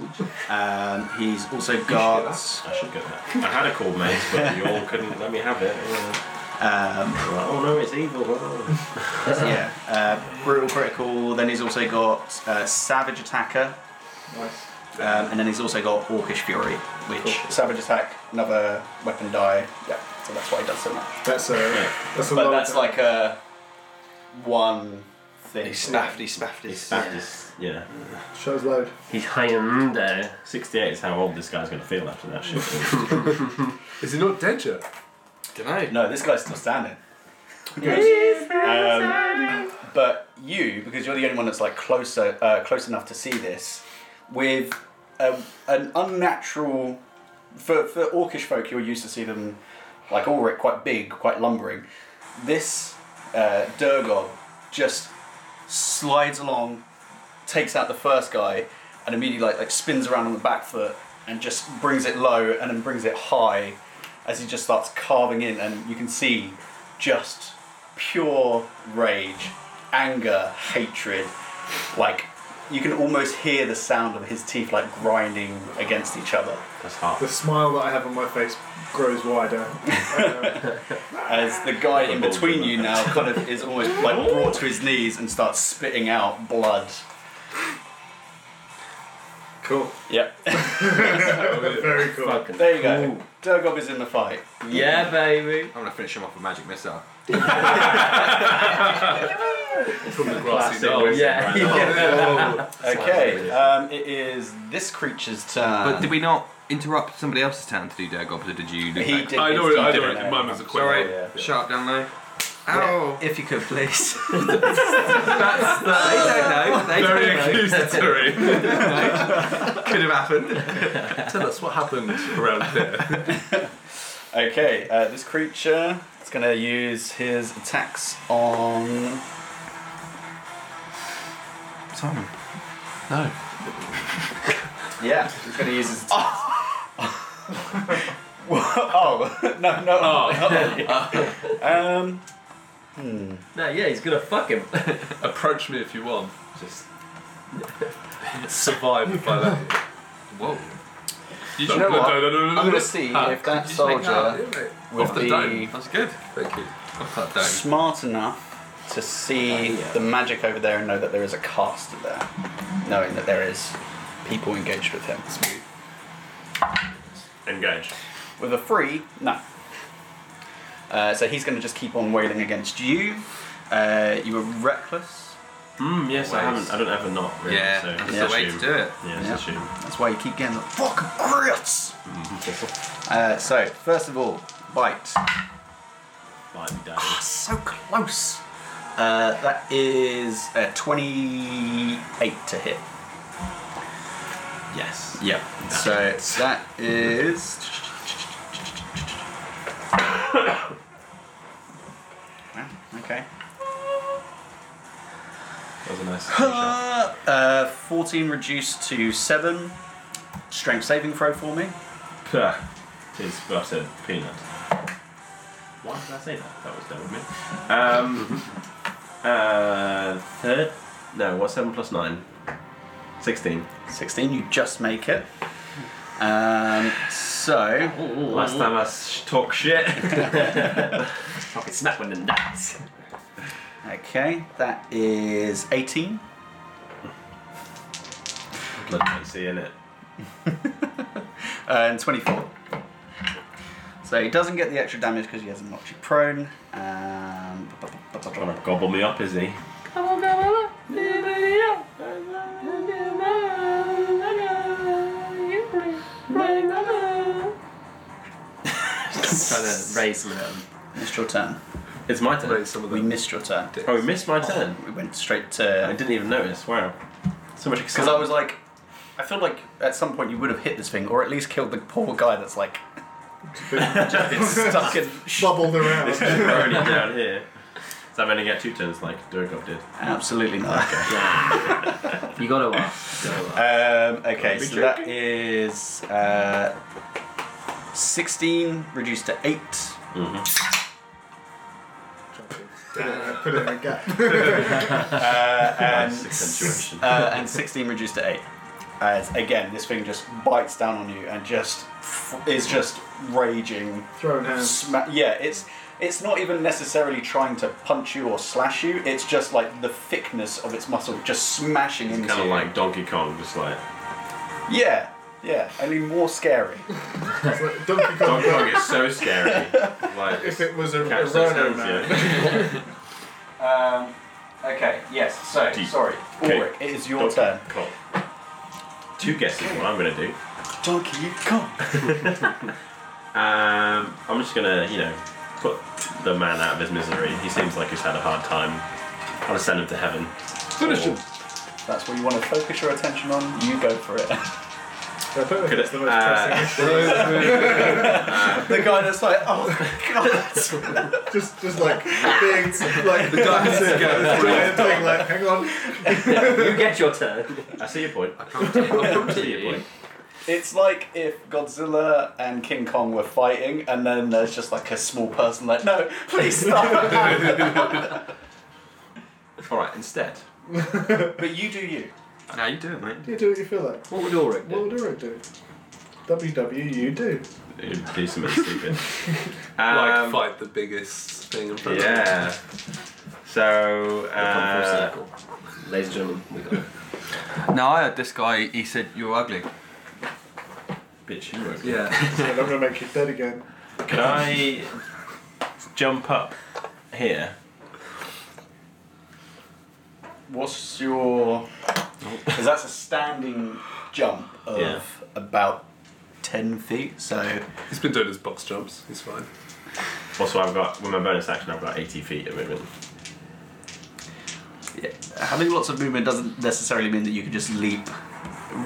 Um, he's also got
I should get that. I had a call, mate, but you all couldn't let me have it.
um,
Oh no, it's evil. Oh.
yeah uh, brutal critical. Then he's also got uh, savage attacker,
Nice.
um, and then he's also got hawkish fury, which savage attack another weapon die. Yeah, so that's why he does so much.
That's a that's a
But
lot
that's
of
like a one thing.
Snaffy, snaffy.
That just, yeah.
shows load.
He's hanging there.
68 is how old this guy's going to feel after that shit.
Is he not dead yet?
Dunno.
No, this guy's still standing.
He's
Um, but you, because you're the only one that's like closer, uh, close enough to see this, with a, an unnatural. For for orcish folk, you're used to see them like Ulrich, quite big, quite lumbering. This uh, Durgob just slides along, takes out the first guy, and immediately like, like spins around on the back foot and just brings it low and then brings it high as he just starts carving in, and you can see just pure rage, anger, hatred. Like you can almost hear the sound of his teeth like grinding against each other
That's hard.
The smile that I have on my face grows wider.
as the guy in between you now kind of is almost like brought to his knees and starts spitting out blood.
Cool.
Yep.
Very cool.
Fucking
There you go. Durgob is in the fight.
yeah, baby.
I'm gonna finish him off with magic missile.
From the grassy
Oh,
knoll.
yeah.
Okay, um, it is this creature's turn.
But did we not interrupt somebody else's turn to do Durgob, or did you do
He
that?
did.
I
his-
know,
he
I
did
know.
it.
Mine was a quick
Sorry,
one.
sharp down low. Oh. Ow!
If you could, please.
They don't know. They
Very
don't know.
accusatory.
Could have happened.
Tell us what happened around here.
Okay, uh, this creature is going to use his attacks on.
Simon.
No.
Yeah, he's going to use his. Attacks. oh no no!
Oh.
not on you. um,
No, yeah, he's gonna fuck him.
Approach me if you want. Just survive by that.
Whoa.
You
know what?
no, no, no, no, no,
I'm going
no.
to see
Ah,
if that
you just make
soldier
that,
would
Off the
be
dome.
That's good.
Thank you.
Off that dome.
smart enough to see the magic over there and know that there is a caster there, knowing that there is people engaged with him.
Engage.
With a three, no. Uh, so he's going to just keep on wailing against you. Uh, you were reckless.
Mm, yes, I haven't. I don't have a knot. Really,
Yeah,
so
that's
yeah,
the way to
assume.
do it.
Yeah, it's
Yeah.
assume.
That's why you keep getting the fucking crits. Uh, so first of all, bite.
Might be dead.
So close. Uh, that is uh, 28 to hit.
Yes.
Yep. So that is. Wow, okay.
That was a nice. shot.
Uh, uh, 14 reduced to 7. Strength saving throw for me.
Puh. It's butter peanut. Why did I say that? That was dumb of me. Um, uh, third? No, what's 7 plus 9? 16.
16, you just make it. Um, so.
Last time I s- talk shit.
fucking smack one in the nuts.
Okay, that is 18.
Blood AC, innit?
Uh, and 24. So he doesn't get the extra damage because he hasn't knocked you prone. Um, bu- bu- bu- bu- bu-
Trying to gobble me up, is he?
Trying to raise him.
missed your turn.
It's my turn.
Raise some of
We
them.
missed your turn.
Oh, we missed my turn.
We went straight
I
to.
didn't even notice. Wow. So much
Because I
excitement.
was like, I feel like at some point you would have hit this thing or at least killed the poor guy that's like. just been stuck in.
Bubbled around.
already down here. So I'm only get two turns like Durkop did.
Absolutely not.
You gotta uh, laugh. You gotta laugh.
Um, okay, so that is uh, 16 reduced to 8. Mm-hmm.
Yeah, Put it in a gap.
Uh, and
Nice accentuation.
uh, and 16 reduced to 8. As again, this thing just bites down on you and just f- is just raging.
Throwing hands.
Sma- yeah, it's it's not even necessarily trying to punch you or slash you. It's just like the thickness of its muscle just smashing into
Kind of
you.
like Donkey Kong, just like.
yeah, yeah. Only more scary.
It's like Donkey Kong.
Donkey Kong is so scary. Like,
If it was a, a
catch those
Rhino
hands,
man.
yeah.
Um, okay. Yes. So
Deep.
sorry,
Okay.
Ulrich, it is your turn.
Cool. Two guesses what I'm gonna do.
Donkey Kong.
Um, I'm just gonna, you know, put the man out of his misery. He seems like he's had a hard time. I'll send him to heaven.
Finish him.
That's what you want to focus your attention on. You go for it.
I don't know if
Could
it's
it-
the most
uh,
pressing issue.
the guy that's like, oh god.
Just, just like being like the
guy has to go.
being like, hang on.
you get your turn.
I see your point. I see your point.
It's like if Godzilla and King Kong were fighting, and then there's just like a small person like, no, please stop.
All right. Instead,
but you do you.
Now you do it, mate.
Do you do what you feel like?
What would Ulrich
What
do?
would Ulrich do? WWU do.
It'd do something stupid.
Like
Um,
fight the biggest thing in front of
Yeah. So. Uh,
Ladies and gentlemen, we got it.
No, I heard this guy. He said you're ugly.
bitch, you were.
you. Yeah.
So I'm gonna make you dead again.
Can I jump up here?
What's your? Because that's a standing jump of
Yeah.
about ten feet. So
He's been doing his box jumps. He's fine.
Also, I've got with my bonus action, I've got 80 feet of movement.
having lots of movement doesn't necessarily mean that you can just leap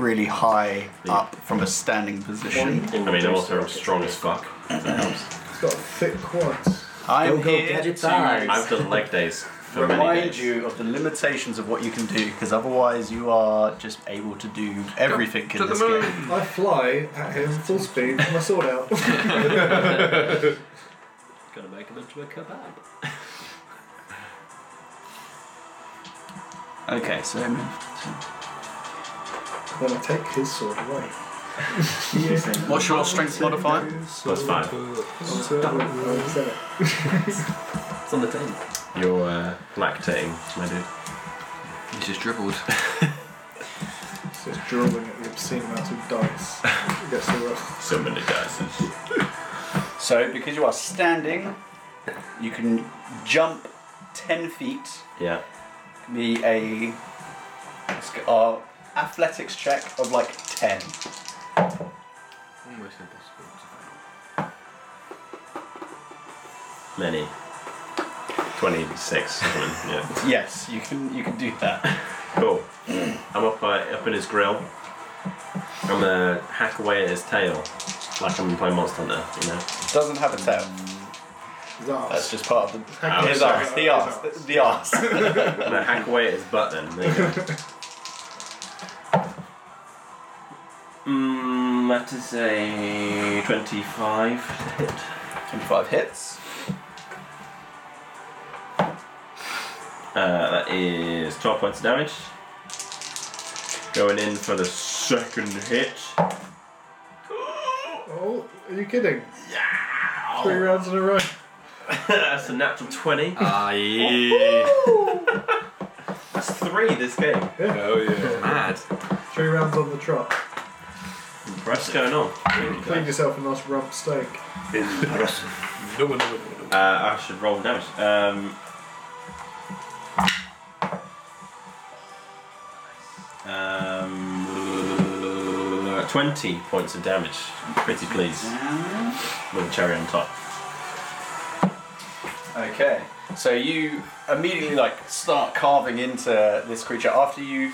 really high up from a standing position.
I mean, I'm also strong as fuck. if That helps.
It's got thick quads.
I'm
Go, go,
here
gadget
to
eyes.
I've done leg days for many
remind
days.
you of the limitations of what you can do, because otherwise you are just able to do everything in this game.
I fly at him full speed with my sword out.
Gonna make him into a kebab.
Okay, so um,
then I take his sword away.
what's your strength modifier?
Plus five.
So, uh, is that it?
It's on the table.
You're uh, lactating, my dude.
He just dribbled.
It's just drawing at the obscene amount of dice. It gets so rough.
So many dice.
So, because you are standing, you can jump 10 feet.
Yeah.
Be a let's go- uh, athletics check of like 10.
Almost impossible. to
Many. 26. something, yeah.
Yes, you can you can do that.
Cool. I'm up, uh, up in his grill. I'm gonna hack away at his tail, like I'm playing Monster Hunter, you know.
Doesn't have a tail.
His arse.
That's just part of the
Oh,
his
sorry.
arse, the arse, the, the arse.
I'm gonna hack away at his butt then. There you go. Mm, that is a 25 to hit.
25 hits.
Uh, that is 12 points of damage. Going in for the second hit.
Oh, are you kidding? Three rounds in a row.
That's a natural 20.
Ah, yeah.
That's three this game.
Oh yeah.
Mad.
Three rounds on the trot.
What's going on?
Clean yourself a nice rump steak.
No one, no one, no one.
Uh, I should roll damage. Um, um, 20 points of damage. Pretty please. With a cherry on top.
Okay. So you immediately like start carving into this creature after you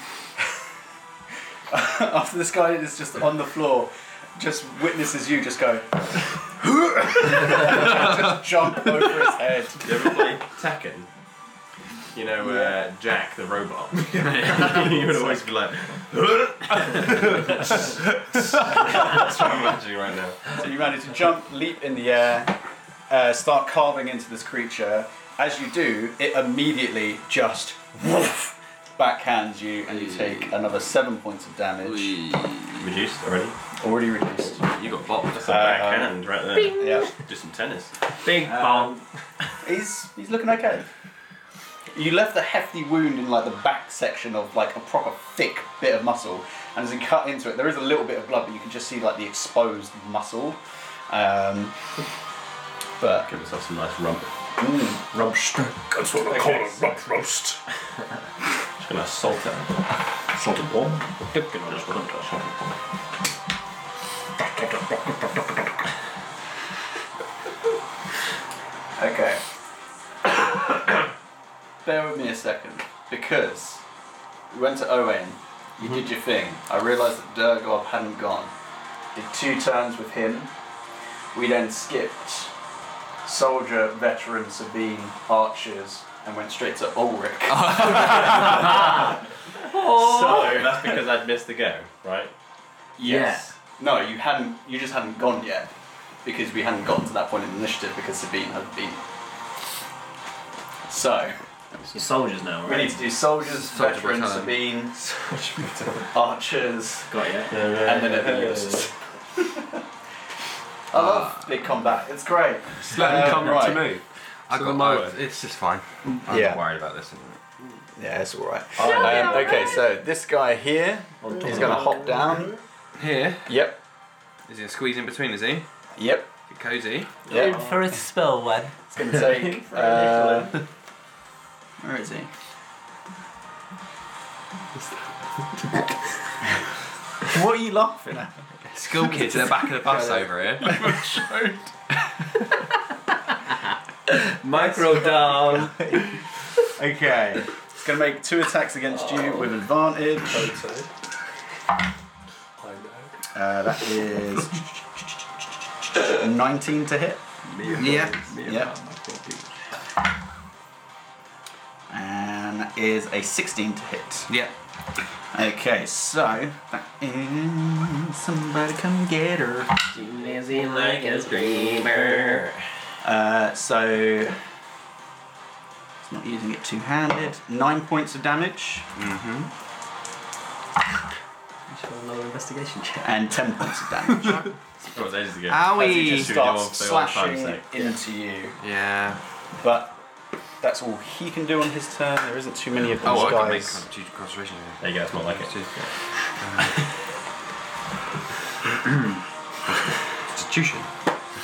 after this guy is just on the floor, just witnesses you just go just jump over his head.
You ever play Tekken? You know, uh, Jack the robot. you would always be like, That's what I'm imagining right now.
So you manage to jump, leap in the air, uh, start carving into this creature. As you do, it immediately just woof, backhands you and you take another seven points of damage.
Reduced already?
Already reduced.
You got bopped.
That's a backhand right there.
Yeah.
Do some tennis.
Bing bong.
He's he's looking okay. You left a hefty wound in like the back section of like a proper thick bit of muscle, and as you cut into it, there is a little bit of blood, but you can just see like the exposed muscle. Um, but
Give myself some nice rump.
mm, rump st-
That's what I call a rump roast.
Just gonna salt it. Salt it all? Just put it on salt it all.
bear with me a second because you went to Owen, you did your thing. I realised that Durgob hadn't gone. Did two turns with him. We then skipped soldier, veteran, Sabine, archers, and went straight to Ulrich.
So that's because I'd missed the go, right?
Yes.
No, you hadn't. You just hadn't gone yet because we hadn't gotten to that point in the initiative because Sabine had been. So
You're soldiers now,
we
right?
need to do soldiers,
Soldier
veterans, Sabine, archers,
Got you.
and then everything else. I love big combat. It's great.
Just let them
Uh,
come
right.
to me.
I
So
got
my
I-
way.
It's just fine. I'm
Yeah.
not worried about this. anymore.
Yeah, it's all right. Um, okay, so this guy here is going to hop down.
Here,
Yep.
is he gonna squeeze in between? Is he?
Yep.
Get cozy.
Yep.
For a spell one.
It's going to take. Uh, where is he? what are you laughing at?
School kids at the back of the bus over here.
Micro down.
Okay. It's going to make two attacks against you with advantage. Uh, that is 19 to hit.
yeah.
Yep. And that is a 16 to hit.
Yeah.
Okay, so that is somebody come get her.
Lazy like a dreamer.
Uh, so it's not using it two-handed. Nine points of damage
Another investigation check.
and ten points of damage.
That was ages ago.
Owie.
It starts slashing into you,
Yeah.
but that's all he can do on his turn. There isn't too many of these
Oh, I can make
guys.
con- due to concentration.
There you go. It's not like it.
Constitution.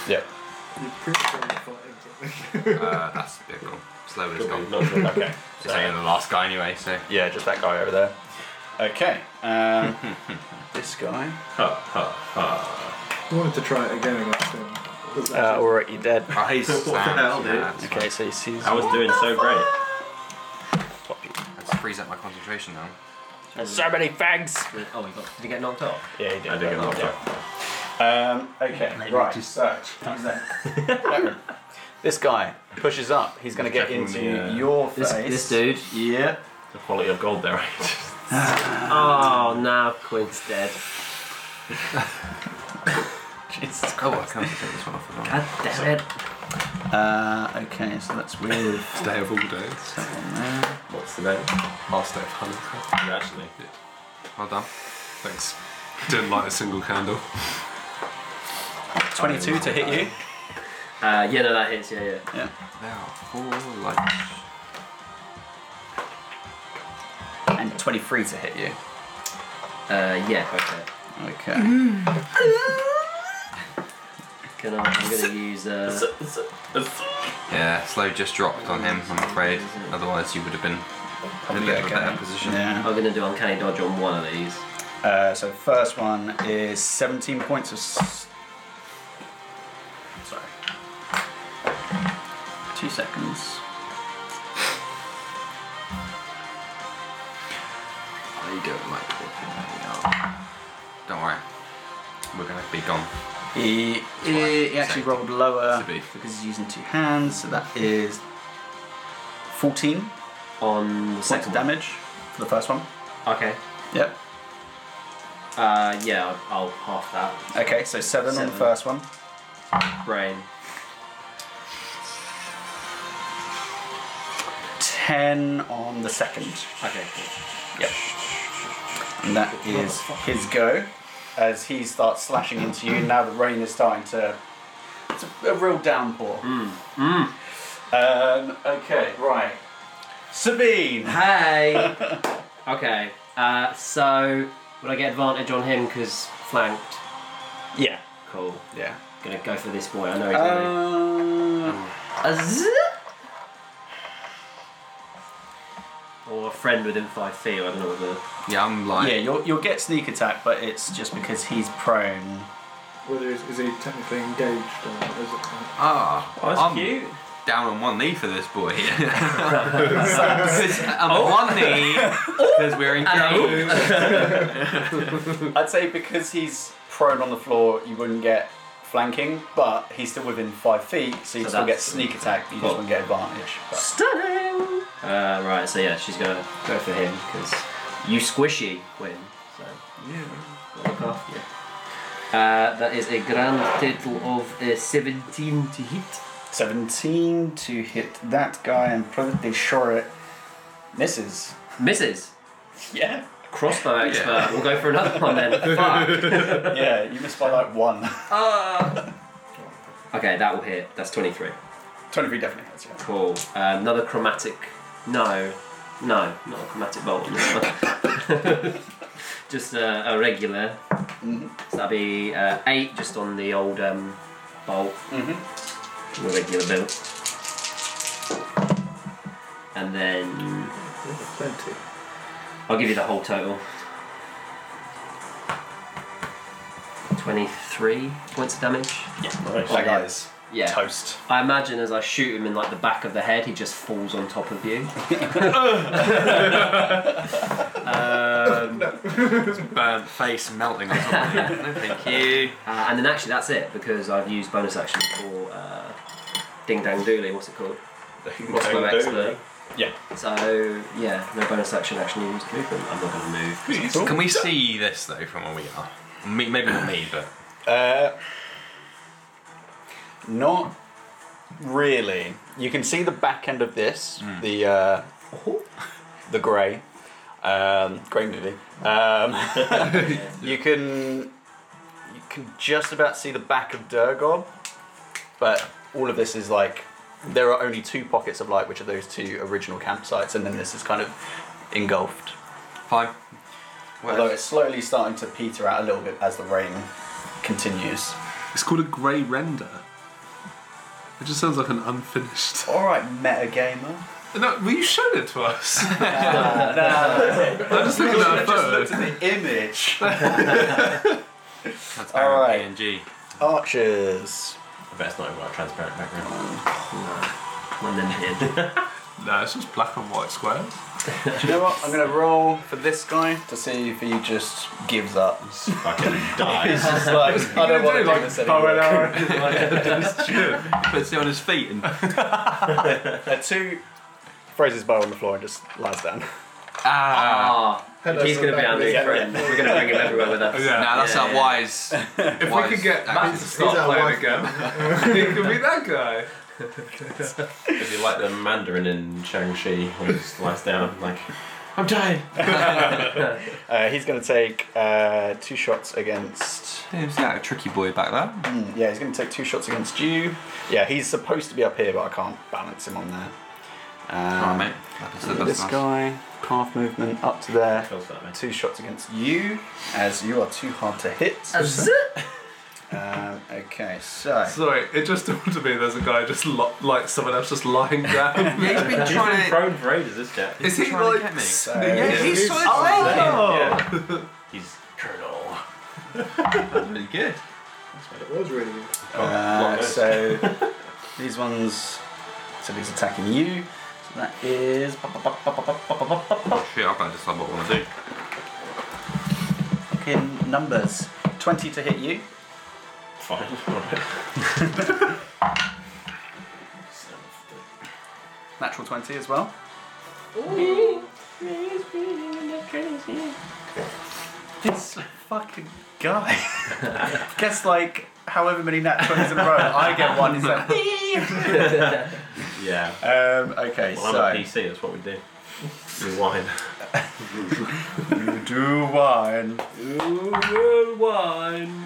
Yep.
uh, that's a bit cool. Slow as gone.
Not good, Okay.
It's only the last guy anyway, so.
Yeah, just that guy over there. Okay. Um, this guy.
Huh, huh, huh.
I wanted to try it again against him. Doesn't
Uh, all right, you're dead.
Oh, he's what
hell, dude?
Okay, so he sees.
I was doing so great.
Let's freeze up my concentration now.
so many fags.
Oh, he got, did he get knocked off?
Yeah, he did.
I did get knocked
Yeah.
off.
Um, okay, right. So, who's that? Veteran. this guy pushes up. He's going to get
Checking
into
the, uh,
your face.
This, this dude.
Yeah.
The quality of gold there, right?
Oh, now Quinn's dead.
Jesus.
Oh, I can't take this one off the
God damn it.
Uh, okay, so that's with
Day of all days.
that one there.
What's the name?
Last day of Hanukkah.
Actually,
Well done.
Thanks. Didn't light a single candle.
Twenty-two to hit you.
Uh, yeah, no, that hits. Yeah, yeah.
There are four lights.
And twenty-three to hit you.
Uh, yeah. Okay.
Okay.
Can I, I'm gonna use. Uh,
Yeah, slow just dropped on him, I'm afraid. Otherwise, you would have been in a bit of a better position.
Yeah.
I'm gonna do uncanny dodge on one of these.
Uh, so first one is 17 points of. S- Sorry. Two seconds.
I don't like talking right now. Don't worry. We're gonna be gone.
He, he, he actually rolled lower
It's a beef.
because he's using two hands, so that is 14
On the
points of
second one.
damage for the first one.
Okay.
Yep.
Uh, yeah, I'll, I'll half that.
Okay, so seven, on
Seven.
the first one.
Brain.
10 on the second.
Okay. Cool.
And that is his go as he starts slashing into you. Now the rain is starting to. It's a, a real downpour. Mm, Um, okay, right. Sabine!
Hey. okay. Uh, so would I get advantage on him because flanked?
Yeah.
Cool.
Yeah.
Gonna go for this boy. I know he's
Uh,
gonna.
Um,
A zzz. Or a friend within five feet. I don't know what the.
Yeah, I'm
yeah,
like.
you'll, you'll get sneak attack, but it's just because he's prone.
Whether is, is he technically engaged or is it?
Ah,
Oh, that's
I'm
cute.
down on one knee for this boy. 'Cause I'm on one knee because we're engaged.
I'd say because he's prone on the floor, you wouldn't get flanking, but he's still within five feet, so you
So
still get
that's-
sneak attack. but You just
Cool.
wouldn't get advantage. But-
Stunning! Uh, right, so yeah, she's gonna go for him because you squishy win. So yeah, look after you. Uh, that is a grand total of uh, 17 to hit.
17 to hit that guy and probably sure it misses.
Misses.
Yeah.
Crossbow expert. We'll go for another one then. Fuck.
Yeah, you missed by like one.
Okay, that will hit. That's 23.
23 definitely hits, yeah.
Cool. Uh, another chromatic. No, no, not a chromatic bolt. on this one. just a, a regular. So that'd be uh, eight just on the old um, bolt. The regular build. And then
Plenty.
I'll give you the whole total. 23 points of damage.
Nice.
That guy's
Yeah.
toast.
I imagine as I shoot him in like the back of the head, he just falls on top of you.
Burnt face melting on top of me. No, thank you.
Uh, and then actually that's it because I've used bonus action for uh, Ding Dang Dooley. What's it called? Crossbow expert.
Yeah.
So yeah, no bonus action actually used movement. I'm not going to move.
Can we see this though from where we are? Me, maybe not me, but
Uh, not really. You can see the back end of this, the uh, the grey, um, great movie. Um, you can you can just about see the back of Durgob, but all of this is like there are only two pockets of light, which are those two original campsites, and then this is kind of engulfed.
fine. Well,
Although it's slowly starting to peter out a little bit as the rain continues.
It's called a grey render. It just sounds like an unfinished.
All right, metagamer.
No, well, you showed it to us. I'm just
You
looking
should've just looked
at a bird.
at the image.
that's
all right.
Aaron PNG.
Archers.
I bet it's not even got a transparent background.
One then hit.
No, it's just black and white squares.
Do you know what? I'm gonna roll for this guy to see if he just gives up.
Fucking dies.
It's like I don't want to do this anymore.
Puts it on his feet and ah.
A two throws his bow on the floor and just lies down.
ah.
Ah, he's going to be our new
Yeah.
friend. We're going to bring him everywhere with us.
Yeah.
Now that's
Yeah,
our
yeah.
wise.
If
wise
we could get
action.
Matt to start
our
playing
wife
again, it could be that guy.
If you like the Mandarin in Shang-Chi, when he just lies down, like, I'm dying.
Uh, he's gonna take uh, two shots against.
Yeah, he's like a tricky boy back there?
Hmm, Yeah, he's gonna take two shots against you. Yeah, he's supposed to be up here, but I can't balance him on there.
Alright,
Um,
mate. Like I said, that's
this
nice.
guy, half movement up to there.
Kills that man.
Two shots against you, as you are too hard to hit.
A zip.
Um, okay, so.
Sorry, it just dawned to me there's a guy just lo- like someone else just lying down.
Yeah, he's been
He's been
trying to.
prone for ages, this chap.
Is he
trying to
like?
get me.
s-
So-
yeah, he's
Oh,
solid.
Yeah. He's Colonel.
That's really good.
It was really good.
Uh,
Like this.
so these ones. So he's attacking you. So that is.
Oh shit, I've got to decide what I want to do.
Fucking numbers. 20 to hit you.
Fine.
Natural 20 as well. This fucking guy gets like however many nat 20s in a row. I get one, he's like.
yeah.
um, okay,
Well, I'm a
so.
PC, that's what we do. We whine.
You do wine.
One.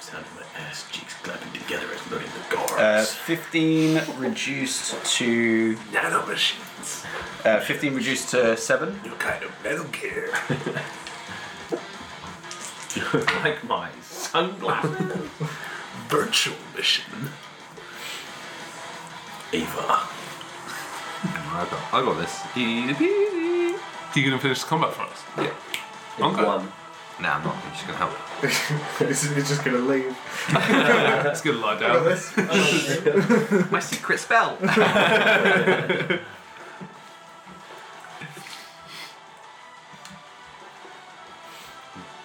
Sound of my ass cheeks clapping together as blood in the
Uh,
guards.
15 reduced to.
Nano machines.
Uh, 15 reduced to 7.
New kind of Metal Gear.
like my sunglasses.
Virtual mission. Ava.
I got, I got this. Easy peasy.
You gonna finish the combat for us?
It's one.
No, I'm not. I'm just going to help.
it's, it's just gonna leave.
Uh-huh.
It's gonna lie
Look at
down.
this.
My secret spell.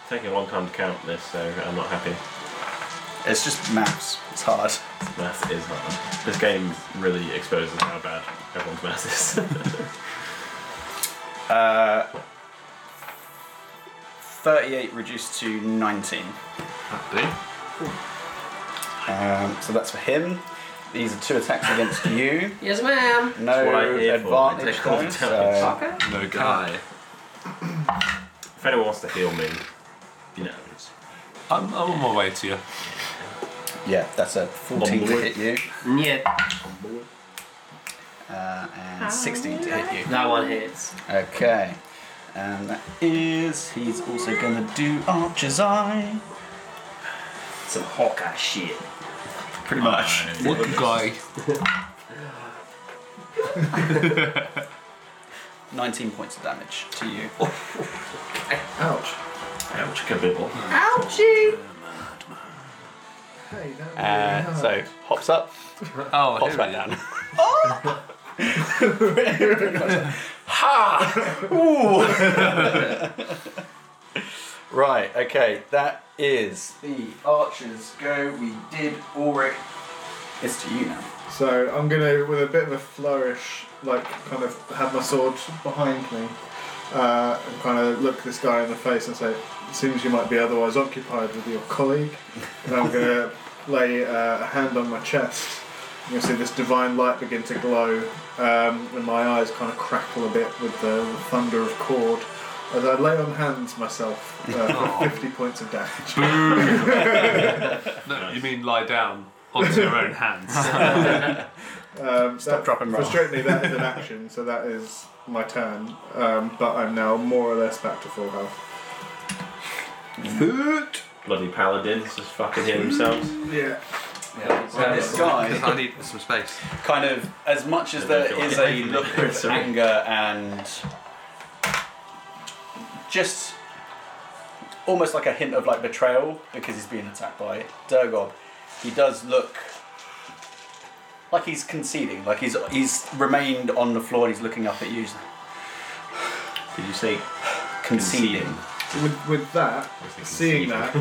Taking a long time to count this, so I'm not happy.
It's just maths. It's hard.
Math is hard. This game really exposes how bad everyone's math is.
38 reduced to 19. Um, so that's for him. These are two attacks against you.
Yes, ma'am.
what
No
I'm here for. I
advantage
take all the
though,
damage.
so
Okay.
No guy.
if anyone wants to heal me, you know, it's
I'm, I'm on my way to you.
yeah, that's a 14 to hit you
Yeah,
uh, and 16 to hit you.
that one hits.
Okay, and that is he's also gonna do Archer's Eye.
Some Hawkeye shit.
Pretty much.
What guy?
19 points of damage to you.
Ouch.
ouch, kabibble.
Hey, that really
Uh,
hurt.
so hops up,
Oh,
pops
here
back
he
down. ha! Ooh! right, okay, that is the archers go. We did Ulrich. It's to you now.
So I'm gonna, with a bit of a flourish, like kind of have my sword behind me, uh, and kind of look this guy in the face and say, "It seems you might be otherwise occupied with your colleague." And I'm gonna lay uh, a hand on my chest. You'll see this divine light begin to glow, um, and my eyes kind of crackle a bit with the thunder of chord. As I lay on hands myself uh, for 50 points of damage.
No, you mean lie down onto your own
Oh,
hands.
Um, that-
drop, and roll.
Frustratingly, that is an action, so that is my turn. Um, but I'm now more or less back to full health.
Bloody paladins just fucking heal themselves.
Yeah.
So this
Because
guy,
I need some space.
kind of, as much as there is a look of anger and just almost like a hint of like betrayal because he's being attacked by Durgob, he does look like he's conceding, like he's he's remained on the floor and he's looking up at you,
Did you say
conceding.
With, with that, seeing that,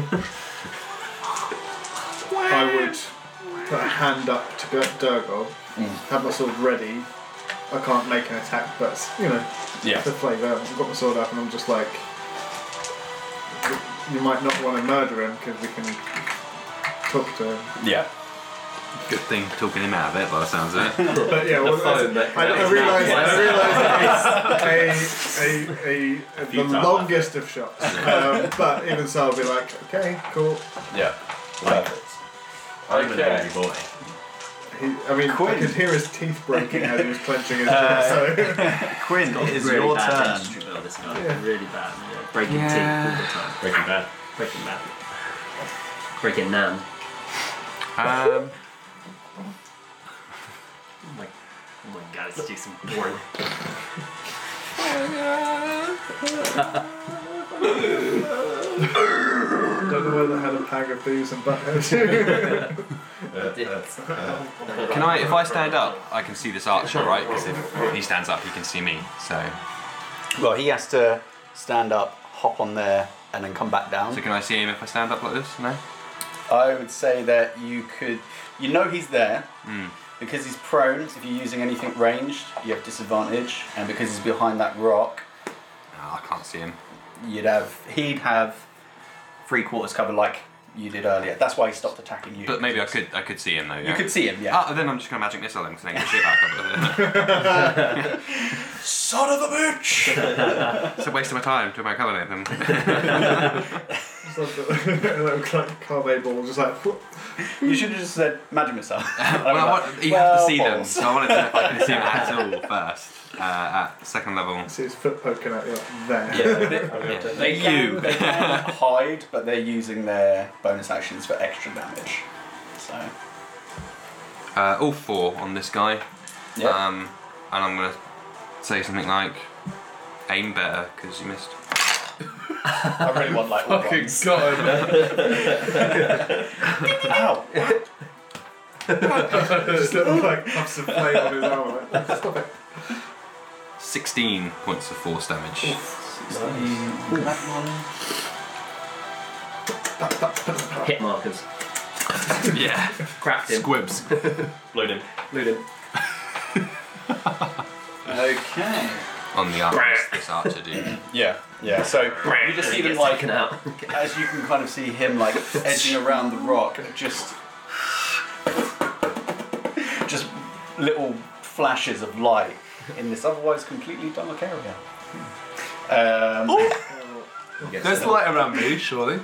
I would put a hand up to Dur- Durgol, have my sword ready. I can't make an attack, but you know,
Yeah.
the flavour. I've got my sword up, and I'm just like, you might not want to murder him because we can talk to him.
Yeah.
Good thing talking him out of it by the sounds of it.
But yeah, well, that's-
that
I, I
connects
realised I realised that it's a, a, a, a the
Futile.
longest of shots. Um, but even so, I'll be like, okay, cool.
Yeah.
I'm an
Okay.
angry boy.
He, I mean, I could hear his teeth breaking as he was clenching
Uh,
his jaw. So
Quinn, it is
really
your
bad
turn.
dentistry, though, this guy.
Yeah.
Really bad. Yeah. Breaking teeth all the time.
Breaking bad.
Breaking bad. Breaking nan.
Um,
Oh my, oh my god, it's Jason Bourne.
I don't know whether I had a pack of these and buttheads.
can I, if I stand up, I can see this archer, right? Because if he stands up, he can see me. So,
Well, he has to stand up, hop on there, and then come back down.
so can I see him if I stand up like this? No.
I would say that you could, you know, he's there
Hmm.
because he's prone. If you're using anything ranged, you have disadvantage, and because he's behind that rock,
Ah, I can't see him.
you'd have he'd have three quarters cover like you did earlier. That's why he stopped attacking you.
But maybe I could, I could see him though. Yeah?
You could see him, yeah.
Ah, then I'm just gonna magic missile him because I can get shit back up.
Son of a bitch!
it's a waste of my time to my cover him.
So I've got a little like carve ball, just like whoop.
you should have just said magic missile.
Well, I want, you have to see them, so I wanted to know if I could see them at all first. Uh, at second level.
see his foot poking out you like, there.
Yeah.
They can, they can hide, but they're using their bonus actions for extra damage. So
Uh, all four on this guy.
yeah,
Um, and I'm gonna say something like, aim better because you missed.
I really want like all
Fucking
ones.
god.
Ow!
Just little like puffs of flame on his arm. Like,
16 points of force damage. Um.
Hit markers.
yeah.
Cracked him.
Squibs.
Blowed him.
Glued him.
Okay.
On the arms, this archer dude.
Yeah, yeah. So you just see them like
Taken out.
as you can kind of see him like edging around the rock, just just little flashes of light in this otherwise completely dark area. Um,
There's light around me, surely.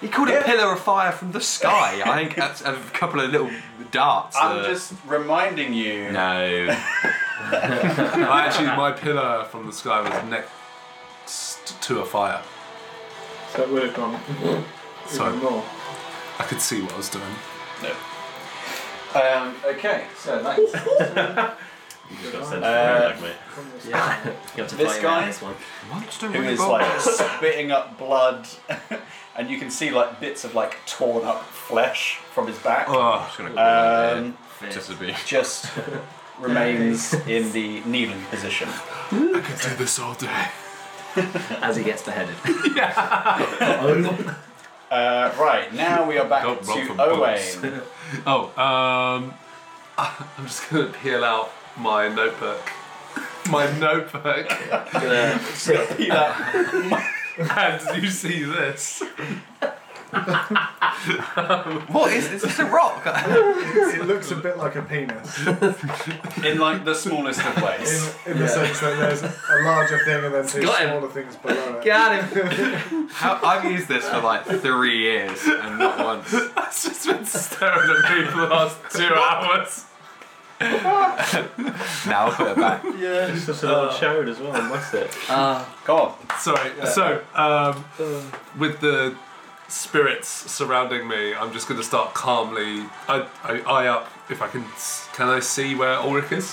He called a pillar of fire from the sky. I think that's a couple of little darts.
I'm
uh,
just reminding you.
No.
I actually, my pillar from the sky was next to a fire,
so it would have gone even
so
more.
I could see what I was doing.
Um, okay, so that's
You just got sent
Uh,
to the mate.
Yeah. You have to
This
fight him out
guy?
This one.
Monster
who is
Oh
robot.
like spitting up blood, and you can see like bits of like torn up flesh from his back.
Oh,
I'm just gonna call it
Um,
there, just to be.
just remains in the kneeling position.
Do this all day.
As he gets beheaded.
Uh, right, now we are back
Don't roll
to
for bullets.
Owain.
Oh, um, I'm just gonna peel out my notebook. My notebook,
Peel out-
and you see this.
What is this? It's a rock.
It looks a bit like a penis in,
in like the smallest of ways.
in the sense that there's a larger thing and then two
got him.
smaller things below it.
Got him.
How, I've used this for like three years and not once.
That's just been staring at me for the last two hours.
Now I'll put it back.
Yeah.
It's just a little chode as well, must it?
Go on.
Sorry. So, um, with the spirits surrounding me, I'm just going to start calmly. I, I eye up if I can. s- Can I see where Ulrich is?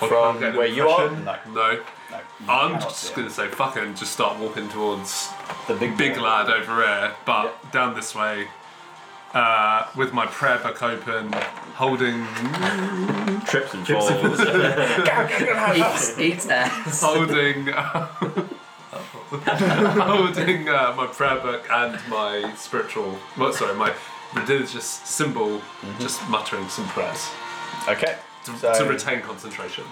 Or
From
can I get an
where you are?
impression?
No.
No.
No, you
I'm
cannot see
just
it.
going to say fuck it and just start walking towards
the big
big
boy.
lad over here, but down this way. Uh, with my prayer book open, holding
Trips and falls.
Eats, eats ass.
holding uh, holding uh, my prayer book and my spiritual well, sorry my religious symbol just muttering some prayers
Okay.
to,
So-
to retain concentration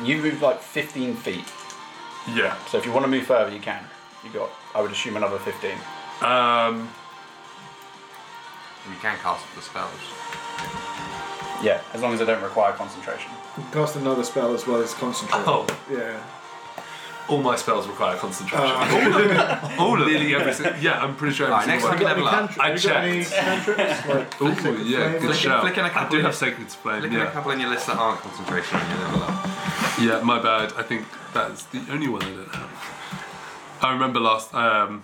You moved like 15 feet,
yeah
so if you want to move further, you can. You got, I would assume, another 15.
um
You can cast the spells.
Yeah, as long as I don't require concentration.
Cast another spell as well as concentrate.
oh
Yeah.
all my spells require concentration all of them Uh, nearly every si- yeah I'm pretty sure every
Alright, next
single
time you
one
level
Any
up.
cantri-
I
have you got any cantrips? Like,
Ooh,
flicking
yeah,
flame?
good shout.
flicking a
I
couple
do
in.
have Sacred Flame,
Look at a
yeah.
couple in your list that aren't concentration when you level up.
Yeah, my bad. I think that's the only one I don't have. I remember last um,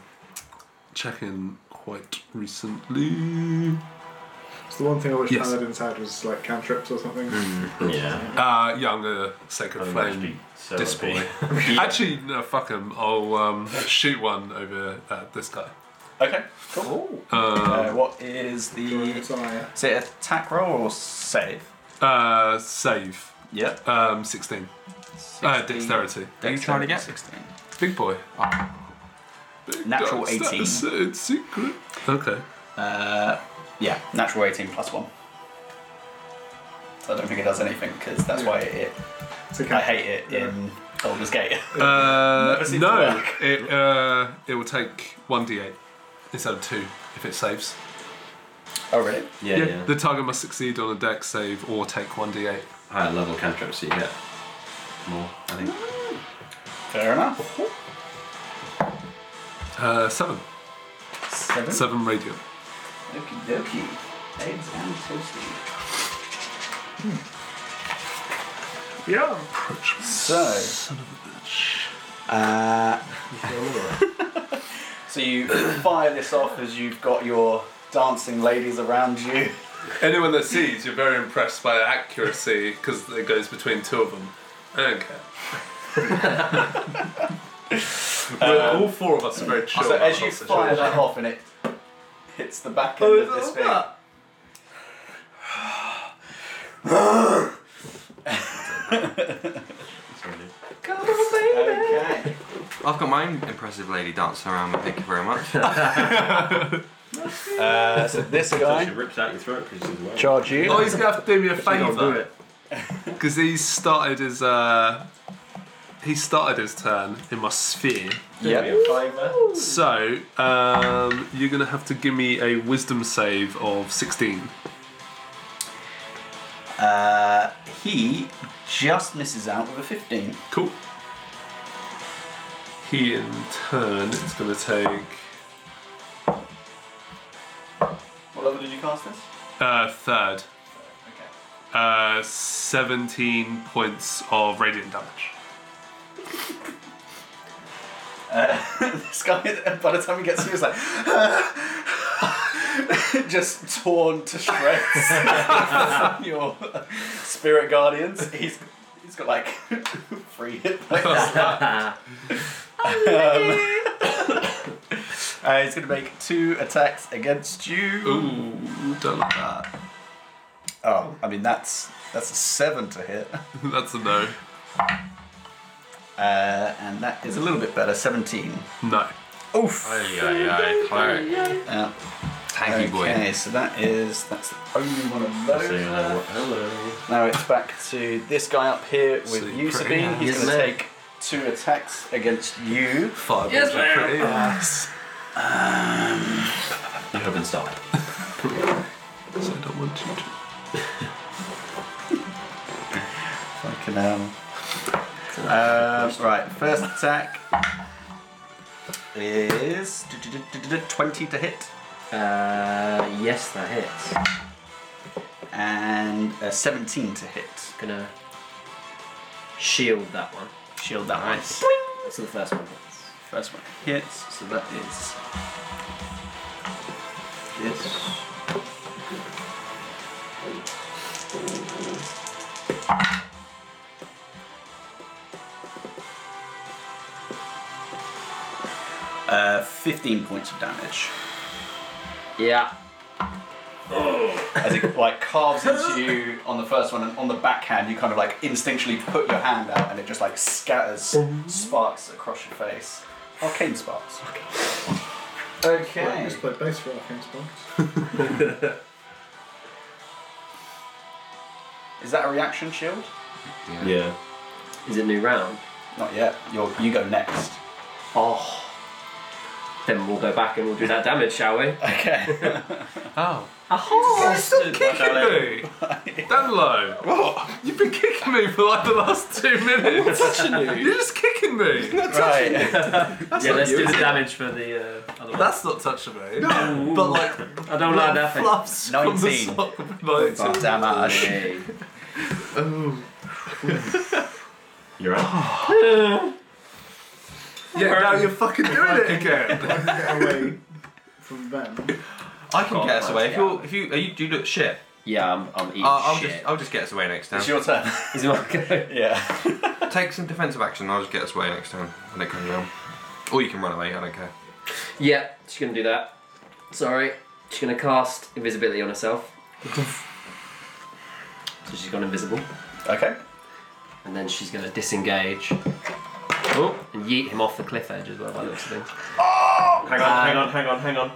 checking quite recently.
It's the one thing I wish
Yes.
paladins had was like cantrips or something.
yeah.
Uh, yeah, I'm gonna Sacred
I must be
Flame
so
display.
happy.
Actually, no, fuck him. I'll um, shoot one over at this guy. Um,
Okay, cool. Uh, what is the.
It's on a-
Is it attack roll or save?
Uh, save.
Yep.
Um, 16. Uh, dexterity.
Are you trying to get?
16.
Big boy.
Natural
That's-
18.
that's a secret. Okay.
Uh, yeah, natural 18 plus 1. So I don't think it does anything because that's why it,
It's a
I
cat.
hate it in Baldur's Gate.
Uh,
seems to
no,
work.
it uh, it will take one d8 instead of two if it saves.
oh, really?
Yeah, yeah.
The target must succeed on a dex save or take one d8.
Higher level cantrips you hit. More, I think.
Fair enough.
Uh, seven,
Seven.
seven radiant.
Okie dokie. Eggs and toasty. Hmm.
Yeah.
So. Uh, so you fire this off as you've got your dancing ladies around you.
Anyone that sees, you're very impressed by the accuracy because it goes between two of them. I don't care. We're- all four of us are very chill.
So
about
as you
the whole
fire
situation.
that off and it hits the back
Oh,
end
is
of
it
this
like
thing.
that? Come on, baby.
Okay.
I've got my own impressive lady dancing around me, thank you very much.
Uh, so this
She
guy
rips out your throat because she's well.
charge you.
Oh, he's gonna have to do me a
do
favour because he's started his uh, he started his turn in my sphere.
Yep.
So um, you're gonna have to give me a wisdom save of 16.
Uh, he just misses out with a 15.
Cool. He in turn is gonna take
What level did you cast this?
uh, third,
Okay.
uh, 17 points of radiant damage.
Uh, This guy, by the time he gets here, is like just torn to shreds from your spirit guardians. He's he's got like three hit points left.
Uh,
Um, uh, he's gonna make two attacks against you.
Ooh, don't like that.
Oh, I mean that's that's a seven to hit,
That's a no.
uh, and that is a little bit better, seventeen.
No.
Oof.
Aye, aye, aye, cleric.
Yeah.
Tanky boy.
Okay, so that is that's the only one of
So,
those. left.
you know uh, what- Hello.
Now it's back to this guy up here with
Sleep
you,
pretty
Sabine. He's
Yes,
going to
ma'am.
take two attacks against you.
Five
Yes,
is pretty nice.
Um, You have been stopped.
So I don't want you to.
If I can, um, um, right, first attack is 20 to hit
Uh, yes, that hits.
and a 17 to hit.
Gonna shield that one.
Shield that nice.
So the first one.
First one hits, so that is. Yes. Uh, 15 points of damage.
Yeah.
As it like carves into you on the first one, and on the backhand, you kind of like instinctually put your hand out, and it just like scatters sparks across your face. Arcane sparks.
I
Okay.
just play bass for Arcane Sparks.
Is that a reaction shield?
Yeah.
Is it new round?
Not yet. You're, you go next.
Oh. Then we'll go back and we'll do that damage, shall we?
Okay.
Oh.
Aha!
Stop kicking me! Danlo! What? You've been kicking me for like the last two minutes. You're just kicking me.
right.
yeah, let's do the damage for the uh, other one.
That's not touching me. But like,
I don't like that thing.
fluffs from the
19.
sock of my-
Oh, damage.
Hey.
You're right.
Yeah, now you're fucking doing it again.
get away from them.
I can get us away. If you're, if you, are you, do you look shit?
Yeah, I'm, I'm eating
Uh, I'll
shit.
just, I'll just get us away next
It's
time.
your turn.
Is it not good?
Yeah.
Take some defensive action. I'll just get us away next time when it comes around. Or you can run away. I don't care.
Yeah, she's gonna do that. Sorry. She's gonna cast invisibility on herself. so she's gone invisible.
Okay.
And then she's gonna disengage. Oh, and yeet him off the cliff edge as well by the looks of things.
Hang on, hang on, hang on, hang on.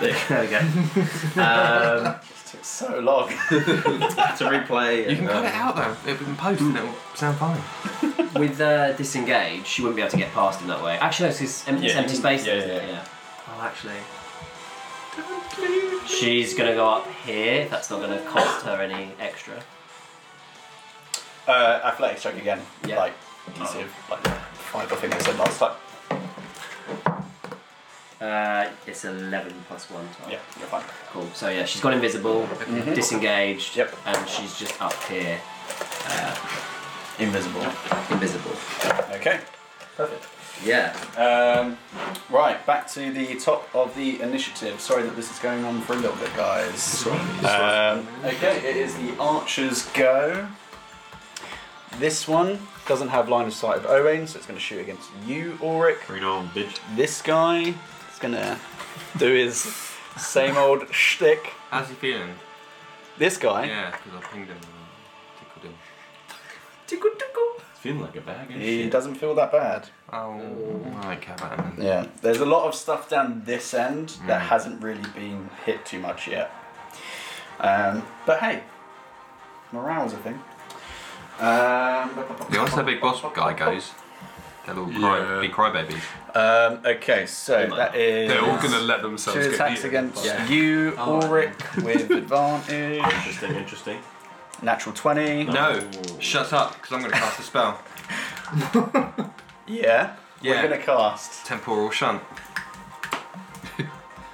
There we go. um,
took so long.
It's a replay. Um,
You can cut it out though. It'll be in post and it'll sound fine.
with uh, disengage, she wouldn't be able to get past him that way. Actually, no, 'cause it's empty, it's
Yeah.
empty space.
Yeah,
isn't
yeah,
it? yeah. Oh, actually. She's gonna go up here. That's not gonna cost her any extra.
Uh, athletics check again.
Yeah.
Like, you see, like five, I think I said last time.
Uh, it's 11 plus 1. so-
Yeah, you're fine.
Cool. So yeah, she's gone invisible, disengaged,
Yep.
and she's just up here,
Invisible.
invisible.
Okay. Perfect.
Yeah.
Um, right, back to the top of the initiative. Sorry that this is going on for a little bit, guys. Um, okay, it is the archer's go. This one Doesn't have line of sight of Owain, so it's going to shoot against you, Auric.
Read on, bitch.
This guy is going to do his same old shtick.
How's he feeling?
This guy.
Yeah, because I pinged him. and Tickled him.
Tickle, tickle.
It's feeling like a bag of
He
shit.
doesn't feel that bad.
Oh, I don't care about him. then.
Yeah, there's a lot of stuff down this end that
Hmm.
hasn't really been hit too much yet. Um, but hey, morale's a thing. Um,
The Once That Big Boss guy goes, they'll all cry,
Yeah.
be crybabies.
um, okay, so that is.
They're all gonna let themselves
Two
get
attacks
eaten.
against
Yeah.
you,
Oh,
Ulrich, with advantage.
Interesting, interesting.
Natural 20.
No, shut up, because I'm going to cast a spell.
Yeah.
Yeah.
We're going to cast.
Temporal Shunt.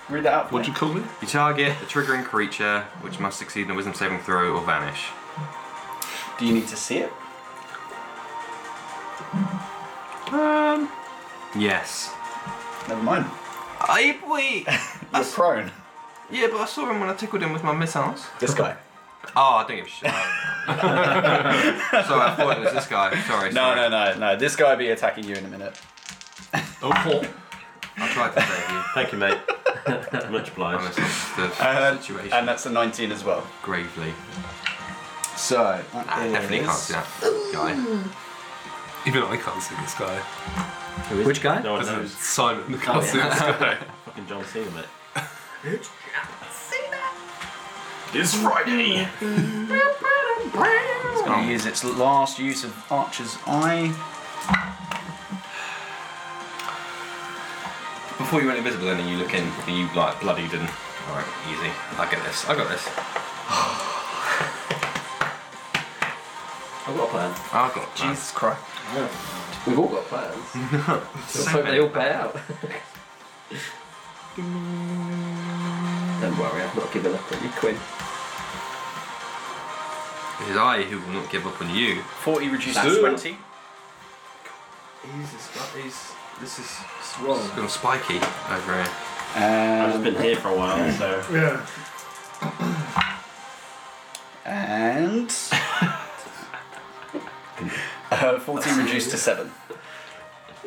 Read that out for
What'd
me.
you call it?
You target a triggering creature which must succeed in a wisdom saving throw or vanish.
Do you need to see it?
Um, Yes.
Never mind.
I wait.
You're prone.
Yeah, but I saw him when I tickled him with my missiles.
This guy.
Oh, I don't give a shit. so I thought it was this guy. Sorry.
No,
sorry.
no, no, no. This guy will be attacking you in a minute.
I tried to save you.
Thank you, mate. Much obliged.
I misunderstood
Uh,
the situation
And that's a 19 as well.
gravely.
So,
I Ah, definitely can't see that guy.
Even I can't see this guy.
Which guy?
No one
Isn't it
knows.
Simon can't see this guy.
Fucking John Cena, mate. It's Friday.
It's going to use its last use of Archer's Eye.
Before you went invisible, then and you look in and you like bloodied and alright, easy. I get this. I got this.
I've got a plan.
I got Jesus.
Jesus Christ.
We've all got plans. Let's hope they all pay out. Don't worry, I've not given up on you, Quinn.
It is I who will not give up on you.
40 reduced
Ooh.
to 20.
He's a, he's this is
Whoa.
it's gone spiky over here.
I've just
Um,
been here for a while, so
Yeah.
and. Uh, 14 reduced to 7.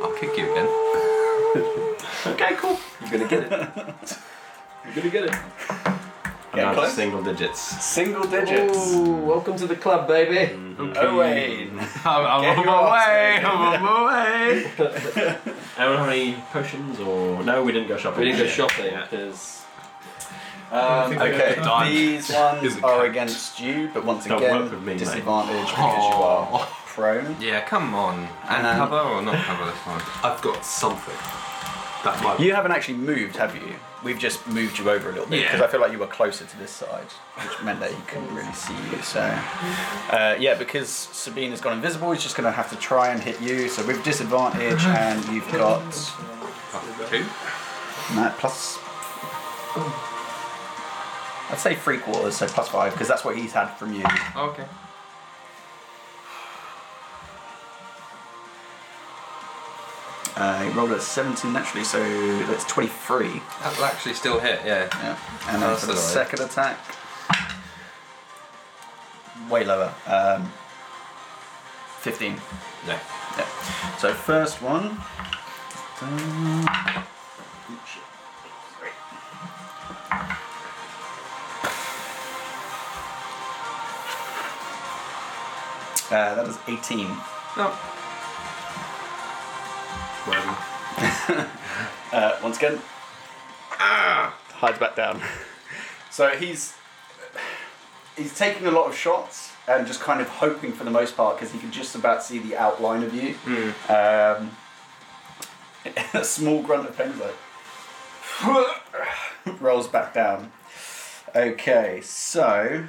I'll kick you again.
You're gonna get it. You're gonna get it.
I'm
Yeah,
down to
close.
single digits.
Single digits.
Ooh, welcome to the club, baby.
Mm,
Owain.
I'm, I'm
Get
on
your
my
ass
way.
in.
I'm on my way.
Anyone have any potions or no? We didn't go shopping.
We didn't go
Yeah.
shopping
Yeah.
because
Um, okay,
Done.
these ones
Is it
are
cat?
against you, but once
Don't
again,
work with me, mate.
disadvantage because you are prone.
Yeah, come on. And
Um,
cover or not cover this one?
I've got something. That might.
You haven't actually moved, have you? We've just moved you over a little bit
Yeah.
because I feel like you were closer to this side, which meant that he couldn't really see you. So, uh, yeah, because Sabine has gone invisible, he's just going to have to try and hit you. So with disadvantage, and you've got
Two.
that plus. I'd say three quarters, so plus five, because that's what he's had from you.
Oh, Okay.
Uh, he rolled a 17 naturally, so that's 23.
That'll actually still hit, yeah.
Yeah. And then
That's
for the
all right.
second attack, way lower. Um, 15.
No.
Yeah. So first one. um, oops. Uh, that is 18.
No.
Whatever.
Uh, once again, ah, hides back down. so he's he's taking a lot of shots and just kind of hoping for the most part because he can just about see the outline of you. Um, a small grunt of pain like rolls back down. Okay, so.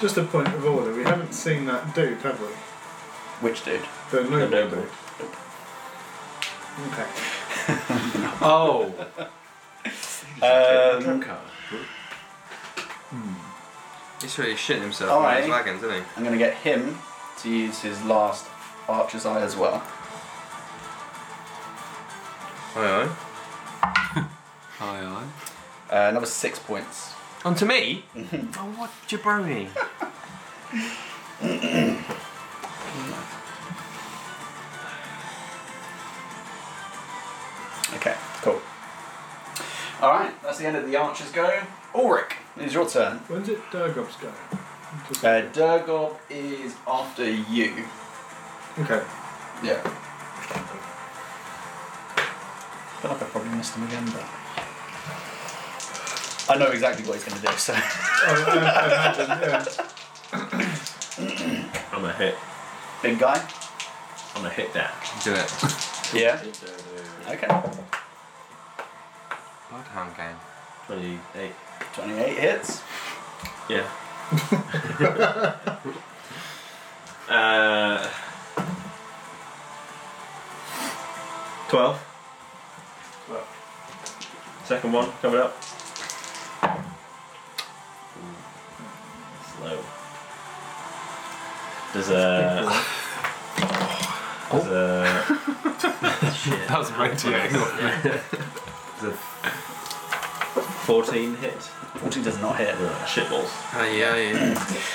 Just a point of order. We haven't seen that dude, have we?
Which dude?
The noble.
noble.
Okay.
Oh.
Um,
He's really shitting himself
All
on his
right.
wagons, isn't he?
I'm going to get him to use his last archer's eye as well.
Aye, aye.
Aye, aye.
Uh, another six points.
Onto me? oh, what jabroni.
Okay, cool. All right, that's the end of the archers go. Ulrich, it's your turn.
When's it Durgob's go? Just-
Uh, Durgob is after you.
Okay.
Yeah. I feel like I probably missed him again, but. I know exactly what he's going to do, so.
Oh, I, I imagine, yeah.
I'm gonna hit.
Big guy?
I'm gonna hit that.
Do it.
Yeah. Okay.
Bloodhound game.
Twenty-eight.
28 hits.
Yeah. uh, Twelve. Second one coming up. Slow. There's a. There's a.
That was radiating.
There's a. Fourteen hit.
14 does not hit.
Uh, shit balls.
yeah, yeah.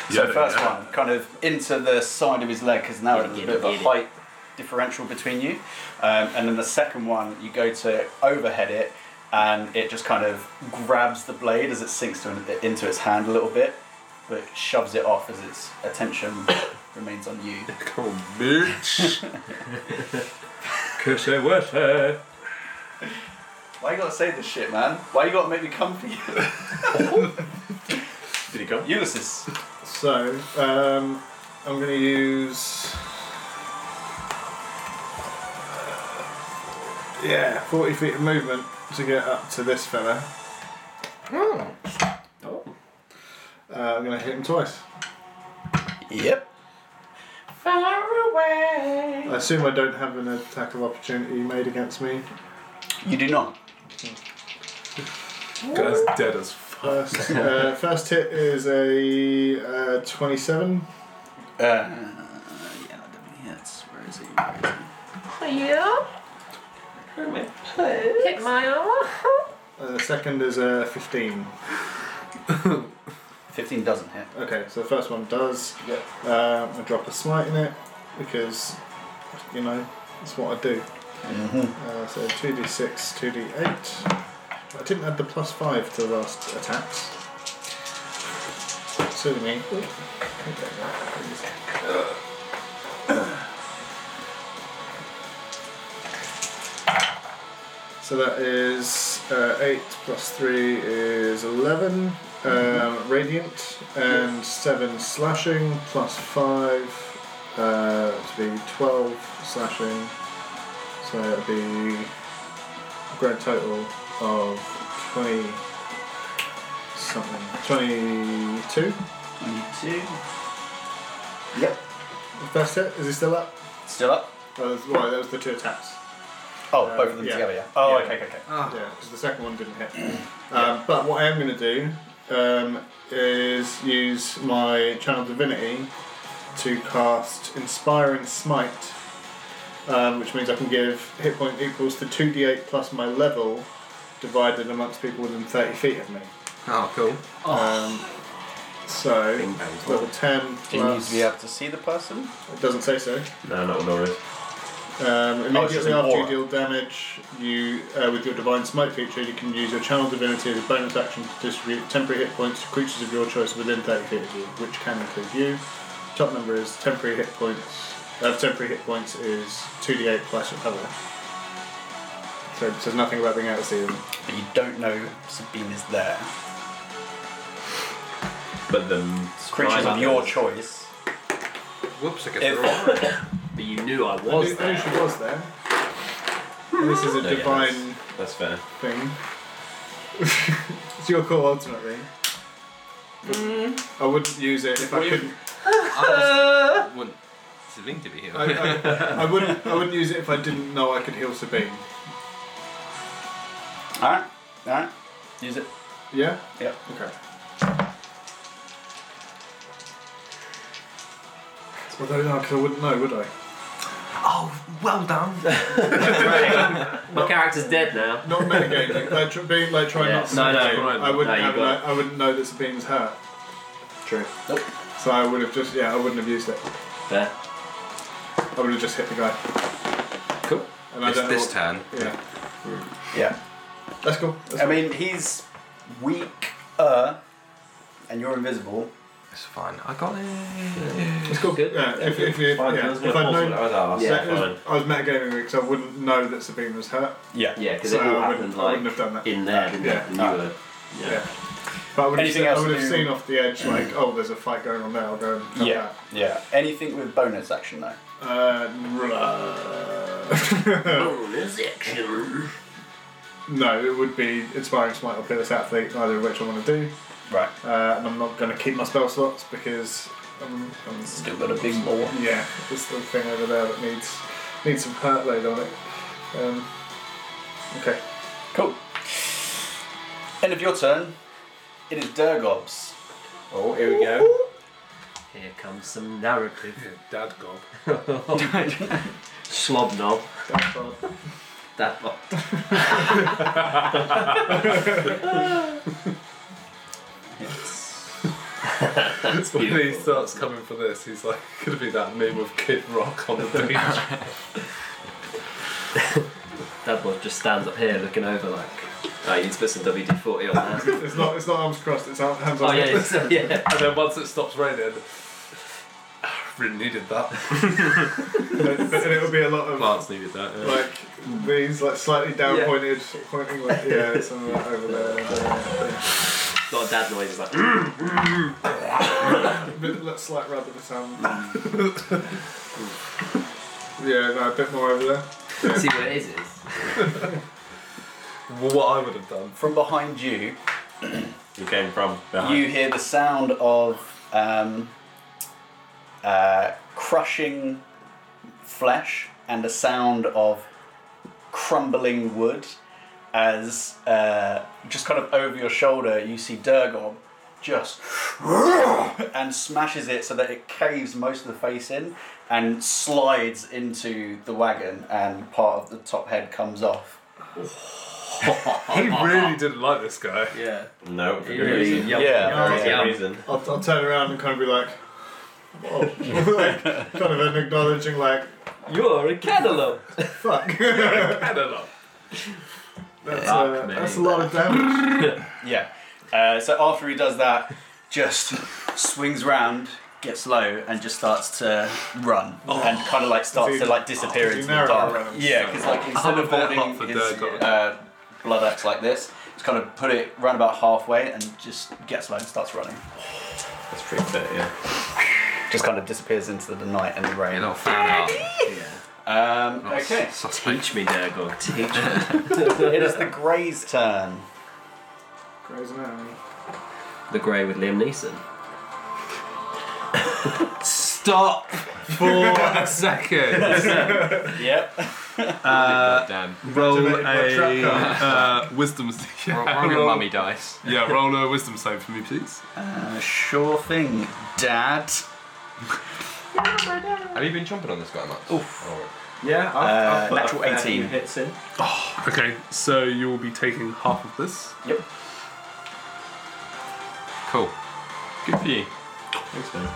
So first one, kind of into the side of his leg, because now there's a bit of a height differential between you. Um, and then the second one, you go to overhead it, and it just kind of grabs the blade as it sinks to an, into its hand a little bit, but shoves it off as its attention remains on you.
Come on, bitch.
Why you gotta say this shit, man? Why you gotta make me comfy?
Did he come?
Ulysses.
So, um, I'm going to use. Yeah, 40 feet of movement to get up to this fella. Oh. Uh, I'm going to hit him twice.
Yep.
I assume I don't have an attack of opportunity made against me.
You do not.
Guy's dead as fuck.
First, uh, first hit is a uh, 27.
Uh, yeah, that definitely hits. Where is he? Where is he?
Yeah. Kick my arm.
Uh, the second is a 15.
15 doesn't hit.
Okay, so the first one does.
Yep.
Um, I drop a smite in it because, you know, it's what I do. Uh, so 2d6, 2d8. I didn't add the plus 5 to the last attacks. Sue me. So that is uh, 8 plus 3 is 11 um, radiant, and 7 slashing plus 5 uh, to be 12 slashing. So it'll be a grand total of 20 something. 22?
22. Yep.
That's it? Is he still up?
Still up?
Oh, that's- right, that was the two attacks.
Oh,
Uh,
both of them
yeah.
together, yeah. Oh,
Yeah.
okay, okay, okay.
Yeah, because the second one didn't hit. Um, but what I am going to do um, is use my Channel Divinity to cast Inspiring Smite, um, which means I can give hit point equals to 2d8 plus my level divided amongst people within 30 feet of me.
Oh, cool.
Um, so,
bang.
level 10
Do you need
plus.
to be able to see the person?
It doesn't say so.
No, not Nora.
Um,
Oh, it's just
immediately
an
after you
aura.
deal damage, you uh, with your divine smite feature, you can use your channel divinity as a bonus action to distribute temporary hit points to creatures of your choice within 30 feet of you, which can include you. Top number is temporary hit points. Uh, temporary hit points is 2d8 plus your cover. So it says nothing about being out of season.
But you don't know Sabine is there.
But the
Creatures of your choice.
Whoops, I guess
If-
we're all right.
But you knew I
I
was
knew, I knew
there.
she was there. And this is a
Yeah, yeah,
divine
That's fair.
thing. it's your call ultimately. I wouldn't use it if I couldn't.
I just want Celine to be here.
I, I, I wouldn't. I wouldn't use it if I didn't know I could heal Sabine.
Alright, alright. Use it.
Yeah.
Yep.
Okay. Although no, 'cause I wouldn't know, would I?
Oh, well done.
My character's dead now.
Not mitigating, like tr- being like trying
Yeah,
not to.
no,
sneeze.
no,
I wouldn't
no, you
have,
got
like, I wouldn't know that Sabine's hurt.
True.
So I would have just yeah, I wouldn't have used it.
Fair.
I would have just hit the guy.
Cool.
And I
It's
don't
this
know
turn.
what, Yeah,
Yeah.
that's cool. That's
I mean, he's weak, uh, and you're invisible.
It's fine. I got it.
It's cool.
Good.
Yeah, if, if you,
Fine,
yeah,
I was going
if
to
I'd
pause
known,
what I was asked.
that
Yeah.
was-
fine.
I was metagaming because I wouldn't know that Sabine was hurt,
Yeah, because
so
it all
I
happened
wouldn't, I wouldn't
like
have done that.
in there, didn't
Yeah.
it? And you were.
yeah. But I would have,
Anything
seen, I
else
would have
you-
seen off the edge like, oh, there's a fight going on there. I'll go and help
Yeah. Anything with bonus action though.
out. Uh,
Bonus action.
no, it would be inspiring smite or fearless athlete, neither of which I want to do.
Right.
Uh, and I'm not going to keep my spell slots because I'm, I'm
Still got a big ball.
Yeah, this little thing over there that needs needs some hurt load on it. Um, okay.
Cool. End of your turn. It is Durgob's.
Oh, here we go.
Here comes some narrative.
Dad gob.
Slob knob.
That's all.
That lot.
It's when he starts coming for this, he's like, could be that meme of Kid Rock on the beach.
That one just stands up here looking over like, oh, you need to put some WD-40 on that.
It's not it's not arms crossed. It's ar- hands on.
oh yeah, it's, yeah.
and then once it stops raining, "Ah, really needed that.
and, but- and it'll be a lot of
Plants needed that. yeah.
like these like slightly down
Yeah.
pointed pointing like yeah some of that over there. and there.
Got a dad noise. It's like, "Mm,
A bit like slight rub of the tongue. yeah, no, a bit more over there.
see what it is. is.
Well, what I would have done.
From behind you,
You came from behind.
you hear the sound of um, uh, crushing flesh and the sound of crumbling wood as uh, just kind of over your shoulder you see Durgob just and smashes it so that it caves most of the face in and slides into the wagon and part of the top head comes off. Oh,
He really didn't like this guy.
Yeah.
No, for
He
good
really
reason.
yelled.
Yeah.
For good
Yeah.
reason.
I'll, I'll turn around and kind of be like, whoa, like kind of an acknowledging like
You're a cantaloupe.
fuck.
I don't know.
That's, uh,
me.
that's a lot of damage.
Yeah. Uh, so after he does that, just swings round, gets low, and just starts to run
Oh.
and kind of like starts
Is he-
to like disappear
is he
into the
narrow
dark.
around?
Yeah, because like instead
I'm a
of
bit hot for
holding his
Durgob.
uh, blood axe like this, just kind of put it round about halfway and just gets low and starts running.
That's pretty fit, yeah.
Just kind of disappears into the night and the
A
rain.
little fan art.
Um, okay,
Suspect.
Teach me, Durgog. Teach me.
it is the Grey's turn.
Grey's Anatomy.
The Grey with Liam Neeson.
Stop for a second.
Yep. Uh,
Damn.
Roll
Oh,
Activate my trap
a uh, wisdom. s- Yeah,
Roll roll your
roll-
mummy dice.
Yeah, roll a wisdom save for me, please.
Uh, sure thing, Dad.
Have you been chomping on this quite much? Oof.
Yeah, I've, I've
Uh,
put
natural
a fair
18.
few hits in.
Oh, Okay, so you will be taking half of this.
Yep.
Cool.
Good for you. Thanks, man.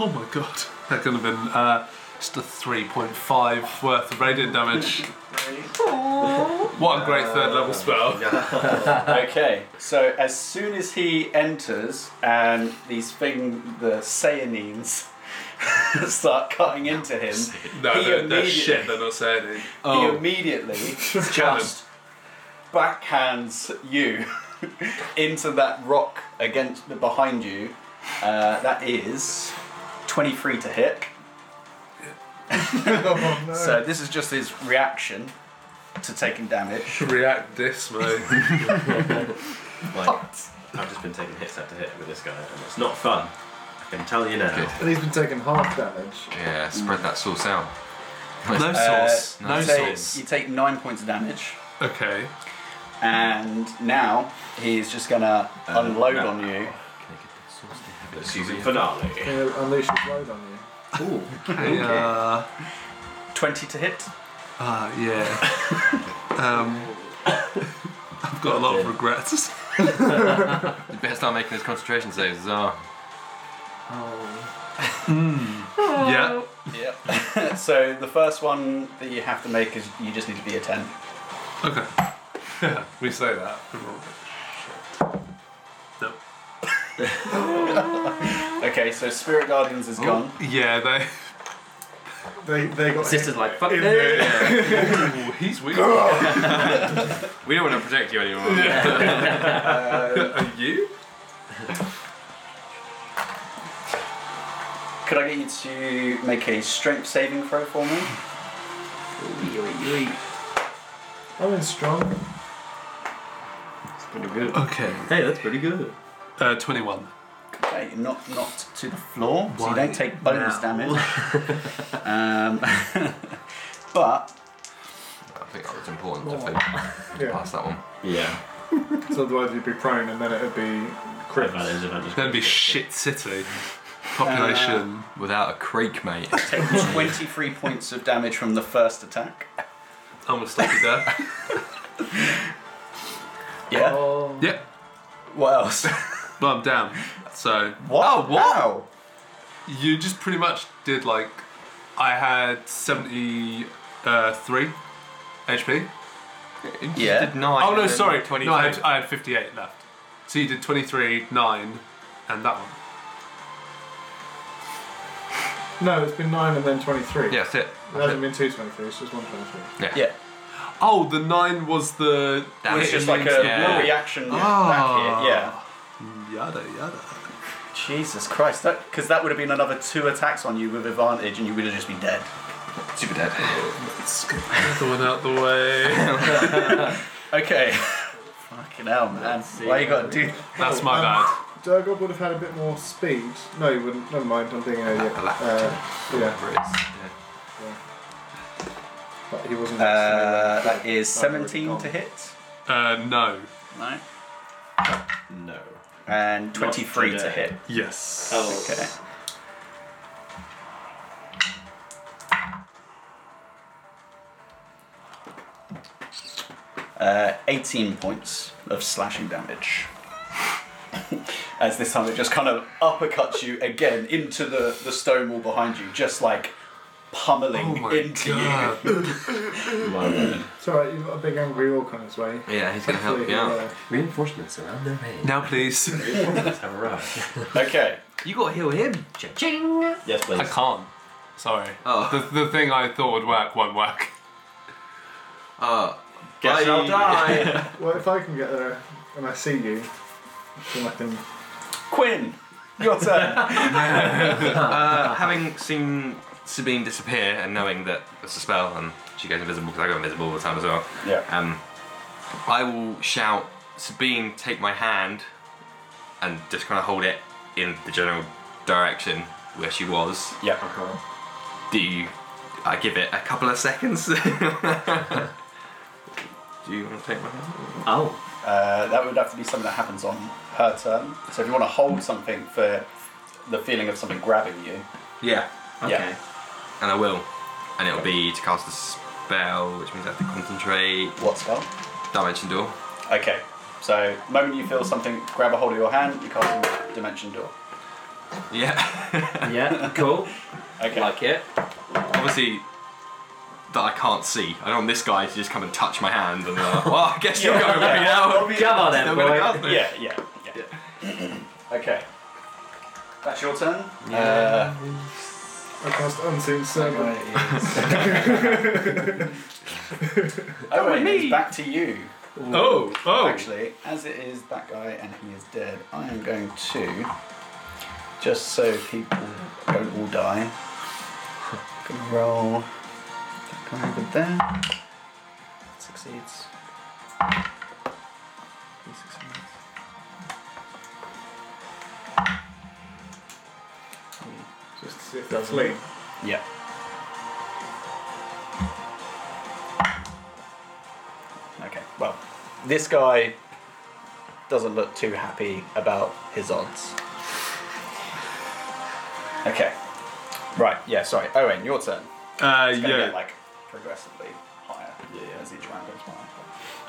Oh my god. That could have been uh, just a 3.5 worth of radiant damage. what a great third level spell.
Okay, so as soon as he enters and these thing, the Saiyanines start cutting into him,
No,
he
they're, they're
immediately-
shit, they're not saying it.
He immediately just backhands you into that rock against behind you. Uh, that is 23 to hit.
Oh,
So this is just his reaction to taking damage.
React this, mate.
Like, I've just been taking hits after hit with this guy, and it's not fun. I can tell you now.
Good.
And he's been taking half damage.
Yeah, spread that sauce out.
no sauce.
Uh,
no
you take-
sauce.
You take nine points of damage.
Okay.
and now he's just gonna unload on you.
Let's use it finale.
Can you unleash his load on you?
Okay. Uh,
20 to hit.
uh, yeah. um, I've got a lot of regrets.
You better start making those concentration uh, saves, Zara.
Oh.
yeah.
Yeah. so the first one that you have to make is you just need to be a 10.
Okay. Yeah, we say that. No.
Okay, so Spirit Guardians is gone.
Yeah, they.
They, they got
Sister's like, fuck
hit in
this.
the-
Ooh, he's weak. Are
We don't want to protect you anymore.
you?
Could I get you to make a strength saving throw for me?
I'm in strong.
Pretty good.
Okay.
Hey, that's pretty good.
Uh, 21.
Okay, you're not knocked to the floor, so you
Why
don't take bonus damage. um, but
I think that was important to pass
Yeah.
that one.
Yeah.
So otherwise you'd be prone and then it'd be crit.
Advantage, advantage.
That'd be shit city. Population.
Without a creek, mate.
take 23 points of damage from the first attack.
I'm gonna stop you there.
Yeah.
Oh.
yep.
What else?
Well, I'm down. So
What?
Oh, what?
How?
you just pretty much did like I had uh, 73 HP.
Yeah.
Did nine.
oh no,
and then
sorry.
23.
No, I had, I had 58 left. So you did 23, 9, and that one.
No, it's been 9 and then 23.
Yeah, that's it.
It hasn't been two twenty three. it's just one twenty three.
Yeah.
Oh, the 9 was the.
That
It's
was
just like a
Yeah.
reaction
Ah.
back here. Yeah.
Yada yada.
Jesus Christ, that because that would have been another two attacks on you with advantage, and you would have just been dead.
Super dead.
Let's get the other one out the way.
Okay. Fucking hell, man.
see.
Why you gotta do?
That's my
Um,
bad.
Durgob would have had a bit more speed. No, he wouldn't. Never mind, I'm being an idiot. Uh, yeah, but he wasn't.
Uh, that is 17 to hit.
Uh, no.
No.
No.
And 23 to
today.
hit.
Yes.
Oh.
Okay. Uh, 18 points of slashing damage. As this time it just kind of uppercuts you again into the, the stone wall behind you, just like
Oh
pummeling
my
into you.
god.
My word.
It's alright, you've got a big angry orc on his way.
Yeah, he's gonna help you out.
Yeah.
Reinforcements around the ring.
Now please.
Let's have a rough.
Okay.
You gotta heal him.
Cha-ching!
Yes, please.
I can't. Sorry.
Oh.
The, the thing I thought would work won't work.
Uh,
Guess I'll die.
Well, if I can get there and I see you, then I can.
Quinn, your turn.
uh, having seen Sabine disappear and knowing that it's a spell and she goes invisible because I go invisible all the time as well,
yeah.
um, I will shout, Sabine, take my hand, and just kind of hold it in the general direction where she was.
Yeah.
Do you? I give it a couple of seconds. Do you want to take my hand?
Oh.
Uh, that would have to be something that happens on her turn. So if you want to hold something for the feeling of something grabbing you,
Yeah.
Okay.
Yeah.
And I will. And it'll be to cast a spell, which means I have to concentrate.
what spell?
Dimension door.
Okay. So moment you feel something grab a hold of your hand, you cast dimension door.
Yeah.
Yeah. Cool.
Okay.
Like it.
Obviously, that I can't see. I don't want this guy to just come and touch my hand and uh, well, I guess you're going away now.
Obvi-
Come
Still
on then,
gonna
boy.
cast it.
yeah, yeah, yeah. okay. That's your turn.
I cast Unseen Servant.
Uh, Owen, it's back to you.
Oh, oh.
Actually, as it is that guy and he is dead, I am going to just so people don't all die. Gonna roll that guy over there. Succeeds. He succeeds.
Just to see if that's Lee.
Yeah. Okay, well, this guy doesn't look too happy about his odds. Okay. Right, yeah, sorry. Owen, your turn.
Uh,
It's gonna
yeah.
get like progressively higher as each round goes by.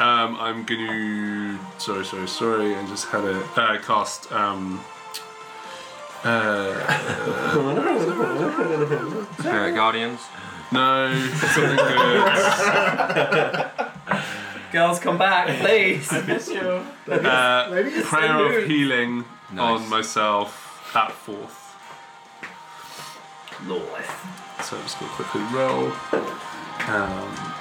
Um, I'm gonna sorry, sorry, sorry, and just had a uh, cast. Um, uh,
Uh, Guardians.
no, something good.
Girls, come back, please.
Uh,
Maybe it's
prayer of healing
Nice.
on myself at fourth.
North.
So I'm just gonna quickly roll. Um,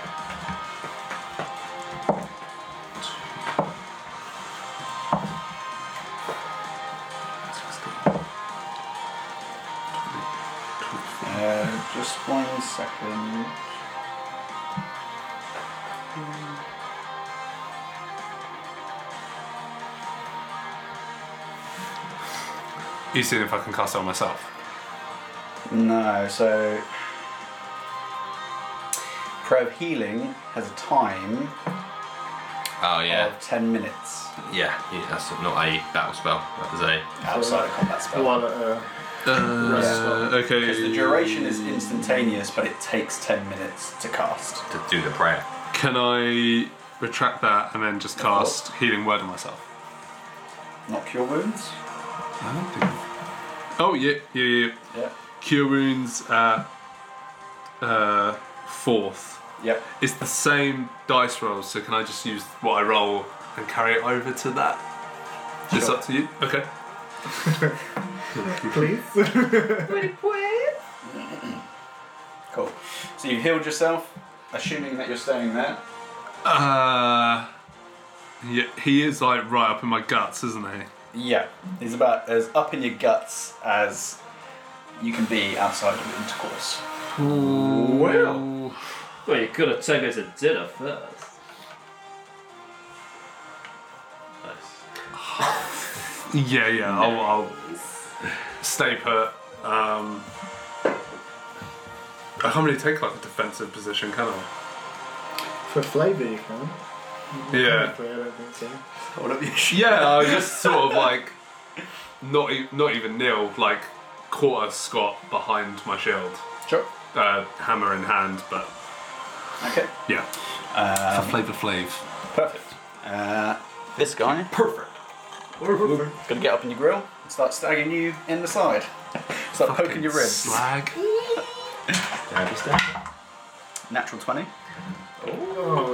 Uh, just one second.
you see if I can cast it on myself.
No, so prayer of healing has a time
Oh yeah,
of ten minutes
yeah. yeah, That's not a battle spell. That is a
outside of combat spell.
One, uh,
Uh,
Because the
okay.
duration is instantaneous, but it takes ten minutes to cast.
to do the prayer.
Can I retract that and then just cast healing word on myself?
Not cure wounds.
I don't think. Oh yeah, yeah, yeah.
Yeah.
Cure wounds at uh, fourth.
Yep.
It's the same dice roll, so can I just use what I roll and carry it over to that? It's up to you. Okay.
please.
Cool. So you've healed yourself, assuming that you're staying there.
Uh, yeah, he is like right up in my guts, isn't he?
Yeah. He's about as up in your guts as you can be outside of intercourse.
Well.
Well, you could have taken her to dinner first.
Yeah, yeah. I'll, I'll stay put. Um, I can't really take like a defensive position, can I?
For flavour, you can.
Yeah.
Technically, I don't think so.
All of you.
Yeah, I was just sort of like not e- not even nil, like quarter squat behind my shield,
Sure.
uh, hammer in hand, but
Okay.
yeah.
Um,
Uh, Flavor Flav.
Perfect. Uh, this guy. Perfect. Gonna get up in your grill and start stagging you in the side. Start poking your ribs.
Slag.
Natural 20.
Oh,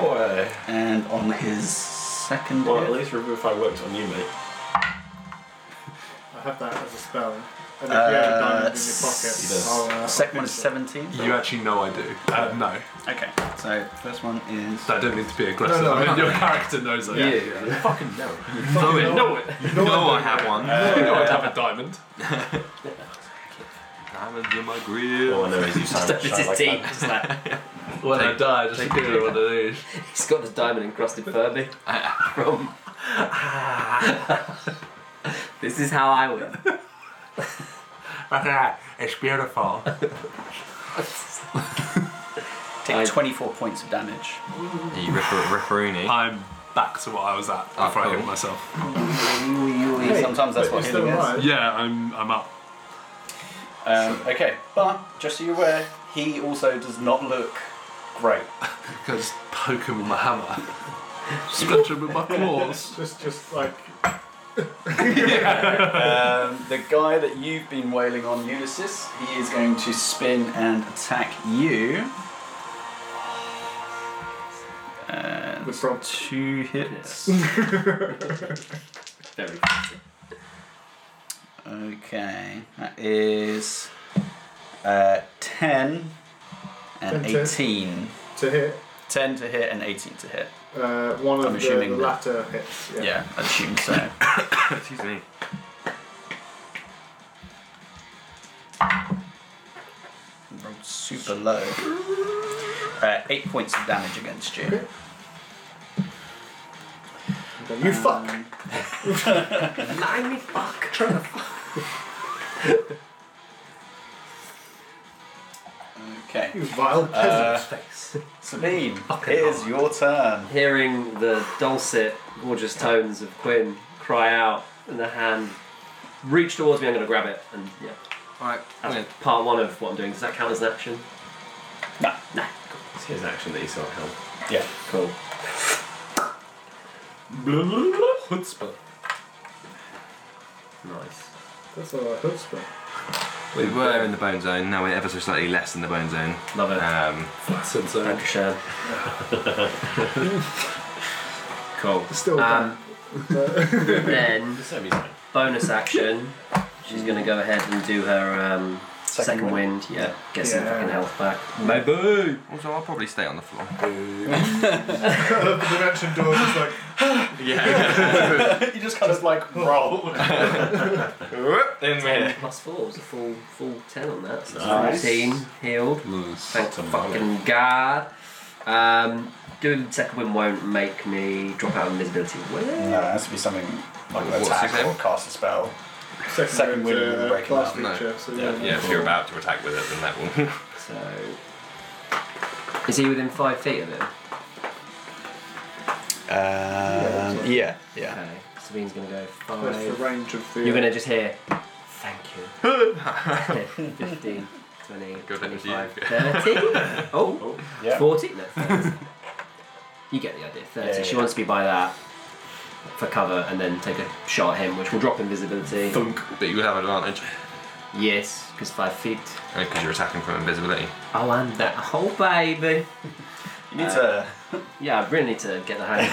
Boy.
And on his second
Well, at
hit-
least Revivify worked on you, mate.
I have that as a spell. And if you have a
Uh,
diamond in your pocket,
does.
I'll, uh,
second one is 17.
You actually know I do. Uh, no,
Okay, so first one is.
I don't need to be aggressive. I mean, your character knows I do.
Fucking no.
No, it.
Know it.
No, I Uh, have one.
you know I have a diamond.
Diamonds in my grill.
All I know is you sound
This
shy
is
like
deep.
that.
It's like,
When I die, just give me one of these.
he's got this diamond encrusted Furby from. this is how I win.
it's beautiful.
Take
I-
24 points of damage.
You ripper, ripperoonie.
I'm back to what I was at before I hit
cool.
myself.
Hey,
Sometimes that's
but
what
you're still
healing is.
alive.
Yeah, I'm. I'm up.
Um, okay, but just so you're aware, he also does not look great.
I just poke him with my hammer. Split him with my claws.
Just, just like
Um, the guy that you've been wailing on, Ulysses, he is going to spin and attack you. And
the prompt.
two hits.
Very
Okay, that is uh, 10 and
Ten to-
18.
to hit.
10 to hit and 18 to hit.
Uh, one of
I'm
the,
assuming
the
that-
latter hits. Yeah.
Yeah, I assume so.
Excuse me.
Rolled super low. Uh, 8 points of damage against you.
Go, You fuck.
Limey fuck.
Okay.
You vile
Uh,
peasant.
Sabine, it is your turn.
Hearing the dulcet, gorgeous tones of Quinn cry out, and the hand reach towards me. I'm going to grab it, and yeah,
Alright,
That's
wait.
part one of what I'm doing. Does that count as an action?
It's his action that he saw help.
Yeah.
Cool.
Chutzpah.
Nice.
That's a lot of chutzpah.
We
We're
were
in the bone zone. Now we're ever so slightly less in the bone zone.
Love it.
Um,
Thank
flattened zone.
you, Shan. cool.
Still
Um, then
It's so easy.
bonus action. She's going to go ahead and do her um, second, wind. Yeah, get some
Yeah.
fucking health back. Maybe.
also, I'll probably stay on the floor.
the dimension door just like
you just kind of like roll.
Plus four was a full full ten on that. So
Nice. Hmm,
Fourteen healed.
Nice.
Thanks fucking god. Um, doing the second wind won't make me drop out of invisibility.
No,
Well,
it has to be something like an
What's his
attack
name?
or cast a spell.
second,
Second wind
uh,
will break him
class
up.
feature. So yeah,
Yeah, if you're about to attack with it, then that will.
So, is he within five feet of him?
Um, yeah, yeah.
Okay, Sabine's gonna go
That's the
five.
range of the.
You're gonna just hear, thank you. 15, 20,
Good energy.
25, 30. Oh,
Yeah.
40. No, 30. You get the idea. 30.
Yeah,
she
yeah.
wants to be by that for cover and then take a shot at him, which will drop invisibility.
But you will have advantage.
Yes, because five feet.
Because you're attacking from invisibility.
Oh, and that whole baby.
You need to.
Yeah, I really need to get the hang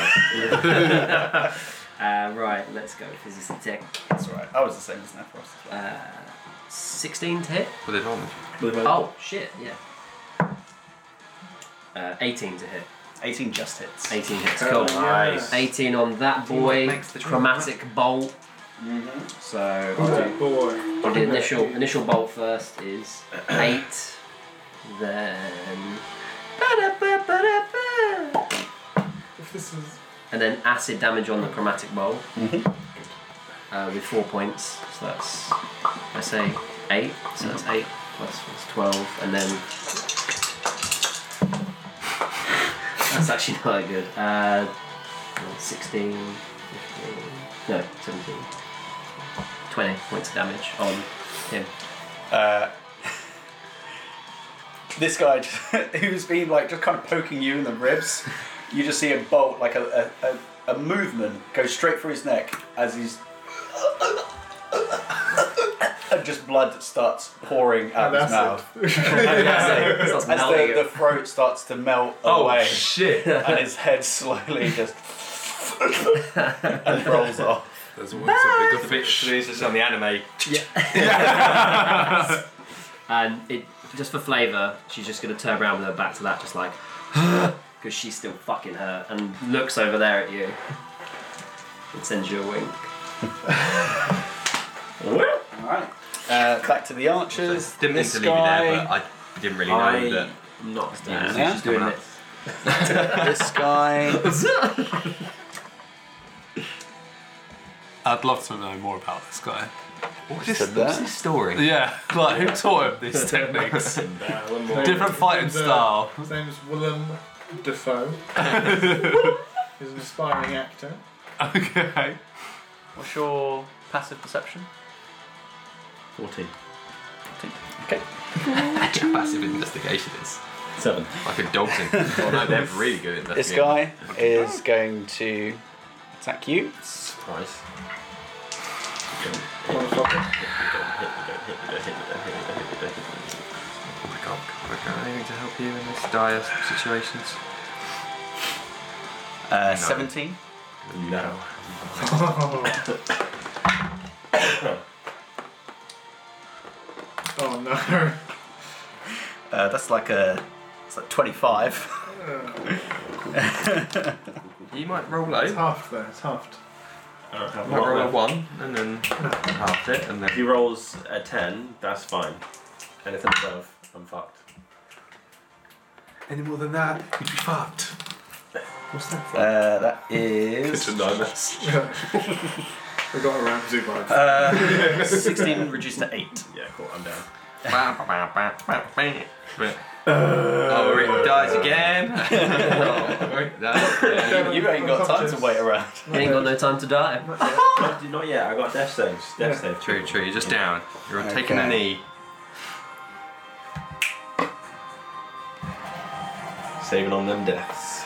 of it. uh, right, let's go. Physics attack.
That's all right. I was the same as Nephros. as well.
Uh, 16 to hit.
With advantage.
Oh, shit, yeah. Uh, 18 to hit.
18 just hits.
18 hits,
Oh,
cool.
nice.
18 on that boy.
makes the dream
Chromatic bolt. So, I'll do-
uh, boy.
Well, the initial initial bolt first is eight, then Ba-da-ba-ba-da-ba.
If this is
and then acid damage on the chromatic bolt uh, with four points. So that's I say eight. So that's eight plus that's twelve, and then that's actually not that good. Uh, 16, 15, no, 17, 20 points of damage on him.
Uh, this guy just, who's been like just kind of poking you in the ribs, you just see a bolt, like a, a, a, a movement, go straight through his neck as he's. and just blood starts pouring out of his mouth.
an acid.
That's
As
melting
the,
it.
the throat starts to melt away
shit!
and his head slowly just. and rolls off.
There's always a bigger
Which
fish.
is on the anime.
and it just for flavour, she's just gonna turn around with her back to that, just like because she's still fucking hurt, and looks over there at you. It sends you a wink.
Alright. Uh, back to the archers.
Didn't mean
this
to leave you
guy.
there, but I didn't really know that.
Not
Yeah,
Yeah.
she's doing it.
this guy.
I'd love to know more about this guy.
What's his,
Said
what's
that.
his story?
Yeah, like who taught him these techniques? Different fighting
His name's, uh,
style.
His name's Willem Defoe. He's an aspiring actor.
Okay.
What's your passive perception?
14.
Passive investigation is.
7.
Like a dog's in. oh no, they're really good at
This
investigating.
guy is going to attack you.
Surprise.
Motherfucker.
I can't, I can't anything to help you in this dire situations.
Uh, 17.
No.
Oh no.
Uh, that's like a. It's like 25.
You might roll low.
It's half there, it's half.
You might roll a one and then half it and
If
then.
he rolls a 10, that's fine. Anything above, I'm fucked.
Any more than that, you'd be fucked.
Uh, that is.
Kitchen nightmares.
We got a Ramsey vibe.
Uh, 16 reduced to 8.
Yeah, cool, I'm down.
oh, it dies again. oh, it dies again.
You ain't got time to wait around.
You ain't got no time to die.
not, not yet, I got death saves. Death save.
True, true. You're just down. You're taking a
Okay.
knee.
saving on them deaths.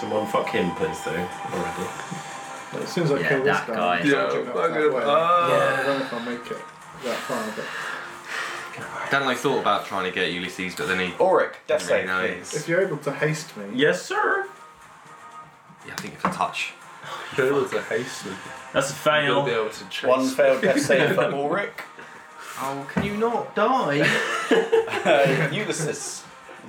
Someone fuck him, please, though, already.
As soon as I
Yeah,
kill this
that guy.
guy,
Yeah,
I'm
Oh,
that
fucking-
way.
ah.
I don't know if I'll make it that far, but
Danilo thought about trying to get Ulysses, but then he.
Auric, death
Very
save,
nice.
please.
if you're able to haste me,
Yes, sir!
Yeah, I think it's a touch.
You're able to haste me.
That's a
You're gonna be
fail.
able to chase.
One failed death save for Ulrich.
Oh, can you not die?
Uh, Ulysses.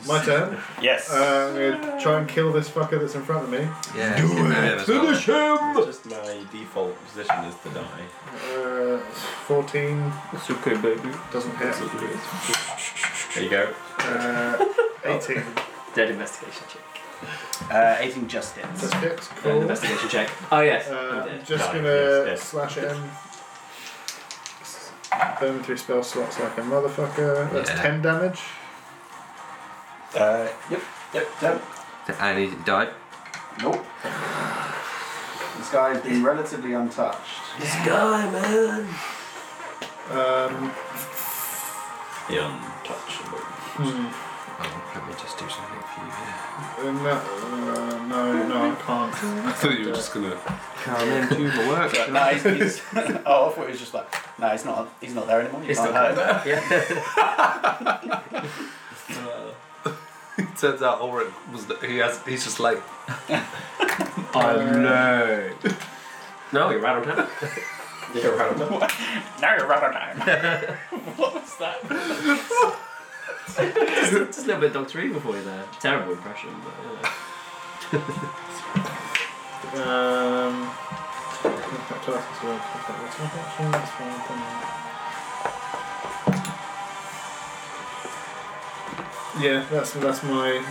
my turn.
Yes.
Um,
Uh, I'm gonna try and kill this fucker that's in front of me.
yeah. Do it.
Finish him!
Just my default position is to die.
Uh, 14
It's okay, baby.
doesn't hit.
There you go.
Uh, 18
Dead investigation check.
Uh, 18 just hits.
just hits.
Dead
Cool.
investigation check. Oh yes.
Uh,
I'm
I'm
dead.
just
Right,
gonna
yes, yes.
slash at him. Burn through spell slots like a motherfucker. That's
Yeah.
10 damage.
Uh, yep, yep, yep.
And he died.
Nope. This guy's been relatively untouched.
This guy, man.
Um,
The untouchable.
Oh, let me just do something for you here.
and that- uh, no, no, I can't.
I thought you were just gonna.
Come in, do the work.
But no, he's, he's oh, I thought he was just like, no, he's not. He's not there anymore. You
He's
can't
not
hurt him.
It turns out Ulrich was. He has. He's just late.
Uh,
No, you're right on time.
Now you're running time.
Just a little bit of Doctor Evil for you there. Terrible impression. But, you know.
Um, contact classes, well, contact with some action, that's fine, then- Yeah, that's that's my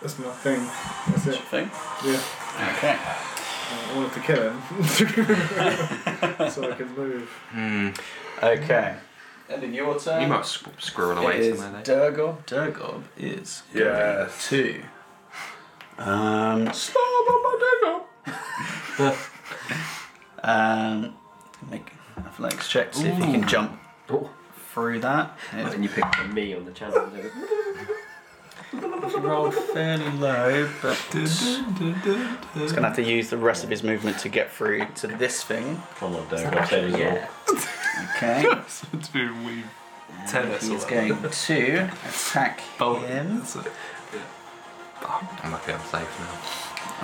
that's my thing. That's it.
Thing.
Yeah, Uh,
Okay.
I wanted to kill him so I can move.
Hmm.
Okay. End of your turn.
You might squ- squirrel
It
away
is
somewhere there.
Durgob. Durgob is yeah two. Um, slow on my Durgob. um, make an athletics check to see if he can jump
Oh,
through that. It's
and you picked up me on the channel. didn't you?
rolled fairly low, but he's gonna have to use the rest of his movement to get through to this thing.
Come on, Derek. I'll save us
yeah.
Okay.
to do we tennis or
He's
whatever.
going to attack
Bowling.
him.
That's it.
Oh, I'm lucky I'm safe now.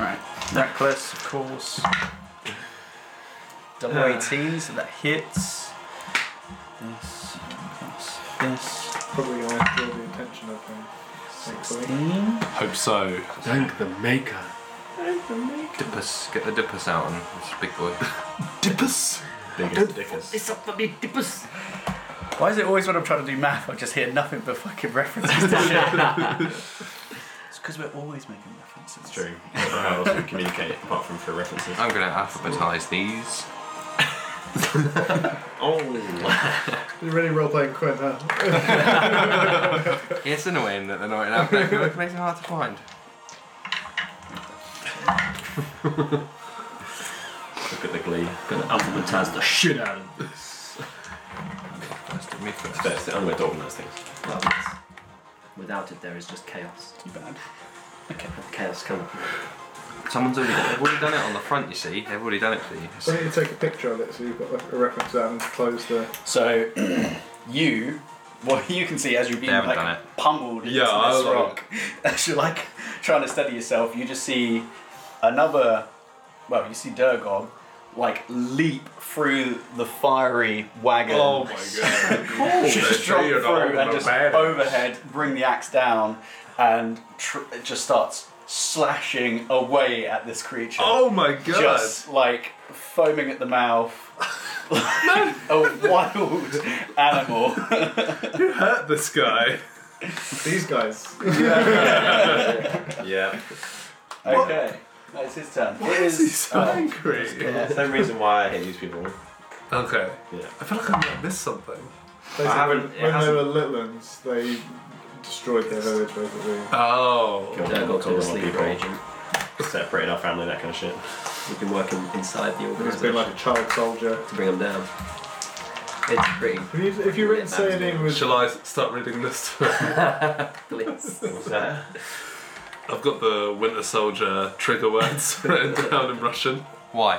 Right. Reckless, of course. Double 18, so that hits. This, plus this,
Probably going to draw the attention of him. Thankfully.
16.
Hope so.
Thank the maker.
Dip us, get the dippers out on this big boy.
Dippus.
all. Biggest dickers.
It's up for me, Dippus.
Why is it always when I'm trying to do math, I just hear nothing but fucking references to shit? it's because we're always making references.
It's true. I don't know How else we communicate apart from for references?
I'm gonna alphabetize these.
Oh,
You're really role playing Quinn, huh?
It's annoying that they're not in alphabetical order, it makes it hard to find.
look at the glee.
Gonna alphabetize the shit out of this.
First, do me first.
That's the only way to organise things.
Well, it's- Without it, there is just chaos.
Too bad.
Chaos coming.
Someone's already, they've already done it on the front, you see. They've already done it for you.
Why don't you take a picture of it so you've got like, a reference to that and close the.
So, you, well, you can see as you're being
haven't
like
done it.
pummeled into
Yeah, I
this
was like-
rock, as you're like trying to steady yourself, you just see another, well, you see Durgob like leap through the fiery wagon.
Oh my god. Cool.
just drop through and just overhead, bring the axe down, and tr- it just starts slashing away at this creature.
Oh my god.
Just like foaming at the mouth. like a wild animal.
Who hurt this guy?
These guys.
Yeah.
Okay. No, it's his turn. It is.
He's so
oh,
angry.
yeah. Same reason why I hate these people.
Okay.
Yeah.
I feel like I might miss something.
Basically,
haven't- it
when they
hasn't-
were little ones, they destroyed their village basically.
Oh.
Don't go to
Cool
the sleeper
people.
agent.
Separating our family, that kind of shit.
We've been working inside the
He's been like
organisation
a child soldier.
to bring them down. It's pretty.
If you, if you written say in English,
Shall I s- start reading this?
Please.
What's that?
I've got the Winter Soldier trigger words written down in Russian.
Why?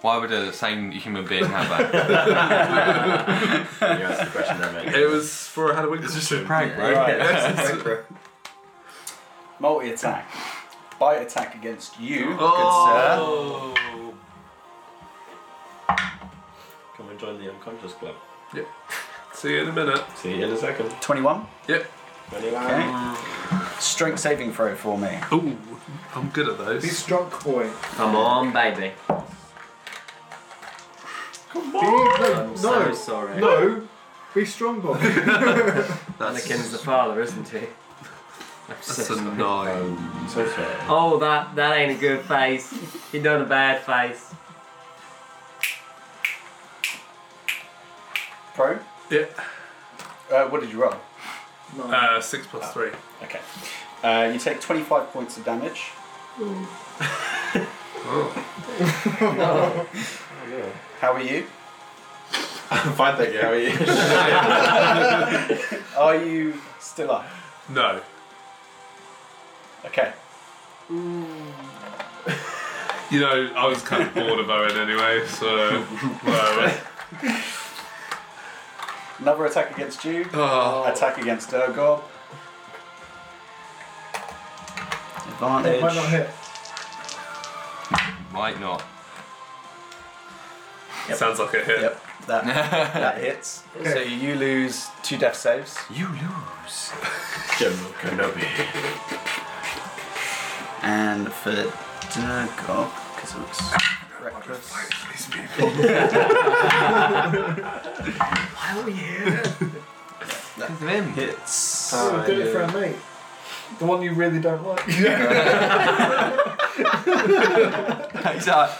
Why would a sane human being have that?
You answered the question there, mate.
It was for a Halloween costume.
Prank, bro.
Multi attack. Bite attack against you,
Oh.
Come and join the unconscious club.
See you in a minute.
See you in a second.
good sir. 21.
Yep.
Okay. Strength saving throw for me.
Ooh, I'm good at those.
be struck boy.
Come on, baby.
Do you need- no,
I'm so
no,
sorry.
no, be strong boy.
Anakin's the father, isn't he? I'm so
That's a
sorry.
nine.
So sorry.
Oh, that that ain't a good face. He done a bad face.
Pro?
Yeah.
Uh, what did you roll?
No.
Uh, six plus three.
Okay. Uh, you take 25 points of damage. How are you?
I'm fine, thank you. How
Are
are you?
you still up?
No.
Okay.
You know, I was kind of bored of Owen anyway, so. whatever.
Another attack against you.
Oh,
Attack against Durgob. Advantage.
It might not hit.
Might not.
Sounds like a hit.
Yep, that, that hits. So you lose two death saves.
You lose.
General Kenobi.
And for Durgob, because it looks reckless.
Why are we here?
Because of him.
Hits.
Oh, did it for a mate. The one you really don't like.
He's like,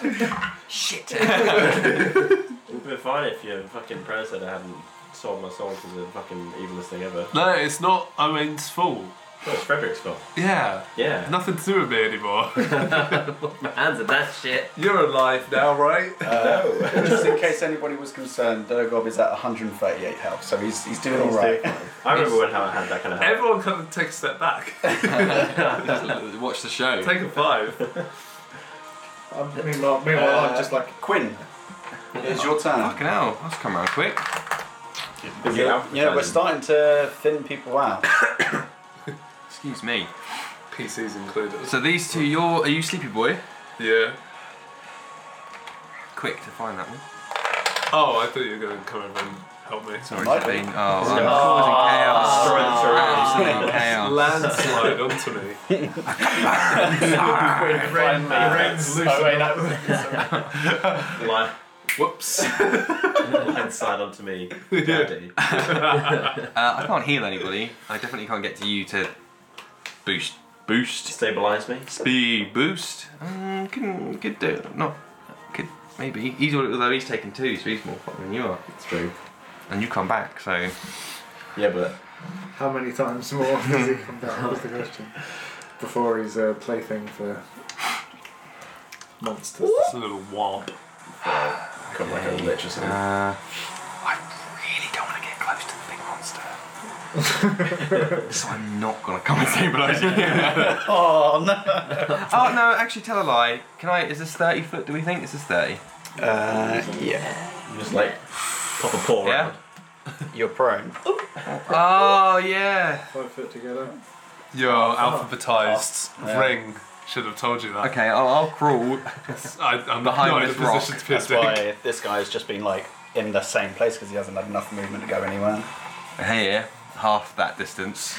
shit.
It would have been fine if your fucking predator hadn't sold my soul to the fucking evilest thing ever.
No, it's not Owen's fault.
No, it's Frederick's fault.
Yeah.
Yeah.
Nothing to do with me anymore.
My hands are that shit.
You're alive now, right?
Just in case anybody was concerned, Durgob is at 138 health, so he's, he's doing alright.
I remember when Howard had that kind of help.
Everyone kind of take a step back.
Watch the show.
take a five.
I mean, meanwhile, meanwhile
Uh,
I'm just like,
Quinn, it is your turn.
Fucking hell, that's come around quick.
Yeah, yeah, we're starting to thin people out.
Excuse me.
PCs included.
So these two, you're, are you sleepy boy?
Yeah.
Quick to find that one.
Oh, I thought you were going to come over and help me.
Sorry,
Might
Sabine.
be.
Oh,
Oh.
wow.
Destroy the
causing chaos.
surroundings.
Absolute chaos.
Landslide onto me.
Ah.
rain, rain, loose.
Oh, wait, that Line,
Whoops.
line side onto me. Daddy.
Uh, I can't heal anybody. I definitely can't get to you to boost. Boost.
Stabilise me.
Speed boost. Um, can could do not could maybe. He's al- although he's taken two, so he's more fucked than you are.
It's true.
And you come back, so uh,
Yeah, but
how many times more does he come down? That was the question. Before he's a plaything for monsters.
It's a little womp.
come uh, like a lich or something.
uh, I really don't want to get close to the big monster. so I'm not gonna come and stabilize you.
Oh, no.
oh no, actually tell a lie. Can I is this thirty foot do we think? Is this thirty?
Uh, yeah,
You just like pop a paw
Yeah?
around.
you're prone.
Oh yeah.
Five foot together.
Your alphabetized ring should have told you that.
Okay, I'll, I'll crawl.
I, I'm
Behind
not in a
this rock.
position to be a
That's why this guy's just been like in the same place because he hasn't had enough movement to go anywhere.
Here, half that distance.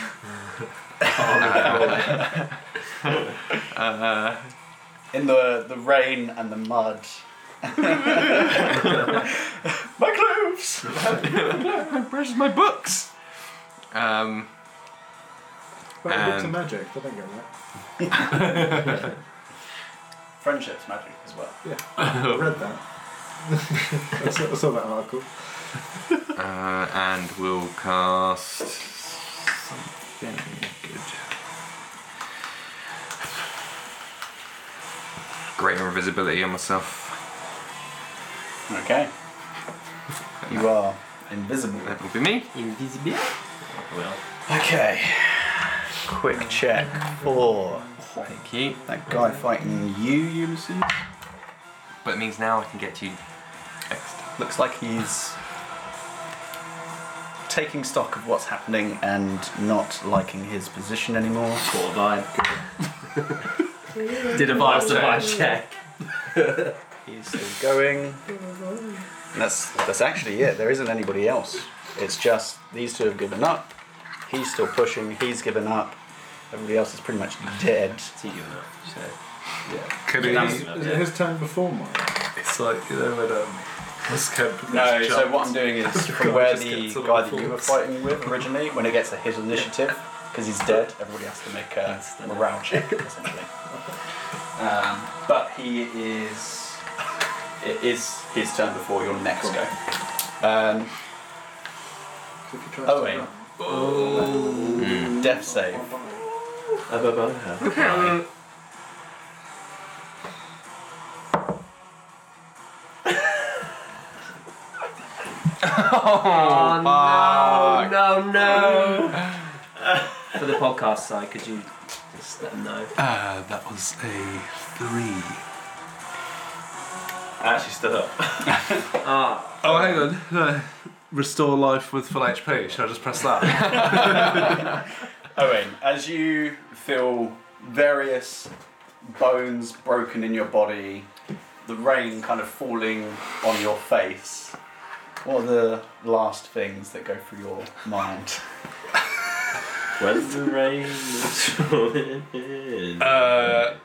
In the the rain and the mud. My clothes.
Where's my books? Um,
But it looks
And-
magic. I don't get that.
Friendship's magic as well.
I read that. I, saw, I saw that article.
uh, and we'll cast something good. Greater invisibility on myself.
Okay. You are invisible.
That will be me.
Invisible.
Well,
Okay. Quick check for
thank you.
that guy fighting you, Ulysses.
But it means now I can get you next.
Looks like he's taking stock of what's happening and not liking his position anymore.
Caught a vibe. Did a vibe survive check.
He's still going. And that's that's actually it. There isn't anybody else. It's just these two have given up. He's still pushing. He's given up. Everybody else is pretty much dead.
He given up. So
Can
Is,
he?
is it his turn before mine?
It's like you know when um, what's Kemp?
No, so what I'm doing is from
God,
where
just
the
get to the
guy that you were
performance.
fighting with originally, when it gets to his initiative, because he's dead, everybody has to make a morale check, essentially. Um, but he is. It is his turn before your next go. Um, oh, wait. Death save.
Oh, no, no, no. For the podcast side, could you just let them know?
Uh, that was a three.
I actually stood up.
Ah,
Oh, hang on. No. Restore life with full HP. Should I just press that?
Owen, as you feel various bones broken in your body, the rain kind of falling on your face, what are the last things that go through your mind?
When the rain is falling.
uh,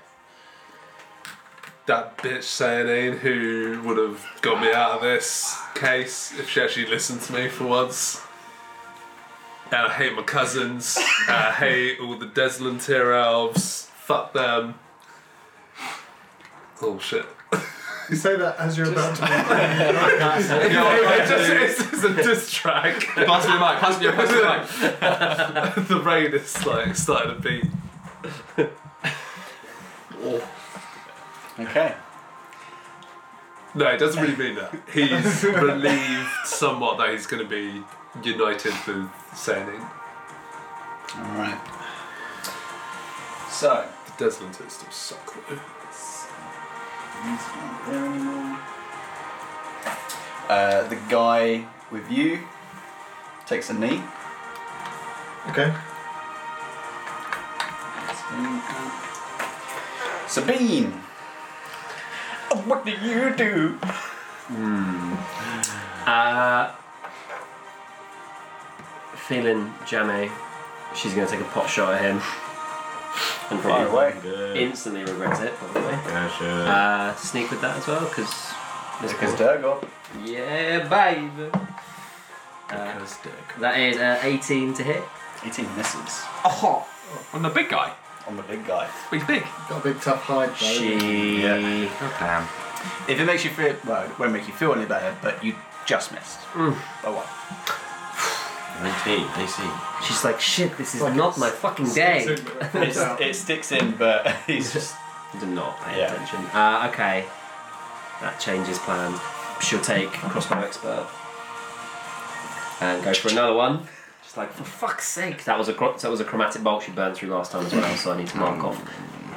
that bitch Sayonine who would have got me out of this case if she actually listened to me for once. And I hate my cousins. I hate all the Deslan tier elves. Fuck them. Oh shit.
You say that as you're about to make
it's, just, it's, it's a diss track.
Pass me the mic. Pass me the mic. Pass me the mic.
the rain is like starting to beat.
Okay.
No, it doesn't really mean that. He's relieved somewhat that he's going to be united with Sanin.
Alright. So,
The Deslanders still suck though.
he's not there anymore. Uh, the guy with you takes a knee.
Okay.
Sabine! What do you do?
uh, feeling jammy. She's going to take a pot shot at him. And
Fire
probably
away.
Good.
instantly regret it, probably.
Yeah, sure.
Ah.
Uh, sneak with that as well, because there's
Because Durgor.
Yeah, babe. Uh, that is uh, 18 to hit.
18 E misses
Oh, I'm the big guy.
on the big guy.
But he's big.
got a big tough hide though.
She.
God damn.
If it makes you feel, well, it won't make you feel any better, but you just missed. Oh, By one.
19, AC.
She's like, shit, this is
Like
not
it's-
my fucking
Sticks
day.
in, but it falls out.
It sticks in, but he's just.
Did not pay
Yeah.
attention. Uh, okay. That changes plans. She'll take crossbow expert. And go for another one. Just like, for fuck's sake. That was a cro- that was a chromatic bolt she burned through last time as well, so I need to mark off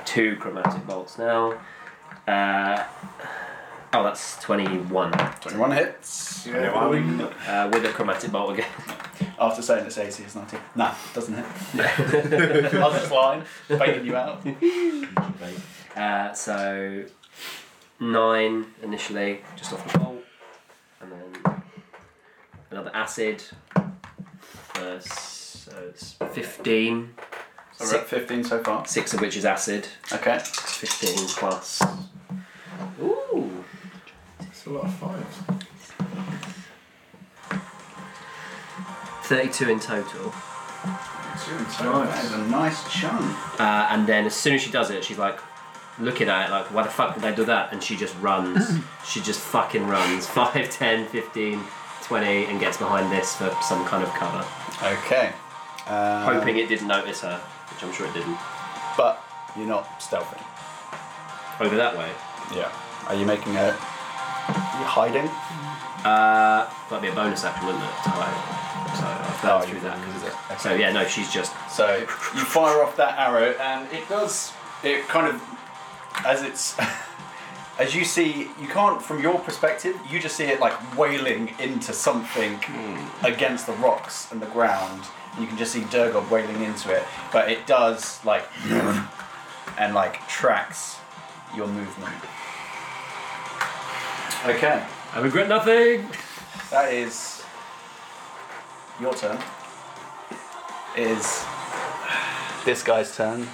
two chromatic bolts now. Uh, oh, that's 21.
21 hits.
Yeah, boing.
Uh, with a chromatic bolt again.
After saying it's 80, it's 90. Nah, doesn't hit. I was just lying, baiting you out.
Uh, so nine initially, just off the bolt, and then another acid. Uh, so it's fifteen.
So we're at 15 so far.
Six of which is acid.
Okay.
Fifteen plus. Ooh.
It's a lot of fives.
32 in total.
That is a nice chunk.
Uh, and then as soon as she does it, she's like looking at it like, why the fuck did they do that? And she just runs. she just fucking runs. 5, 10, 15, 20, and gets behind this for some kind of cover.
Okay. Uh,
hoping it didn't notice her, which I'm sure it didn't.
But you're not stealthing.
Over that way.
Yeah. Are you making a. You're hiding?
Uh, that'd be a bonus action, wouldn't it? to hide? So I've
Oh,
gone through that. 'cause it's- So yeah, no, she's just
So you fire off that arrow, and it does. It kind of, as it's, as you see, you can't from your perspective. You just see it like wailing into something against the rocks and the ground. And you can just see Durgob wailing into it, but it does like and like tracks your movement. Okay,
I regret nothing.
that is your turn. It is this guy's turn.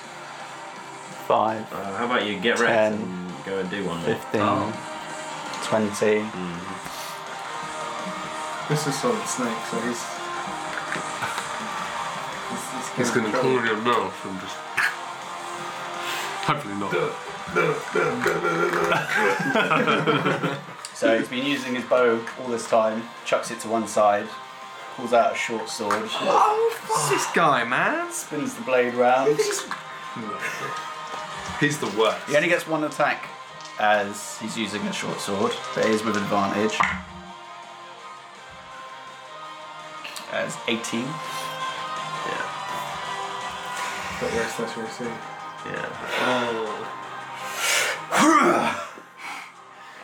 Five.
Uh, how about you get
Ten.
wrecked and go and do one?
15, 20.
This is Solid Snake, so he's. he's-
He's going to
trouble.
call your mouth and just. Hopefully not.
So he's been using his bow all this time, chucks it to one side, pulls out a short sword,
What's this guy, man?
spins the blade round.
He's the worst.
He only gets one attack as he's using a short sword, but it is with advantage. As 18.
But yes, that's what I see.
Yeah.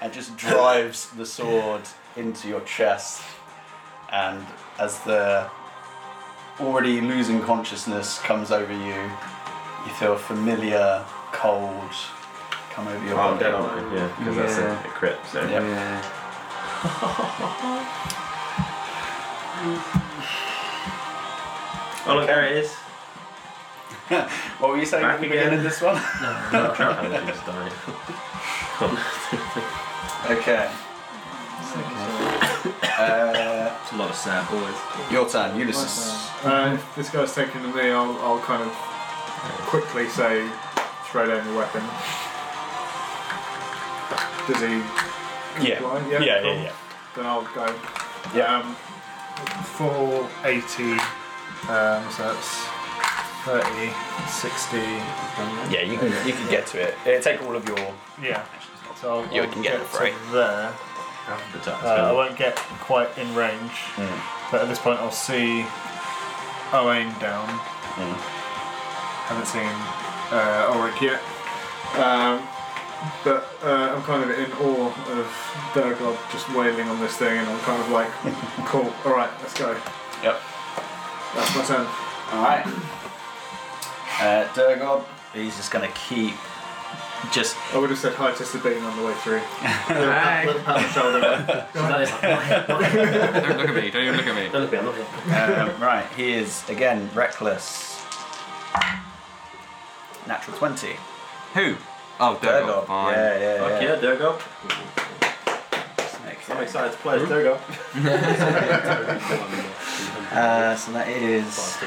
and just drives the sword into your chest. And as the already losing consciousness comes over you, you feel familiar cold come over your
Oh, I'm
body.
dead, aren't I? Yeah, because that's a, a crit, so.
Yep.
Oh, look, there it is.
What were you saying
Back
at the
again.
beginning of this one?
No, trap had just died.
okay. uh,
It's a lot of sad boys.
your turn, Ulysses.
Uh, if this guy's taking the knee, I'll, I'll kind of quickly say, throw down your weapon. Does he
Yeah.
blind?
Yeah, yeah,
cool.
yeah.
Then I'll go.
Yeah.
Um, 480, um, so that's 30, 60.
Yeah, you can you can get to it. It'll take all of your
Yeah. So I'll,
You
I'll
can get it
to
free.
there.
Half the time.
Uh, I won't get quite in range, but at this point I'll see Owain down.
Haven't seen uh, Ulrich yet. Um, but uh, I'm kind of in awe of Durgob just wailing on this thing, and I'm kind of like, cool, alright, let's go.
Yep.
That's my turn.
Alright. Uh, Durgob, he's just gonna keep just
I would have said hi to Sabine on the way through. Hi. With a pat on the shoulder.
That is
Don't look at me. Don't even look at me.
Don't look at me, I'm not here.
um, right, he is again reckless. Natural 20.
Who? Oh, Durgob.
Durgob.
Fine.
Yeah, yeah,
Fuck
yeah.
yeah, Durgo.
Okay.
I'm excited to play as Durgo.
Uh, so that is.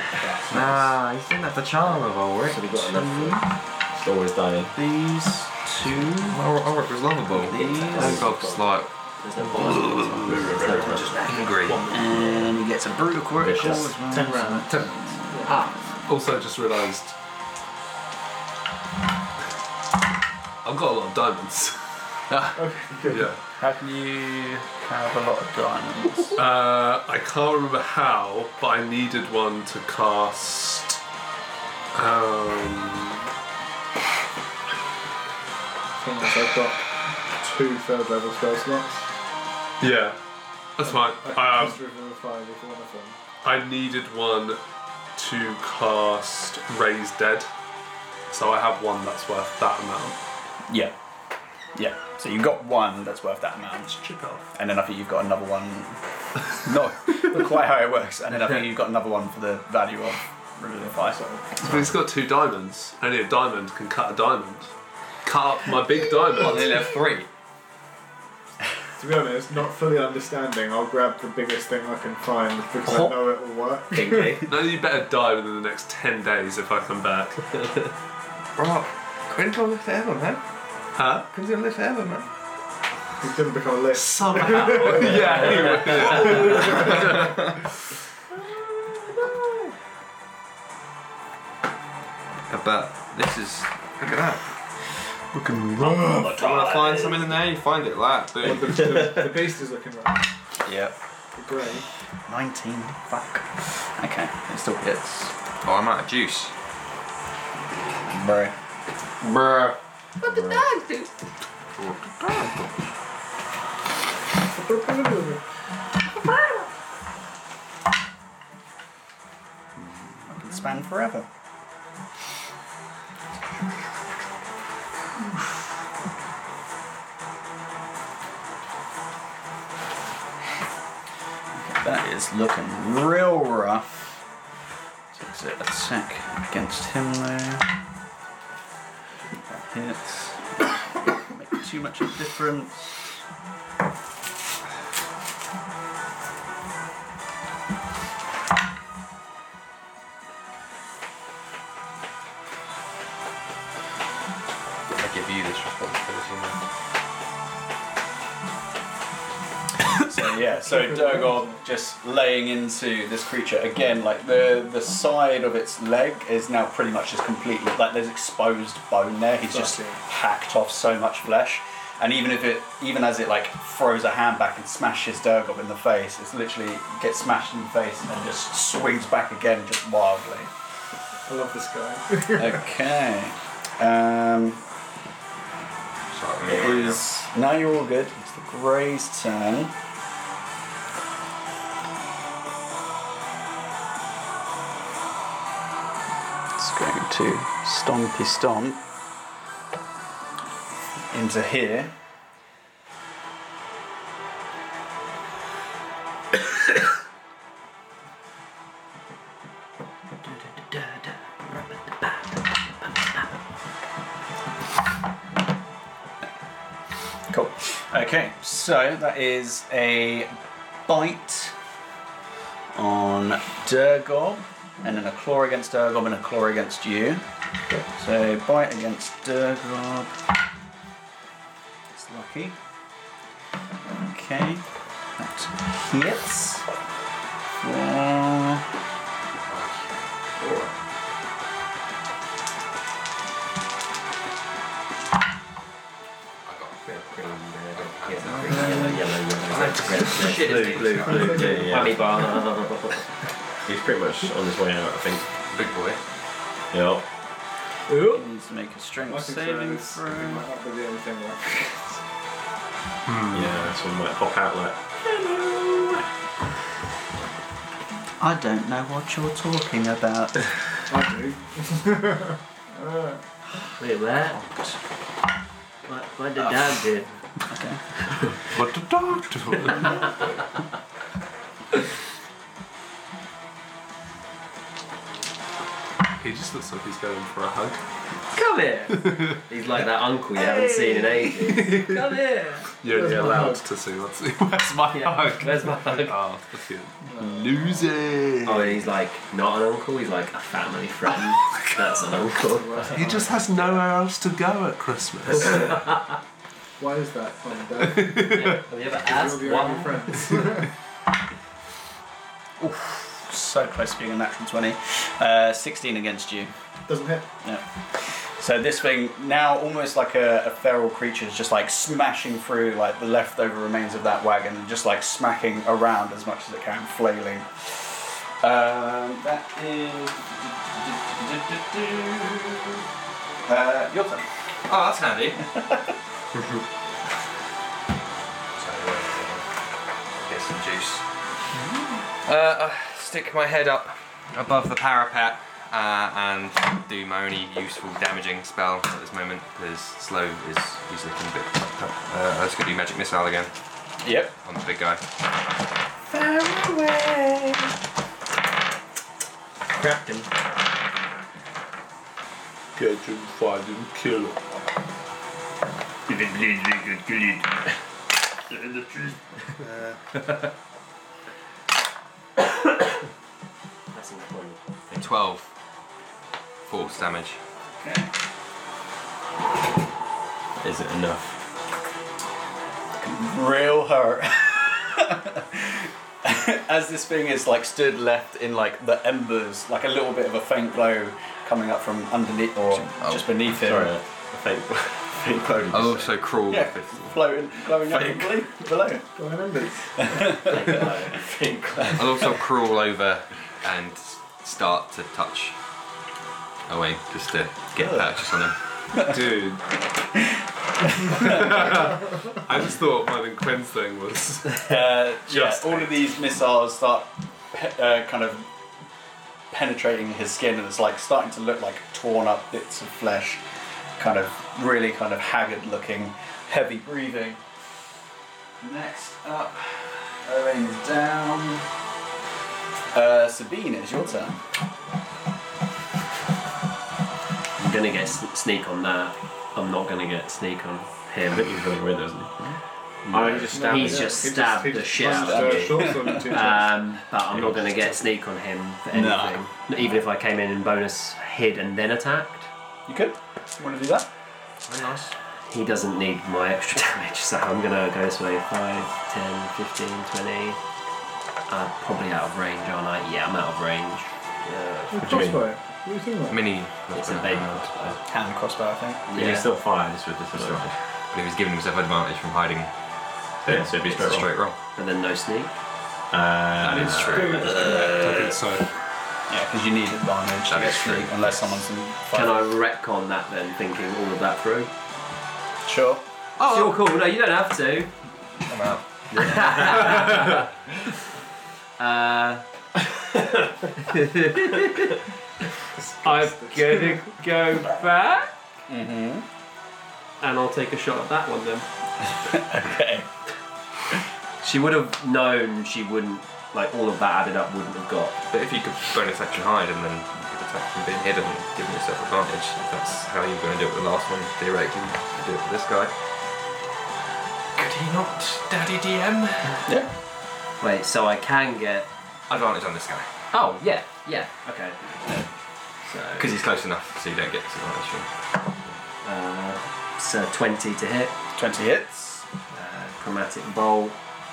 Ah, he's didn't have the charm of Ulrich.
So we've got enough. It's always dying.
These two. Well, Ulrich was lovable.
These-
Durgob's like
There's no boys.
angry.
And he gets a brutal critical
Vicious.
as well.
Ten round.
Also, just realised. I've got a lot of diamonds. yeah.
How can you have a lot of diamonds?
Uh, I can't remember how, but I needed one to cast. Um,
So I've got two third level spell slots.
yeah, that's fine.
I can
Um,
cast River of Fire if you want of them.
I needed one to cast Raise Dead, so I have one that's worth that amount.
yeah. Yeah. So you've got one that's worth that amount.
Chip off.
And then I think you've got another one. no, not quite how it works. And then I think you've got another one for the value of River of Fire.
But he's got two diamonds. Only a diamond can cut a diamond. Cut up my big diamond.
have three.
To be honest, not fully understanding, I'll grab the biggest thing I can find because I know it will work.
No, you better die within the next ten days if I come back.
Bro, Quinton lives forever, man.
Huh?
Quinton lives forever, man.
It didn't become a list.
Somehow. yeah. Anyway.
But this is. Look at that. Looking rough. You want to find something in there? You find it like that.
But the, the, the beast is looking right.
Yep.
Grey.
19. Fuck. Okay, it still hits. Oh, I'm out of juice.
Bruh. Bruh.
What the dog do?
I can span forever. That is looking real rough. Takes an attack against him there. That hits. Doesn't Make too much of a difference.
I give you this responsibility now.
So yeah, so Durgor just laying into this creature again. Like the the side of its leg is now pretty much just completely like there's exposed bone there. He's just hacked off so much flesh, and even if it even as it like throws a hand back and smashes Durgor in the face, it's literally gets smashed in the face and then just swings back again just wildly.
I love this guy.
okay. Um, it is now you're all good. It's the Grey's turn. It's going to stompy stomp into here. Cool. Okay, so that is a bite on Durgob, and then a claw against Durgob, and a claw against you. So bite against Durgob. It's lucky. Okay, that hits. For
Shit, it's
Blue, blue, blue, blue, yeah.
Whammy bar.
He's pretty much on his way out, I think. Big boy. Yeah.
He needs to make a
I
strength
think
saving
this- I think
throw.
might not be the only thing left.
Yeah, someone might pop out like.
I don't know what you're talking about.
I do. Uh,
Wait, what? What, what did dad do?
What the dog do? he just looks like he's going for a hug.
Come here! He's like that uncle you haven't seen in ages. Come here!
You're only
Where's my
allowed to see what's. Where's my hug?
Where's my hug?
Oh, fuck you. Loser.
Oh, and he's like not an uncle, he's like a family friend. That's an uncle.
He just has nowhere else to go at Christmas.
why is that funny, Dad?
Have you ever asked
You're your only
why?
friends.
So close to being a natural 20. Uh, 16 against you.
Doesn't hit.
Yeah. So this thing now almost like a, a feral creature is just like smashing through like the leftover remains of that wagon and just like smacking around as much as it can, flailing. Um, that is uh, your turn.
Oh, that's handy. uh, so, uh, get some juice. Uh, I stick my head up above the parapet uh, and do my only useful damaging spell at this moment because Slow is he's looking a bit. fucked up. Uh, that's gonna be magic missile again
Yep.
on the big guy.
Far away.
Grabbed him.
Get him, find him, kill him.
If it bleeds, we could kill it. Tell the truth.
That's incredible.
A Twelve force damage.
Is it enough?
real hurt. As this thing is like stood left in like the embers, like a little bit of a faint glow coming up from underneath or just beneath him.
Sorry, I think. Fake podium.
Oh,
I'll also crawl.
Yeah, floating, blowing up below. below.
I'll
I'll also crawl over and start to touch away just to get
Ugh.
purchase on him.
Dude. I just thought mine and Quinn's thing was.
Uh, yeah,
Just
all of these missiles start pe- uh, kind of penetrating his skin, and it's like starting to look like torn up bits of flesh, kind of really kind of haggard looking, heavy breathing. Next up, Owen's down. Uh, Sabine, it's your turn.
I'm gonna get s- sneak on that. I'm not gonna get sneak on him. I think he's running away, though, isn't he?
Oh, he just stabbed
he's
him.
just
He just-
stabbed
he
the
just
shit out
punched
of
her shorts on him two
me.
Uh,
times.
Um, but I'm not going to get sneak on him for
No.
anything. Even if I came in and bonus hid and then attacked.
You could. Want to do that?
Very nice. He doesn't need my extra damage, so I'm going to go this way 5, 10, 15, 20. Uh, probably out of range, aren't I? Yeah, I'm out of range. Uh,
Crossbow. What do you think about?
Mini.
It's a baby crossbow.
Hand crossbow, I think.
Yeah.
He still fires with disadvantage.
But he was giving himself advantage from hiding.
Yeah, so it'd be
It's a
straight roll.
straight roll.
And then no sneak.
Uh,
That is true.
I think
so.
Yeah, because you need advantage.
That
to
is
get sneak,
true.
Unless someone's in
Can I wreck on that then, thinking all of that through?
Sure.
Oh, it's your call. No, you don't have to. I'm out. uh, I'm gonna go back,
Mm-hmm.
and I'll take a shot at that one then.
okay.
She would have known she wouldn't. Like all of that added up wouldn't have got.
But if you could bonus action hide and then you could attack from being hidden, giving yourself advantage, if that's how you're going to do it with the last one, theoretically, you could do it with this guy. Could he not, Daddy DM?
Yeah.
Wait, so I can get.
Advantage on this guy.
Oh yeah, yeah. Okay. So.
Because he's close enough, so you don't get disadvantage from
Uh, so 20 to hit.
20 hits.
Uh, chromatic bolt.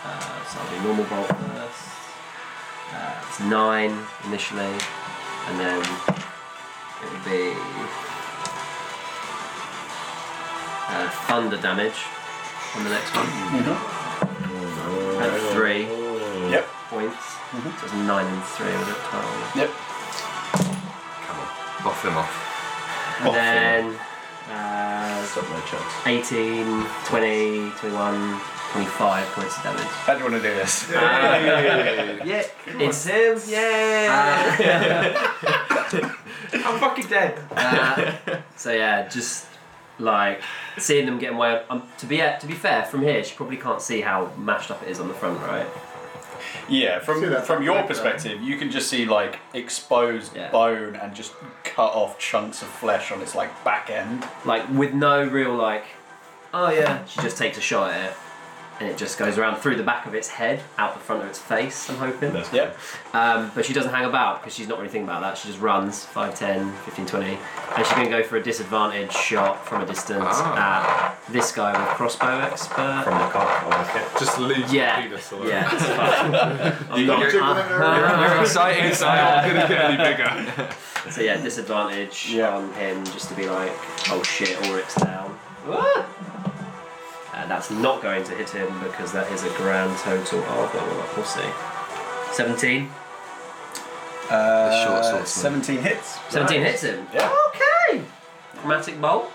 Uh, so I'll do normal bolt first. Uh, it's 9 initially. And then it would be uh, thunder damage on the next one. At 3
Yep.
points. So it's 9 and 3 with it, 12.
Yep.
Buff him off.
And then uh, 18, 20, 21, 25 points of damage. Uh,
How do you want to do this?
Yeah.
Yeah.
It's him, yeah.
I'm fucking dead.
Uh, so yeah, just like seeing them getting away. Um, to be to be fair, from here she probably can't see how mashed up it is on the front, right?
Yeah, from
See that
from your
back there?
perspective, you can just see like exposed
Yeah.
bone and just cut off chunks of flesh on its like back end.
Like with no real like, oh yeah. She just takes a shot at it, and it just goes around through the back of its head, out the front of its face. I'm hoping.
Yeah.
Um, but she doesn't hang about because she's not really thinking about that. She just runs 5, 10, 15, 20. And she can go for a disadvantage shot from a distance at this guy with crossbow expert. From
the car.
Just leave
yeah. Yeah. it's fine. I'm not-
You're- you're exciting, so I'm not gonna get any
bigger.
So yeah, disadvantage on him just to be like, oh shit, Ulrich's down. And that's not going to hit him because that is a grand total of, blah, blah, blah, we'll see. 17.
Uh,
short swordsman.
Seventeen hits.
17 hits him.
Yeah.
Okay. Chromatic bolt.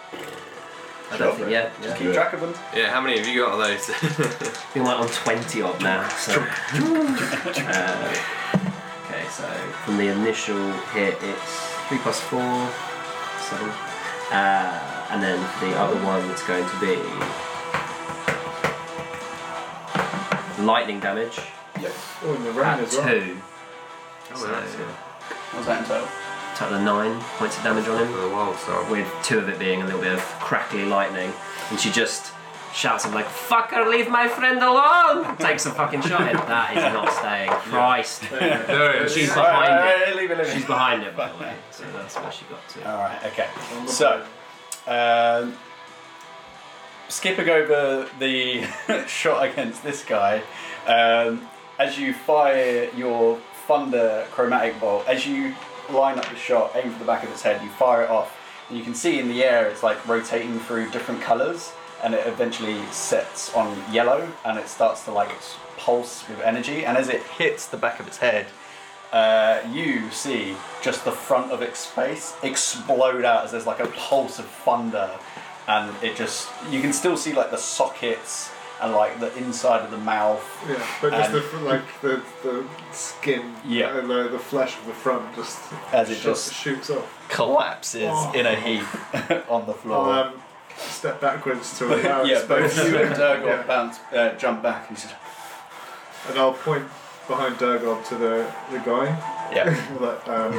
I don't think, yeah. yeah.
Just keep track of them.
Yeah, how many have you got of those?
Been like on 20 odd now, so. Uh, okay, so from the initial hit, it's 3 plus 4, 7. Uh, and then for the other one, it's going to be lightning damage
Yep.
Oh, in the rain
at
as
2.
well.
so,
What's that in total?
total of nine points of damage on him. With two of it being a little bit of crackly lightning, and she just shouts him like "Fucker, leave my friend alone!" Takes a fucking shot. at him. That is not staying. Christ.
There it is.
She's
All right,
behind
all
it.
right, leave it, leave it.
She's behind it, by the way. So that's where she got to.
All right. Okay. So, um, skipping over the shot against this guy, um, as you fire your thunder chromatic bolt, as you line up the shot, aim for the back of its head, you fire it off. And you can see in the air it's like rotating through different colours and it eventually sets on yellow and it starts to like pulse with energy and as it hits the back of its head uh, you see just the front of its face explode out as there's like a pulse of thunder and it just you can still see like the sockets and like the inside of the mouth
Yeah, but just
and-
the, fr- like the, the skin,
Um, Yeah.
and the, the flesh of the front just
As it
shot-
just-
shoots off.
collapses
Oh.
in a heap on the
I'll
floor.
um, step backwards to allow
Oh. yeah, both
space.
you and Durgot
Yeah.
bounce, uh, jump back and says,
And I'll point behind Durgob to the, the guy.
Yeah.
Like, um,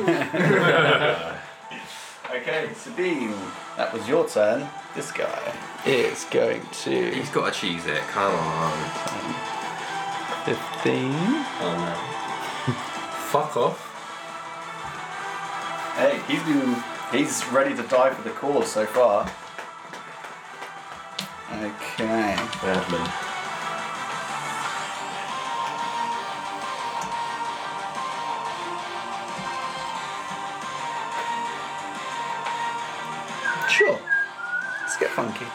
"Okay, Sabine, that was your turn. This guy is going to.
He's got to cheese it. Come on.
Fifteen.
Oh, Fuck off. Hey, he's been he's ready to die for the cause so far. Okay. Sure. Let's get funky.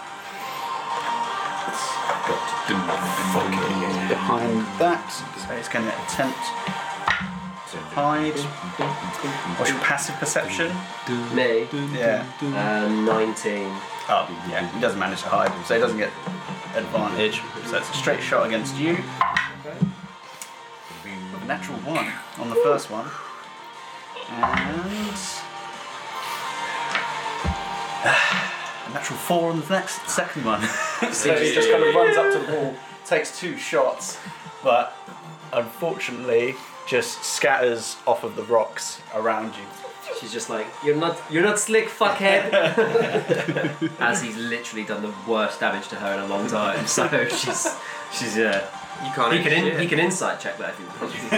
Got to do funky. Behind that, so it's going to attempt to hide. What's your passive perception?
Me?
Yeah.
Uh, 19.
Oh, yeah, he doesn't manage to hide, so he doesn't get advantage. So it's a straight shot against you. Natural one on the first one. And. a natural four on the next second one. so he just kind of runs up to the wall, takes two shots, but unfortunately just scatters off of the rocks around you.
She's just like, you're not, you're not slick, fuckhead. As he's literally done the worst damage to her in a long time, so she's, she's yeah.
You can't.
He
do
can,
shit.
in, he can insight check that if you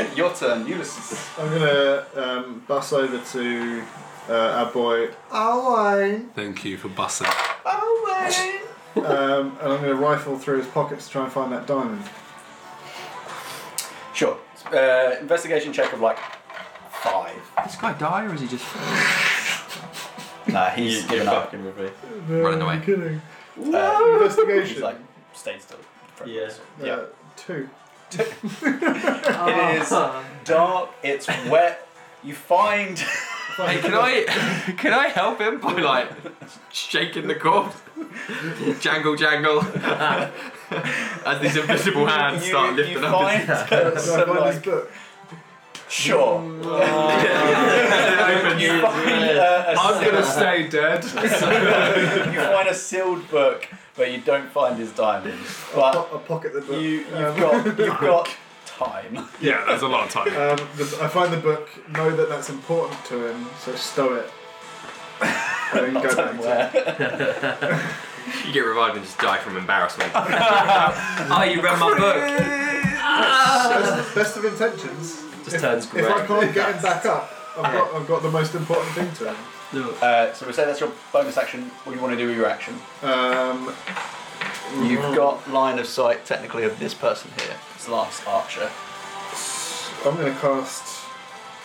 want.
Your turn, Ulysses.
I'm gonna um, bus over to uh, our boy Owen,
Thank you for bussing.
um, and I'm gonna rifle through his pockets to try and find that diamond.
Sure. Uh, investigation check of like five.
This guy die or is he just?
Nah, he's given up.
Running away.
Kidding.
Uh,
Investigation.
he's like, stay still. Yeah.
Uh, two.
It is
Ah.
dark, it's wet. You find.
Hey, can I can I help him by like shaking the corpse? jangle jangle as these invisible hands
You-
start lifting
you
up his
find-
Do I
So,
find this
like-
book?
Sure. you find, uh, a
I'm gonna
sealed-
stay dead.
you find a sealed book, but you don't find his diamond.
I'll,
But
po- I'll pocket the book.
you, you've
Um,
got you've got time.
yeah, there's a lot of time.
Um, the, I find the book, know that that's important to him, so stow it. And then go back to it.
feet. You get revived and just die from embarrassment.
oh, you read my book.
Best, best of intentions.
Just turns
If
grey.
I can't get him back up, I've got, I've got the most important thing to him.
Uh, so we say that's your bonus action. What do you want to do with your action?
Um, Mm-hmm.
You've got line of sight technically of this person here. It's Lance Archer.
I'm going to cast.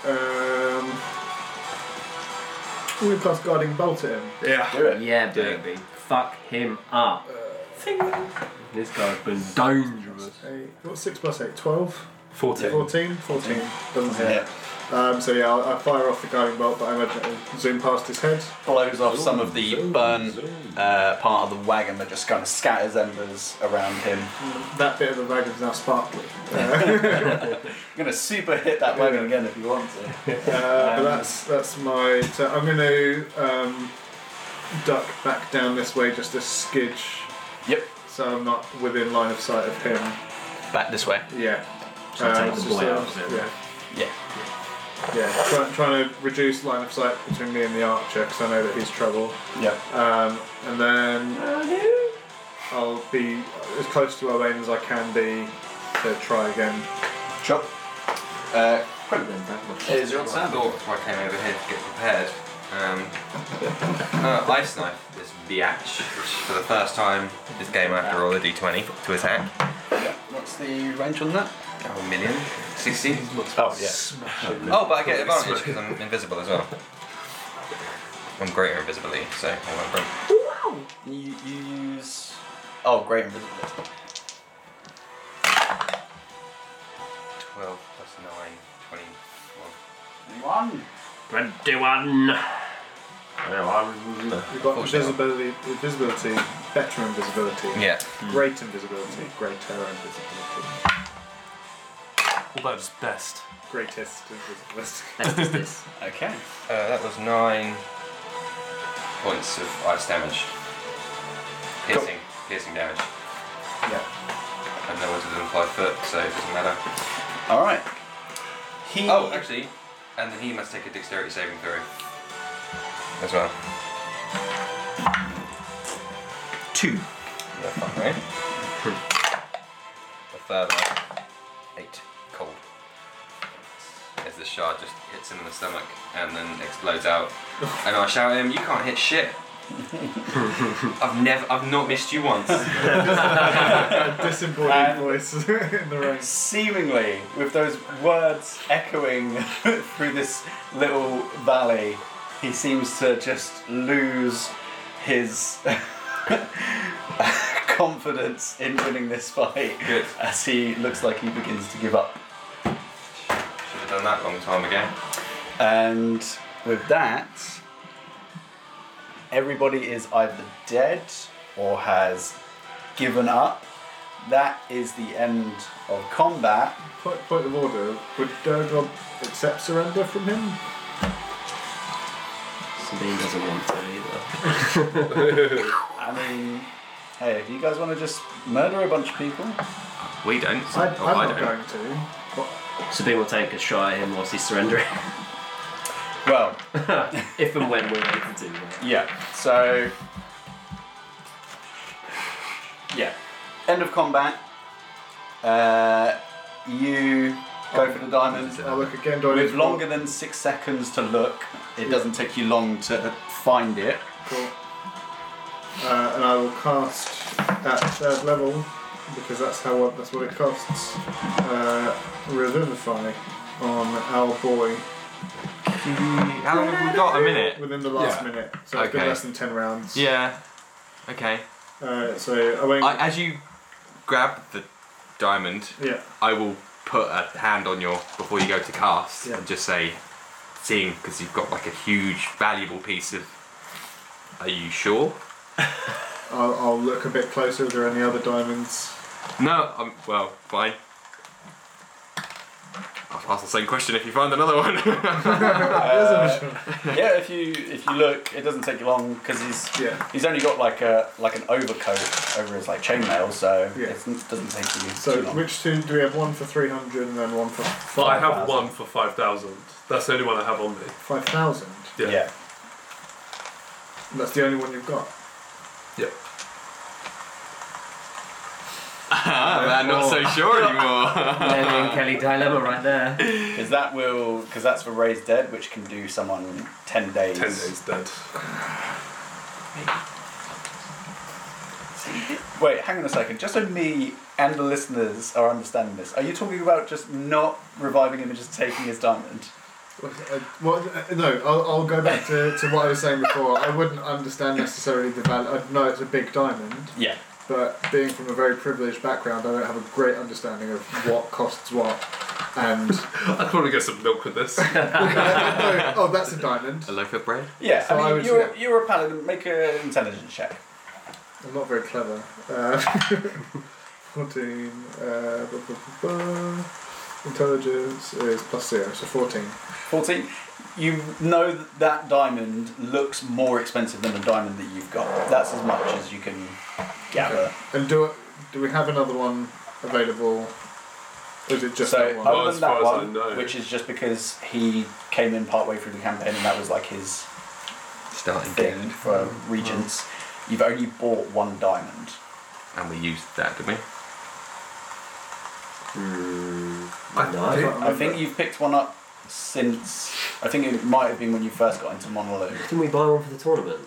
Um, I'm going to cast Guiding Bolt at him.
Do it.
Yeah, baby. Fuck him up. This guy's been dangerous.
Eight, what's 6 plus 8? 12?
Fourteen.
14? 14. Doesn't hit.
Yeah.
Um, so yeah, I'll, I fire off the Guiding Bolt, but I imagine it'll zoom past his head.
blows off some of the burn uh, part of the wagon that just kind of scatters embers around him.
That bit of the wagon's now sparkly.
I'm gonna super hit that wagon again if you want to.
Uh, but that's that's my. So I'm going to um, duck back down this way just to skidge,
Yep,
so I'm not within line of sight of him.
back this way.
Yeah. Uh,
Try to take the boy out of it.
yeah,
Yeah.
yeah. Try, trying to reduce line of sight between me and the archer because I know that he's trouble.
Yep.
Um, and then I'll be as close to Owen as I can be to try again.
Chop. Uh, it is your
What I
turn.
thought before I came over here to get prepared. Um, uh, ice knife this biatch for the first time this game I have to roll a d20 to attack.
What's the range on that?
Oh, million, sixty.
Oh yeah.
Oh, but I get advantage because I'm invisible as well.
I'm greater invisibility, so I won't bring.
Wow! You, you use. Oh, great invisibility.
12 plus 9, 21.
21.
21.
We've got invisibility, invisibility, better invisibility,
Yeah.
great invisibility, greater invisibility,
All that is best.
greatest invisibility.
Okay.
Uh, that was 9 points of ice damage. Piercing. Piercing damage.
Yeah.
And that was within 5 foot, so it doesn't matter.
Alright. He.
Oh, actually, and then he must take a dexterity saving throw. As well.
Two.
Yeah, fun, right? the third one. Eight. Cold. As the shard just hits him in the stomach and then explodes out. and I shout at him, you can't hit shit. I've never, I've not missed you once.
Disembodied voice in the room.
Seemingly, with those words echoing through this little valley, he seems to just lose his confidence in winning this fight
Good.
as he looks like he begins to give up.
Should have done that long time ago.
And with that, everybody is either dead or has given up. That is the end of combat.
Point, point of order, would Dodrob accept surrender from him?
Sabine doesn't want to either.
I mean, hey, if you guys want to just murder a bunch of people,
We don't.
I, I'm
oh, I
not
don't.
going to. But
Sabine will take a shot at him whilst he's surrendering.
well,
if and when we're ready to do that.
yeah. So, yeah, end of combat. Uh, you go for the diamond.
I'll look again, do I need
With
to-
longer than six seconds to look, it doesn't take you long to find it.
Cool. Uh, and I will cast at third level because that's how that's what it costs. Uh, revivify on our boy
Mm, How long have we got? A minute?
within the last
Yeah.
minute, so it's been
Okay.
less than ten rounds.
Yeah. Okay.
Uh, so I won't.
I, as you grab the diamond,
yeah.
I will put a hand on your before you go to cast
Yeah.
and just say, "Seeing because you've got like a huge valuable piece of." Are you sure?
I'll, I'll look a bit closer. Are there any other diamonds?
No. I'm well. Fine. I'll ask the same question if you find another one.
yeah, if you if you look, it doesn't take you long because he's
Yeah.
he's only got like a like an overcoat over his like chainmail, so
Yeah.
it's it doesn't take you
So
too long.
which two do we have? One for three hundred and then one for five
I have one for 5,000. That's the only one I have on me.
five thousand.
Yeah.
yeah.
That's the only one you've got.
Yep.
I'm Ah, not so sure anymore.
Lenny and Kelly dilemma right there.
Because that will, because that's for raised dead, which can do someone ten days.
10 days dead.
Wait, hang on a second. Just so me and the listeners are understanding this, are you talking about just not reviving him and just taking his diamond?
Uh, Well, uh, no, I'll, I'll go back to, to what I was saying before. I wouldn't understand necessarily the value. I know it's a big diamond,
Yeah.
but being from a very privileged background, I don't have a great understanding of what costs what. And
I'd probably get some milk with this.
No, oh, that's a diamond.
a loaf of bread.
Yeah.
So
I mean,
I would-
you're
yeah.
you're a paladin. Make an intelligence check.
I'm not very clever. Uh, fourteen. Uh, blah, blah, blah, blah. Intelligence is plus zero, so fourteen.
Fourteen. You know that that diamond looks more expensive than the diamond that you've got. That's as much as you can gather.
And do do we have another one available? Or is it just
so
that one?
Well,
other
as
than that
far as I
one,
know.
which is just because he came in partway through the campaign and that was like his
Starting
thing
game,
for regents, you've only bought one diamond.
and we used that, didn't we?
No.
can't
I think
remember.
you've picked one up since. I think it might have been when you first got into Monolith.
Didn't we buy one for the tournament?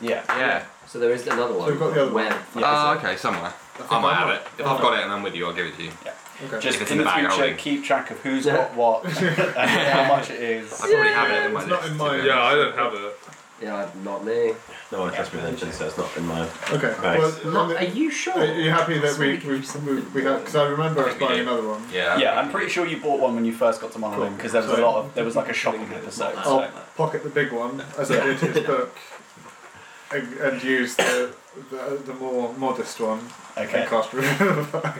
Yeah.
Yeah.
So there is another one.
we've got the other
Where?
Oh, okay, somewhere.
think
I might
I
have
might.
it. If I've got it and I'm with you, I'll give it to you.
Okay.
Just
If it's
in
in
the
the bag, I'll
future,
win.
keep track of who's got what and how much it is.
I probably have it in my
It's not
list.
in mine.
to be
Yeah,
honest.
I don't have it.
Yeah, not me.
No one has religion, so it's not in my.
Okay.
Right.
Well,
Not- are you sure?
Are you happy that
That's
we
really
we we, we had? Because I remember us buying another one.
Yeah, I'm pretty sure you bought one when you first got to Monolink because there was a
Cool. Oh.
lot of there was like a shopping episode.
I'll
So.
pocket the big one as I did his book, and, and use the, the the more modest one.
Okay.
And cast remember.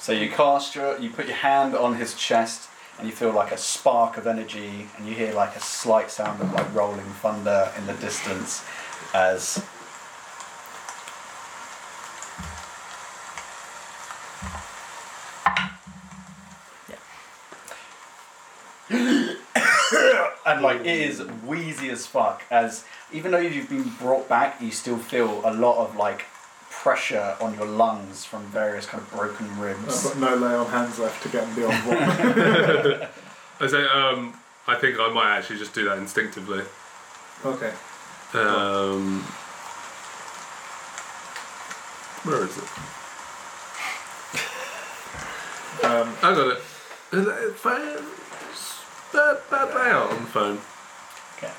So you cast your, you put your hand on his chest, and you feel like a spark of energy, and you hear like a slight sound of like rolling thunder in the distance, as and like it is wheezy as fuck. As even though you've been brought back, you still feel a lot of like pressure on your lungs from various kind of broken
I've
ribs.
got no lay on hands left to get them beyond one.
I say, um, I think I might actually just do that instinctively.
Okay.
Um, where is it?
Um,
I got it. Is it- it's fine. It's Bad, bad layout on the phone.
Okay.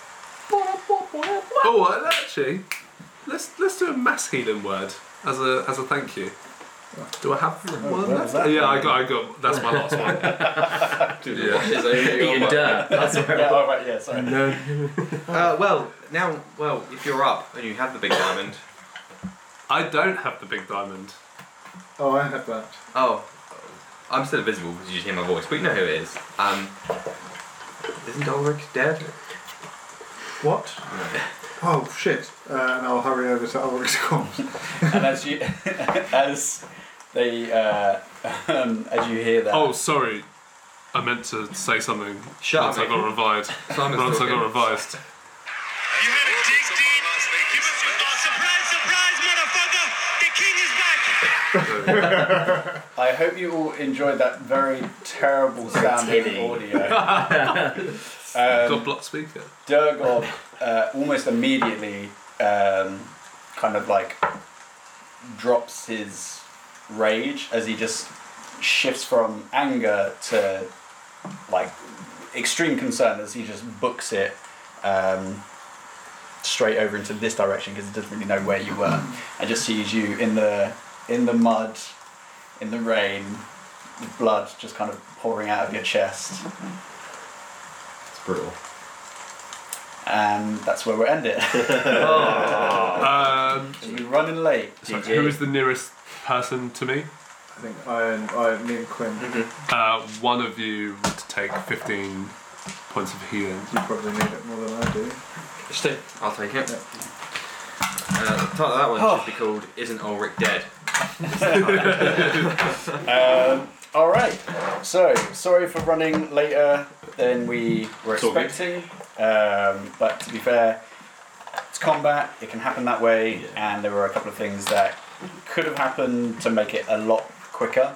Oh, and actually, let's let's do a mass healing word as a as a thank you. Do I have one
where was
left?
Oh, that
Yeah,
from?
I got, I got. That's my last one.
Eating dirt. That's where
yeah, all right, yeah, sorry.
Uh, well, now, well, if you're up and you have the big diamond.
I don't have the big diamond.
Oh, I had that.
Oh, I'm still invisible because you just hear my voice, but you know who it is. Um, isn't Dolric dead?
What? Oh shit! Uh, and I'll hurry over to Ulrich's comms.
and as you as they uh, um, as you hear that
Oh, sorry. I meant to say something
Shut
once I
up,
got
mate.
revived.
Simon's
once I
talking.
got revised.
I hope you all enjoyed that very terrible sounding
tinny.
audio.
Um,
got block speaker.
Durgob uh, almost immediately um, kind of like drops his rage as he just shifts from anger to like extreme concern as he just books it um, straight over into this direction because he doesn't really know where you were and just sees you in the in the mud in the rain the blood just kind of pouring out of your chest
It's brutal.
and that's where we'll end it
Um,
We're running late.
sorry,
GG.
who is the nearest person to me?
I think I and I, me and Quinn, you
Uh, one of you would take 15 points of healing.
probably need it more than I do.
Just do. I'll take it. Uh, the title of that one should be called Isn't Ulrich Dead?
All right. So sorry for running later than we were expecting, um, but to be fair, it's combat. It can happen that way, and there were a couple of things that could have happened to make it a lot quicker.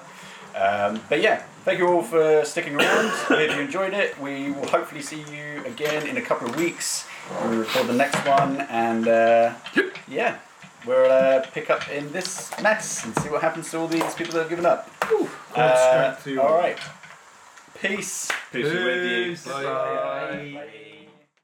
Um, but yeah, thank you all for sticking around. if you enjoyed it, we will hopefully see you again in a couple of weeks. when We record the next one, and uh, yeah, we'll uh, pick up in this mess and see what happens to all these people that have given up.
God's strength to you
Uh, all
all.
right. Peace.
Peace be with you.
Bye. Bye.